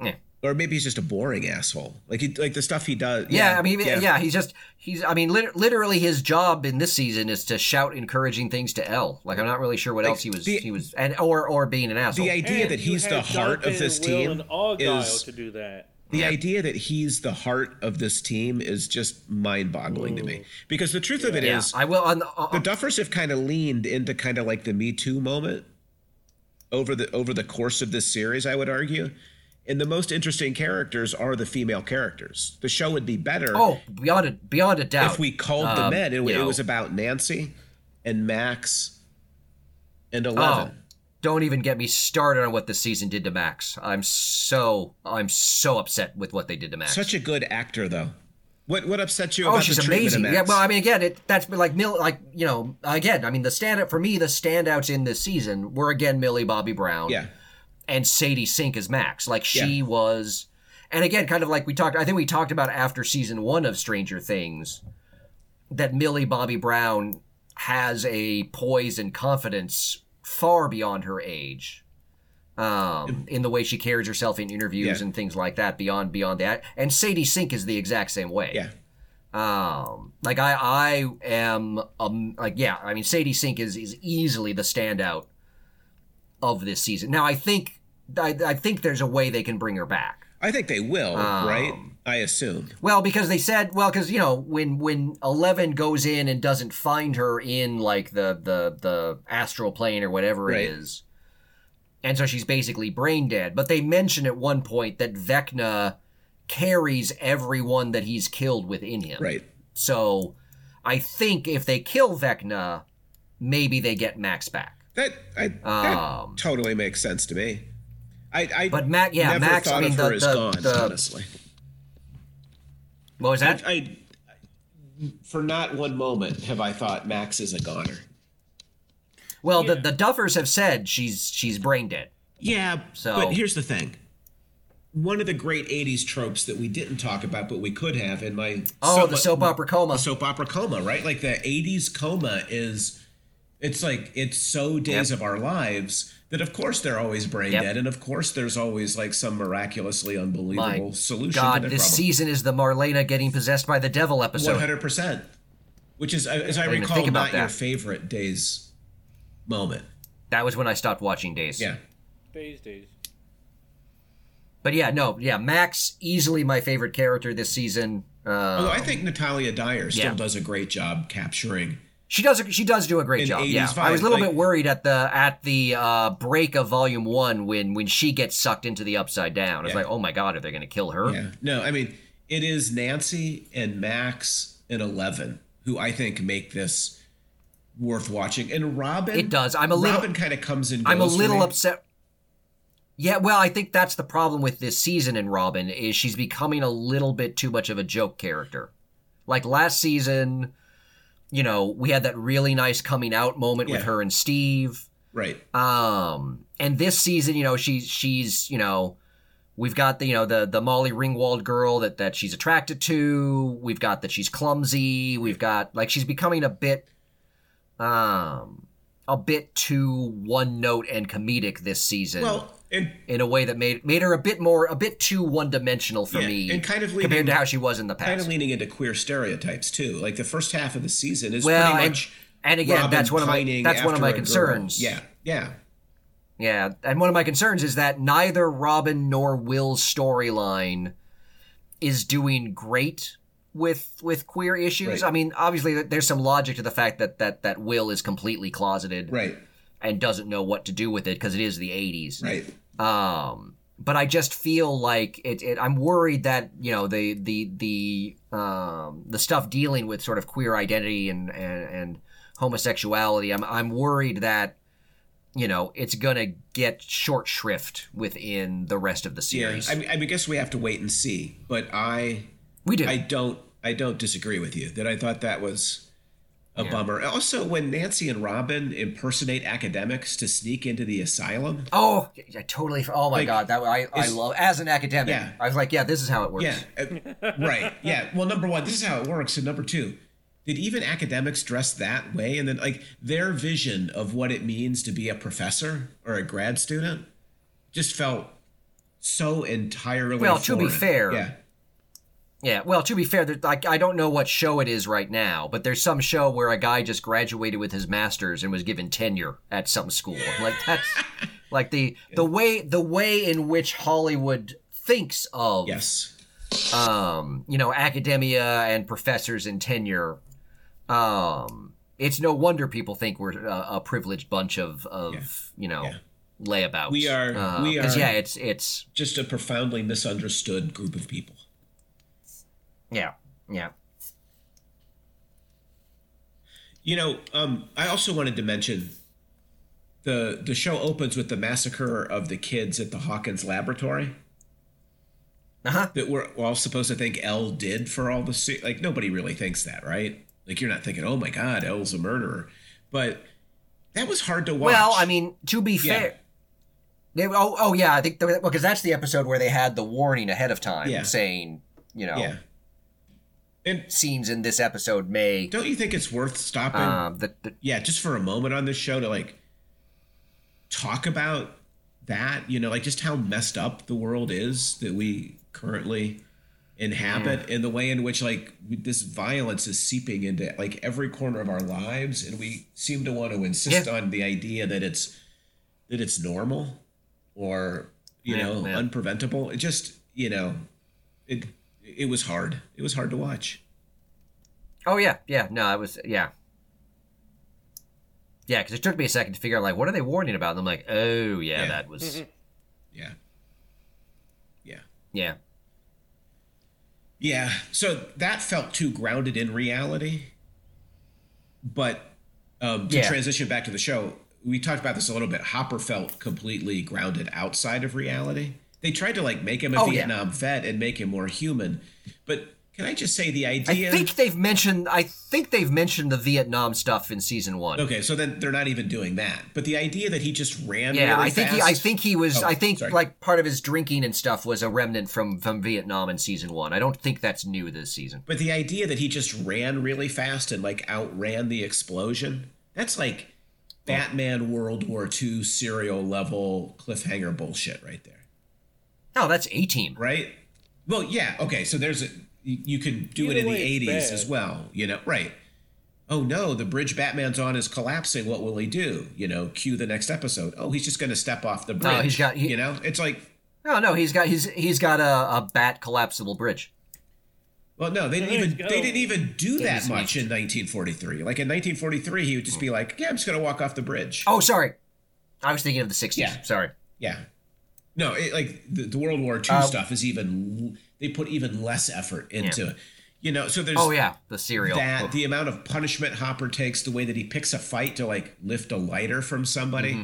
Speaker 2: yeah.
Speaker 1: Or maybe he's just a boring asshole. Like he, like the stuff he does.
Speaker 2: Yeah, I mean, yeah. he's just he's. I mean, lit- literally, his job in this season is to shout encouraging things to L. Like, I'm not really sure what else he was.
Speaker 1: the-
Speaker 2: he was, and or or being an asshole.
Speaker 1: The idea
Speaker 3: And
Speaker 1: that
Speaker 3: you
Speaker 1: he's
Speaker 3: had
Speaker 1: the heart
Speaker 3: Jonathan
Speaker 1: of this
Speaker 3: and Will
Speaker 1: team
Speaker 3: and Argyle
Speaker 1: is
Speaker 3: to do that.
Speaker 1: The idea that he's the heart of this team is just mind-boggling to me. Because the truth of it is,
Speaker 2: yeah, I will. On the, uh, on-
Speaker 1: the Duffers have kind of leaned into kind of like the Me Too moment over the over the course of this series, I would argue. And the most interesting characters are the female characters. The show would be better
Speaker 2: oh, beyond a beyond a doubt.
Speaker 1: if we called the
Speaker 2: Um,
Speaker 1: men and
Speaker 2: you
Speaker 1: it
Speaker 2: know.
Speaker 1: was about Nancy and Max and Eleven.
Speaker 2: Oh, don't even get me started on what this season did to Max. I'm so I'm so upset with what they did to Max.
Speaker 1: Such a good actor, though. What what upset you?
Speaker 2: oh,
Speaker 1: about
Speaker 2: she's
Speaker 1: the treatment of
Speaker 2: amazing.
Speaker 1: Max?
Speaker 2: Yeah, well, I mean, again, it, that's been like Mill, like you know, again, I mean, the standout for me, the standouts in this season were again Millie Bobby Brown,
Speaker 1: yeah,
Speaker 2: and Sadie Sink as Max. Like she
Speaker 1: Yeah.
Speaker 2: was, and again, kind of like we talked. I think we talked about after season one of Stranger Things that Millie Bobby Brown has a poise and confidence far beyond her age. Um, in the way she carries herself in interviews
Speaker 1: Yeah.
Speaker 2: and things like that, beyond beyond that, and Sadie Sink is the exact same way.
Speaker 1: yeah.
Speaker 2: Um, like I, I am, um, like yeah. I mean, Sadie Sink is is easily the standout of this season. Now, I think, I, I think there's a way they can bring her back.
Speaker 1: I think they will, right?
Speaker 2: Oh.
Speaker 1: I assume.
Speaker 2: Well, because they said, well, because you know, when when Eleven goes in and doesn't find her in like the the the astral plane or whatever
Speaker 1: Right.
Speaker 2: it is, and so she's basically brain dead. But they mention at one point that Vecna carries everyone that he's killed within him,
Speaker 1: Right.
Speaker 2: So I think if they kill Vecna, maybe they get Max back.
Speaker 1: That I that
Speaker 2: Um,
Speaker 1: totally makes sense to me. I, I
Speaker 2: But Mac- yeah,
Speaker 1: never
Speaker 2: Max, I
Speaker 1: thought
Speaker 2: mean,
Speaker 1: of
Speaker 2: the-
Speaker 1: her as
Speaker 2: the-
Speaker 1: gone,
Speaker 2: the-
Speaker 1: honestly.
Speaker 2: What was that?
Speaker 1: I for not one moment have I thought Max is a goner.
Speaker 2: well, the, the Duffers have said she's she's brain dead.
Speaker 1: Yeah,
Speaker 2: So-
Speaker 1: but here's the thing. One of the great '80s tropes that we didn't talk about, but we could have in my
Speaker 2: Oh,
Speaker 1: so
Speaker 2: the
Speaker 1: much-
Speaker 2: soap opera coma.
Speaker 1: soap opera coma, right? Like the '80s coma is, it's like it's so days of our lives that of course they're always brain
Speaker 2: Yep.
Speaker 1: dead, and of course there's always like some miraculously unbelievable
Speaker 2: My
Speaker 1: solution. to
Speaker 2: God,
Speaker 1: their
Speaker 2: this
Speaker 1: problem.
Speaker 2: season is the Marlena getting possessed by the devil
Speaker 1: One
Speaker 2: episode.
Speaker 1: hundred percent. Which is, as I
Speaker 2: didn't even
Speaker 1: recall,
Speaker 2: think about
Speaker 1: not your
Speaker 2: that.
Speaker 1: favorite days moment.
Speaker 2: That was when I stopped watching Days.
Speaker 1: Yeah.
Speaker 3: Days, days.
Speaker 2: But yeah, no, yeah, Max easily my favorite character this season. Uh,
Speaker 1: Although I think Natalia Dyer still
Speaker 2: yeah.
Speaker 1: does a great job capturing.
Speaker 2: she does she does do a great
Speaker 1: An
Speaker 2: job.
Speaker 1: 80s
Speaker 2: Yeah,
Speaker 1: vibe,
Speaker 2: I was a little
Speaker 1: like-
Speaker 2: bit worried at the at the uh, break of Volume One when when she gets sucked into the Upside Down. I was
Speaker 1: Yeah.
Speaker 2: like, oh my god, are they going to kill her?
Speaker 1: Yeah. No, I mean, it is Nancy and Max and Eleven who I think make this worth watching. And Robin.
Speaker 2: It does. I'm a little-
Speaker 1: Robin kind of comes and goes.
Speaker 2: I'm a
Speaker 1: for
Speaker 2: little
Speaker 1: me.
Speaker 2: upset. Yeah, well, I think that's the problem with this season in Robin is she's becoming a little bit too much of a joke character. Like last season, you know, we had that really nice coming out moment with
Speaker 1: Yeah.
Speaker 2: her and Steve.
Speaker 1: Right.
Speaker 2: Um, and this season, you know, she's she's you know, we've got the you know the the Molly Ringwald girl that that she's attracted to. We've got that she's clumsy. We've got like she's becoming a bit, um, a bit too one note and comedic this season.
Speaker 1: Well, and
Speaker 2: in a way that made made her a bit more a bit too one dimensional for
Speaker 1: Yeah,
Speaker 2: me,
Speaker 1: and kind of leaning-
Speaker 2: compared to how she was in the past.
Speaker 1: kind of leaning into queer stereotypes too. Like the first half of the season is
Speaker 2: Well,
Speaker 1: pretty
Speaker 2: and-
Speaker 1: much.
Speaker 2: and again,
Speaker 1: Robin
Speaker 2: that's one of my
Speaker 1: pining
Speaker 2: that's one of
Speaker 1: after
Speaker 2: my
Speaker 1: a girl.
Speaker 2: concerns.
Speaker 1: Yeah. Yeah.
Speaker 2: Yeah, and one of my concerns is that neither Robin nor Will's storyline is doing great with with queer issues.
Speaker 1: Right.
Speaker 2: I mean, obviously there's some logic to the fact that that that Will is completely closeted
Speaker 1: Right.
Speaker 2: and doesn't know what to do with it because it is the 80s.
Speaker 1: Right.
Speaker 2: Um, but I just feel like it, it. I'm worried that you know the the the um, the stuff dealing with sort of queer identity and and, and homosexuality. I'm I'm worried that you know it's gonna get short shrift within the rest of the
Speaker 1: Yeah.
Speaker 2: series.
Speaker 1: I, mean, I mean, guess we have to wait and see. But I.
Speaker 2: we do.
Speaker 1: I don't I don't disagree with you that I thought that was a bummer. Also, when Nancy and Robin impersonate academics to sneak into the asylum,
Speaker 2: oh, I totally. Oh my god, that I I
Speaker 1: it's-
Speaker 2: love as an academic.
Speaker 1: Yeah.
Speaker 2: I was like, yeah, this is how it works.
Speaker 1: yeah, uh, right, yeah. Well, number one, this is how it works, and number two, did even academics dress that way? And then like their vision of what it means to be a professor or a grad student just felt so entirely.
Speaker 2: Well, to be
Speaker 1: foreign.
Speaker 2: fair,
Speaker 1: yeah,
Speaker 2: Yeah, well, to be fair, there, like I don't know what show it is right now, but there's some show where a guy just graduated with his master's and was given tenure at some school. Like that's
Speaker 1: [laughs]
Speaker 2: like the the way the way in which Hollywood thinks of
Speaker 1: yes,
Speaker 2: um, you know academia and professors and tenure. Um, it's no wonder people think we're a, a privileged bunch of of you know
Speaker 1: Yeah.
Speaker 2: layabouts.
Speaker 1: We are-
Speaker 2: Um,
Speaker 1: we
Speaker 2: 'cause,
Speaker 1: are-
Speaker 2: Yeah, it's it's
Speaker 1: just a profoundly misunderstood group of people.
Speaker 2: yeah yeah.
Speaker 1: You know, um, I also wanted to mention the the show opens with the massacre of the kids at the Hawkins laboratory
Speaker 2: Uh huh.
Speaker 1: that we're all supposed to think L did for all the se- like nobody really thinks that, right? Like you're not thinking, oh my God, L's a murderer, but that was hard to watch.
Speaker 2: Well, I mean, to be
Speaker 1: Yeah.
Speaker 2: fair, they, oh, oh yeah, I think because well, 'cause that's the episode where they had the warning ahead of time
Speaker 1: Yeah.
Speaker 2: saying, you know,
Speaker 1: yeah. And
Speaker 2: scenes in this episode may.
Speaker 1: don't you think it's worth stopping?
Speaker 2: Um, the, the,
Speaker 1: yeah, just for a moment on this show to like talk about that, you know, like just how messed up the world is that we currently inhabit
Speaker 2: Mm.
Speaker 1: and the way in which like we- this violence is seeping into like every corner of our lives and we seem to want to insist
Speaker 2: Yeah.
Speaker 1: on the idea that it's that it's normal or you
Speaker 2: Yeah,
Speaker 1: know
Speaker 2: yeah.
Speaker 1: unpreventable it just you know it it was hard it was hard to watch
Speaker 2: oh yeah, yeah, no, I was yeah, yeah, because it took me a second to figure out like what are they warning about, and I'm like, oh yeah,
Speaker 1: Yeah.
Speaker 2: that was
Speaker 1: yeah yeah
Speaker 2: yeah,
Speaker 1: Yeah. So that felt too grounded in reality. But um, to
Speaker 2: Yeah.
Speaker 1: transition back to the show, we talked about this a little bit. Hopper felt completely grounded outside of reality. They tried to like make him a
Speaker 2: Oh, yeah.
Speaker 1: Vietnam vet and make him more human. But can I just say the idea?
Speaker 2: I think they've mentioned, I think they've mentioned the Vietnam stuff in season one.
Speaker 1: okay, so then they're not even doing that. But the idea that he just ran.
Speaker 2: Yeah,
Speaker 1: really
Speaker 2: I think he,
Speaker 1: fast-
Speaker 2: I think he was.
Speaker 1: Oh,
Speaker 2: I think
Speaker 1: sorry.
Speaker 2: like part of his drinking and stuff was a remnant from from Vietnam in season one. I don't think that's new this season.
Speaker 1: But the idea that he just ran really fast and like outran the explosion, that's like Batman World War II serial level cliffhanger bullshit right there.
Speaker 2: No, that's A Team.
Speaker 1: Right? Well, yeah, okay, so there's a you you could do it
Speaker 3: Either
Speaker 1: in the
Speaker 3: way, it's
Speaker 1: 80s
Speaker 3: bad.
Speaker 1: as well, you know, right. Oh no, the bridge Batman's on is collapsing. What will he do? You know, cue the next episode. Oh, he's just going to step off the bridge.
Speaker 2: No, he's got- he-
Speaker 1: you know, it's like
Speaker 2: No, no, he's got he's he's got a, a bat collapsible bridge.
Speaker 1: Well, no, they didn't
Speaker 3: There you
Speaker 1: even
Speaker 3: go.
Speaker 1: they didn't even do that
Speaker 2: Dennis
Speaker 1: much in 1943. Like in 1943, he would just be like, "Yeah, I'm just gonna walk off the bridge."
Speaker 2: Oh, sorry, I was thinking of the sixties.
Speaker 1: Yeah.
Speaker 2: Sorry.
Speaker 1: Yeah, no, it, like the, the World War II
Speaker 2: Uh,
Speaker 1: stuff is even they put even less effort into, you know. So there's
Speaker 2: Oh yeah, the Oh. cereal.
Speaker 1: that
Speaker 2: Ugh.
Speaker 1: the amount of punishment Hopper takes, the way that he picks a fight to like lift a lighter from somebody.
Speaker 2: Mm-hmm.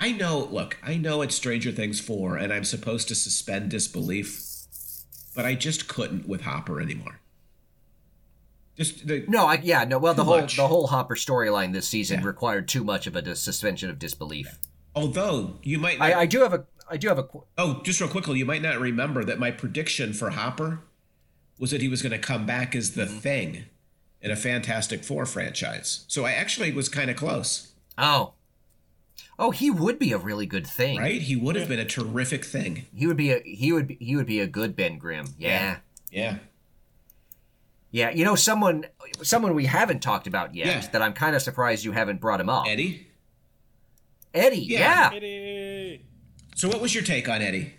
Speaker 1: I know. Look, I know it's Stranger Things four, and I'm supposed to suspend disbelief, but I just couldn't with Hopper anymore. Just the
Speaker 2: no, I, yeah, no. Well, the whole
Speaker 1: much.
Speaker 2: the whole Hopper storyline this season required too much of a dis- suspension of disbelief.
Speaker 1: Although you might, not,
Speaker 2: I, I do have a I do have a qu-
Speaker 1: oh, just real quickly, you might not remember that my prediction for Hopper was that he was going to come back as the
Speaker 2: Mm-hmm.
Speaker 1: Thing in a Fantastic Four franchise. So I actually was kind of close,
Speaker 2: oh oh he would be a really good thing.
Speaker 1: right? He would have been a terrific Thing.
Speaker 2: He would be a he would be, he would be a good Ben Grimm. yeah.
Speaker 1: Yeah,
Speaker 2: Yeah, you know someone someone we haven't talked about yet
Speaker 1: Yeah.
Speaker 2: that I'm kind of surprised you haven't brought him up.
Speaker 1: Eddie.
Speaker 2: Eddie,
Speaker 1: Yeah.
Speaker 2: yeah.
Speaker 3: Eddie.
Speaker 1: So what was your take on Eddie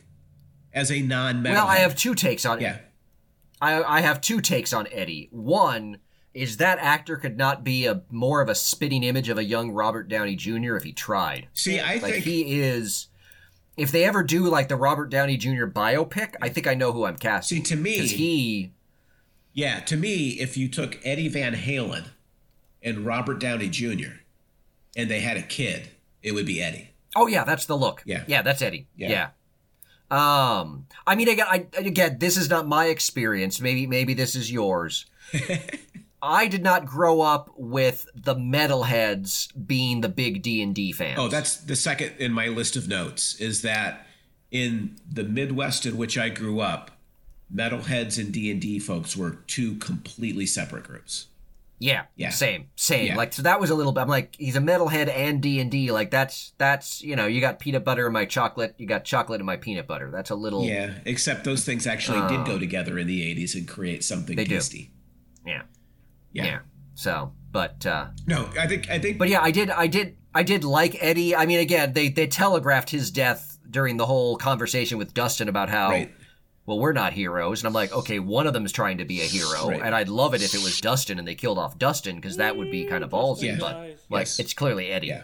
Speaker 1: as a non-metal?
Speaker 2: Well, I have two takes on
Speaker 1: yeah,
Speaker 2: I I have two takes on Eddie. One is that actor could not be a more of a spitting image of a young Robert Downey Jr. if he tried.
Speaker 1: see, I
Speaker 2: Like
Speaker 1: think
Speaker 2: he is if they ever do like the Robert Downey Jr. biopic, I think I know who I'm
Speaker 1: see
Speaker 2: casting.
Speaker 1: to me,
Speaker 2: Because he
Speaker 1: yeah, to me, if you took Eddie Van Halen and Robert Downey Jr. and they had a kid, it would be Eddie.
Speaker 2: Oh yeah, that's the look.
Speaker 1: Yeah.
Speaker 2: yeah, that's Eddie.
Speaker 1: Yeah.
Speaker 2: Yeah. Um, I mean, again, I, again, this is not my experience. Maybe, maybe this
Speaker 1: [laughs]
Speaker 2: is yours. I did not grow up with the metalheads being the big D and D fans.
Speaker 1: Oh, that's the second in my list of notes is that in the Midwest in which I grew up, metalheads and D and D folks were two completely separate groups.
Speaker 2: yeah,
Speaker 1: Yeah.
Speaker 2: same, same.
Speaker 1: Yeah.
Speaker 2: Like, so that was a little bit. I'm like, he's a metalhead and D and D. Like, that's that's you know, you got peanut butter in my chocolate, you got chocolate in my peanut butter. That's a little,
Speaker 1: Yeah, except those things actually did go together in the '80s and create something
Speaker 2: Oh. They do.
Speaker 1: tasty.
Speaker 2: yeah,
Speaker 1: Yeah.
Speaker 2: yeah. So, but uh,
Speaker 1: No, I think I think
Speaker 2: But yeah, I did, I did, I did like Eddie. I mean, again, they they telegraphed his death during the whole conversation with Dustin about how,
Speaker 1: Right.
Speaker 2: well, we're not heroes, and I'm like, okay, one of them is trying to be a hero,
Speaker 1: Right.
Speaker 2: and I'd love it if it was Dustin and they killed off Dustin because that would be kind of ballsy.
Speaker 1: Yeah.
Speaker 2: But
Speaker 3: dies.
Speaker 2: like,
Speaker 1: Yes.
Speaker 2: it's clearly Eddie.
Speaker 1: Yeah.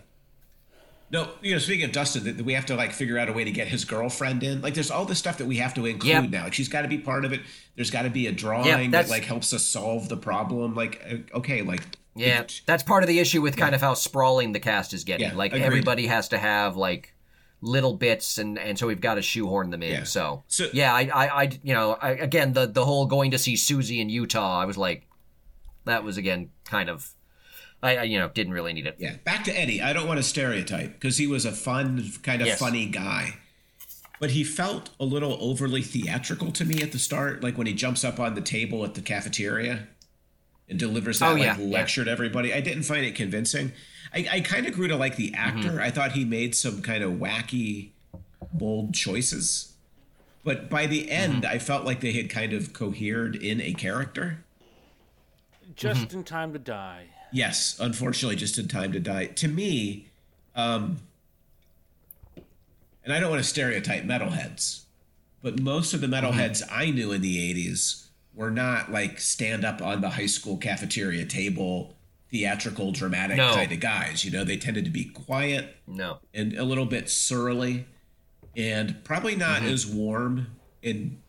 Speaker 1: No, you know, speaking of Dustin, that we have to like figure out a way to get his girlfriend in. Like, there's all this stuff that we have to include
Speaker 2: Yep.
Speaker 1: now. Like, she's got to be part of it. There's got to be a drawing that
Speaker 2: that's-
Speaker 1: like helps us solve the problem. Like, uh, okay, like
Speaker 2: Yeah, that's part of the issue with kind of how sprawling the cast is getting.
Speaker 1: Yeah,
Speaker 2: like
Speaker 1: agreed.
Speaker 2: everybody has to have like little bits, and and so we've got to shoehorn them in.
Speaker 1: Yeah.
Speaker 2: So,
Speaker 1: So-
Speaker 2: yeah, I, I I you know I, again the the whole going to see Susie in Utah, I was like, that was again kind of, I, I you know didn't really need it.
Speaker 1: yeah. Back to Eddie. I don't want to stereotype because he was a fun, kind of
Speaker 2: Yes.
Speaker 1: funny guy, but he felt a little overly theatrical to me at the start. Like when he jumps up on the table at the cafeteria and delivers that
Speaker 2: Oh, yeah,
Speaker 1: like
Speaker 2: yeah.
Speaker 1: lecture to everybody. I didn't find it convincing. I, I kind of grew to like the
Speaker 2: Mm-hmm.
Speaker 1: actor. I thought he made some kind of wacky, bold choices, but by
Speaker 2: Mm-hmm.
Speaker 1: the end, I felt like they had kind of cohered in a character.
Speaker 3: Just
Speaker 2: Mm-hmm.
Speaker 3: in time to die.
Speaker 1: Yes, unfortunately, just in time to die. To me, um, and I don't want to stereotype metalheads, but most of the metalheads I knew in the 80s were not like stand up on the high school cafeteria table, theatrical, dramatic
Speaker 2: No.
Speaker 1: kind of guys. You know, they tended to be quiet
Speaker 2: No,
Speaker 1: and a little bit surly and probably not as warm and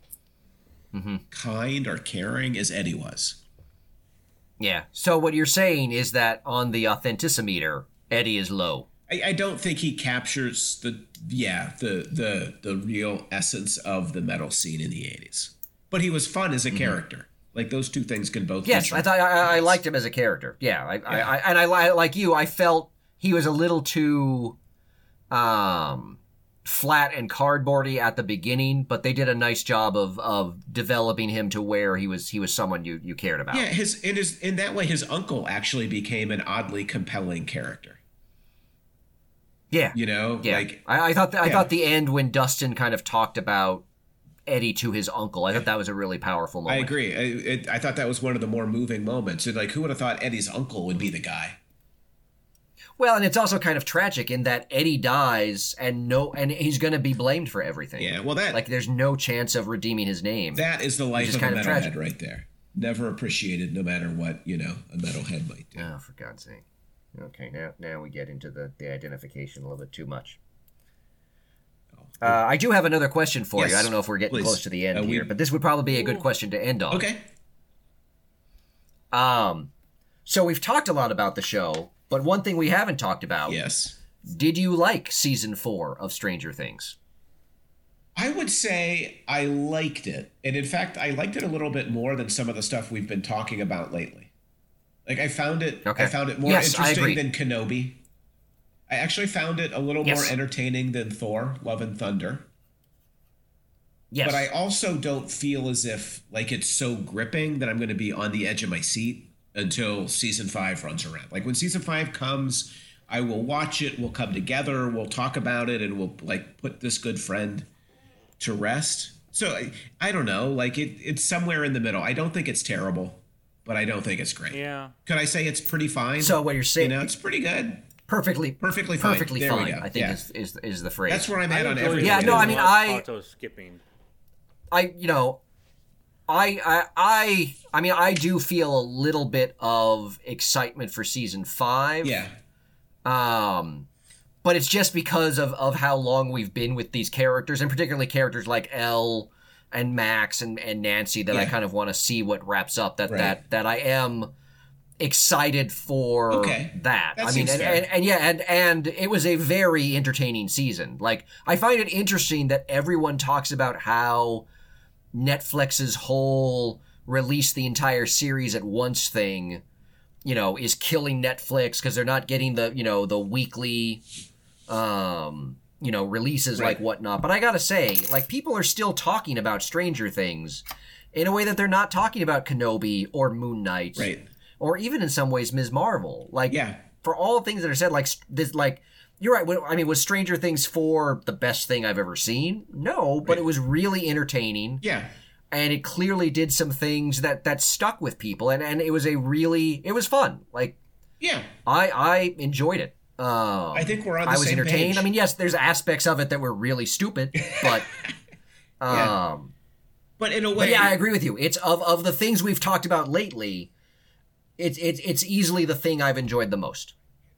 Speaker 1: kind or caring as Eddie was.
Speaker 2: yeah. So what you're saying is that on the authenticimeter, Eddie is low.
Speaker 1: I, I don't think he captures the yeah the the the real essence of the metal scene in the eighties. But he was fun as a character. Like those two things can both. be
Speaker 2: Mm-hmm. Yes,
Speaker 1: true.
Speaker 2: I thought I, I liked him as a character. Yeah, I, I, I and I li- like you. I felt he was a little too um, flat and cardboardy at the beginning, but they did a nice job of of developing him to where he was he was someone you you cared about.
Speaker 1: Yeah, his in his in that way, his uncle actually became an oddly compelling character.
Speaker 2: yeah,
Speaker 1: You know,
Speaker 2: yeah.
Speaker 1: like
Speaker 2: I, I thought th- I
Speaker 1: yeah.
Speaker 2: thought the end when Dustin kind of talked about Eddie to his uncle, I thought that was a really powerful
Speaker 1: I
Speaker 2: moment.
Speaker 1: agree. I, it, I thought that was one of the more moving moments. And like, who would have thought Eddie's uncle would be the guy?
Speaker 2: Well, and it's also kind of tragic in that Eddie dies, and no, and he's going to be blamed for everything.
Speaker 1: Yeah, well, that-
Speaker 2: like there's no chance of redeeming his name.
Speaker 1: That is the life
Speaker 2: is
Speaker 1: of a
Speaker 2: kind of
Speaker 1: metalhead
Speaker 2: tragic.
Speaker 1: right there. Never appreciated, no matter what you know a metalhead might do.
Speaker 2: oh, for God's sake! Okay, now now we get into the the identification a little bit too much. Uh, I do have another question for
Speaker 1: Oh. Yes,
Speaker 2: you. I don't know if we're getting
Speaker 1: please.
Speaker 2: close to the end
Speaker 1: Uh, we-
Speaker 2: here, but this would probably be a good question to end on.
Speaker 1: Okay.
Speaker 2: Um, so we've talked a lot about the show, but one thing we haven't talked about.
Speaker 1: Yes.
Speaker 2: Did you like season four of Stranger Things?
Speaker 1: I would say I liked it. And in fact, I liked it a little bit more than some of the stuff we've been talking about lately. Like I found it I
Speaker 2: Okay.
Speaker 1: found it more
Speaker 2: Yes, I
Speaker 1: interesting
Speaker 2: agree.
Speaker 1: than Kenobi. I actually found it a little
Speaker 2: Yes.
Speaker 1: more entertaining than Thor: Love and Thunder.
Speaker 2: Yes.
Speaker 1: But I also don't feel as if like it's so gripping that I'm going to be on the edge of my seat until season 5 runs around. Like when season 5 comes, I will watch it, we'll come together, we'll talk about it and we'll like put this good friend to rest. So I, I don't know, like it it's somewhere in the middle. I don't think it's terrible, but I don't think it's great.
Speaker 3: Yeah.
Speaker 1: Could I say it's pretty fine?
Speaker 2: so what you're
Speaker 1: you
Speaker 2: saying?
Speaker 1: know, it's pretty good.
Speaker 2: perfectly,
Speaker 1: Perfectly fine.
Speaker 2: perfectly
Speaker 1: There we
Speaker 2: fine.
Speaker 1: go.
Speaker 2: I think
Speaker 1: Yeah.
Speaker 2: is, is is the phrase.
Speaker 1: That's where I'm at on
Speaker 3: enjoyed
Speaker 1: everything.
Speaker 2: Yeah,
Speaker 3: it.
Speaker 2: no, I
Speaker 3: There's
Speaker 2: mean,
Speaker 3: a lot of
Speaker 2: I-
Speaker 3: parts I was skipping.
Speaker 2: I you know, I I I I mean I do feel a little bit of excitement for season five.
Speaker 1: Yeah.
Speaker 2: Um, but it's just because of of how long we've been with these characters, and particularly characters like Elle and Max and and Nancy that I
Speaker 1: Yeah.
Speaker 2: kind of want to see what wraps up. That
Speaker 1: Right.
Speaker 2: that that I am excited for
Speaker 1: Okay.
Speaker 2: that.
Speaker 1: That
Speaker 2: I mean,
Speaker 1: seems
Speaker 2: and,
Speaker 1: fair.
Speaker 2: and, and yeah, and and it was a very entertaining season. Like I find it interesting that everyone talks about how Netflix's whole release the entire series at once thing, you know, is killing Netflix because they're not getting the you know the weekly, um, you know, releases
Speaker 1: Right.
Speaker 2: like whatnot. But I gotta say, like people are still talking about Stranger Things. In a way that they're not talking about Kenobi or Moon Knight
Speaker 1: Right.
Speaker 2: or even in some ways Ms. Marvel. Like,
Speaker 1: Yeah.
Speaker 2: for all things that are said, like st- this, like you're right. when- I mean, was Stranger Things four the best thing I've ever seen? No, but it was really entertaining,
Speaker 1: Yeah.
Speaker 2: and it clearly did some things that that stuck with people, and and it was a really it was fun. Like
Speaker 1: Yeah.
Speaker 2: I I enjoyed it. Um,
Speaker 1: I think we're on the
Speaker 2: I was
Speaker 1: same
Speaker 2: entertained.
Speaker 1: page.
Speaker 2: I mean, yes, there's aspects of it that were really stupid, but.
Speaker 1: [laughs] Yeah.
Speaker 2: Um,
Speaker 1: But in a way
Speaker 2: but yeah, I agree with you. It's of of the things we've talked about lately. It's it's it's easily the thing I've enjoyed the most.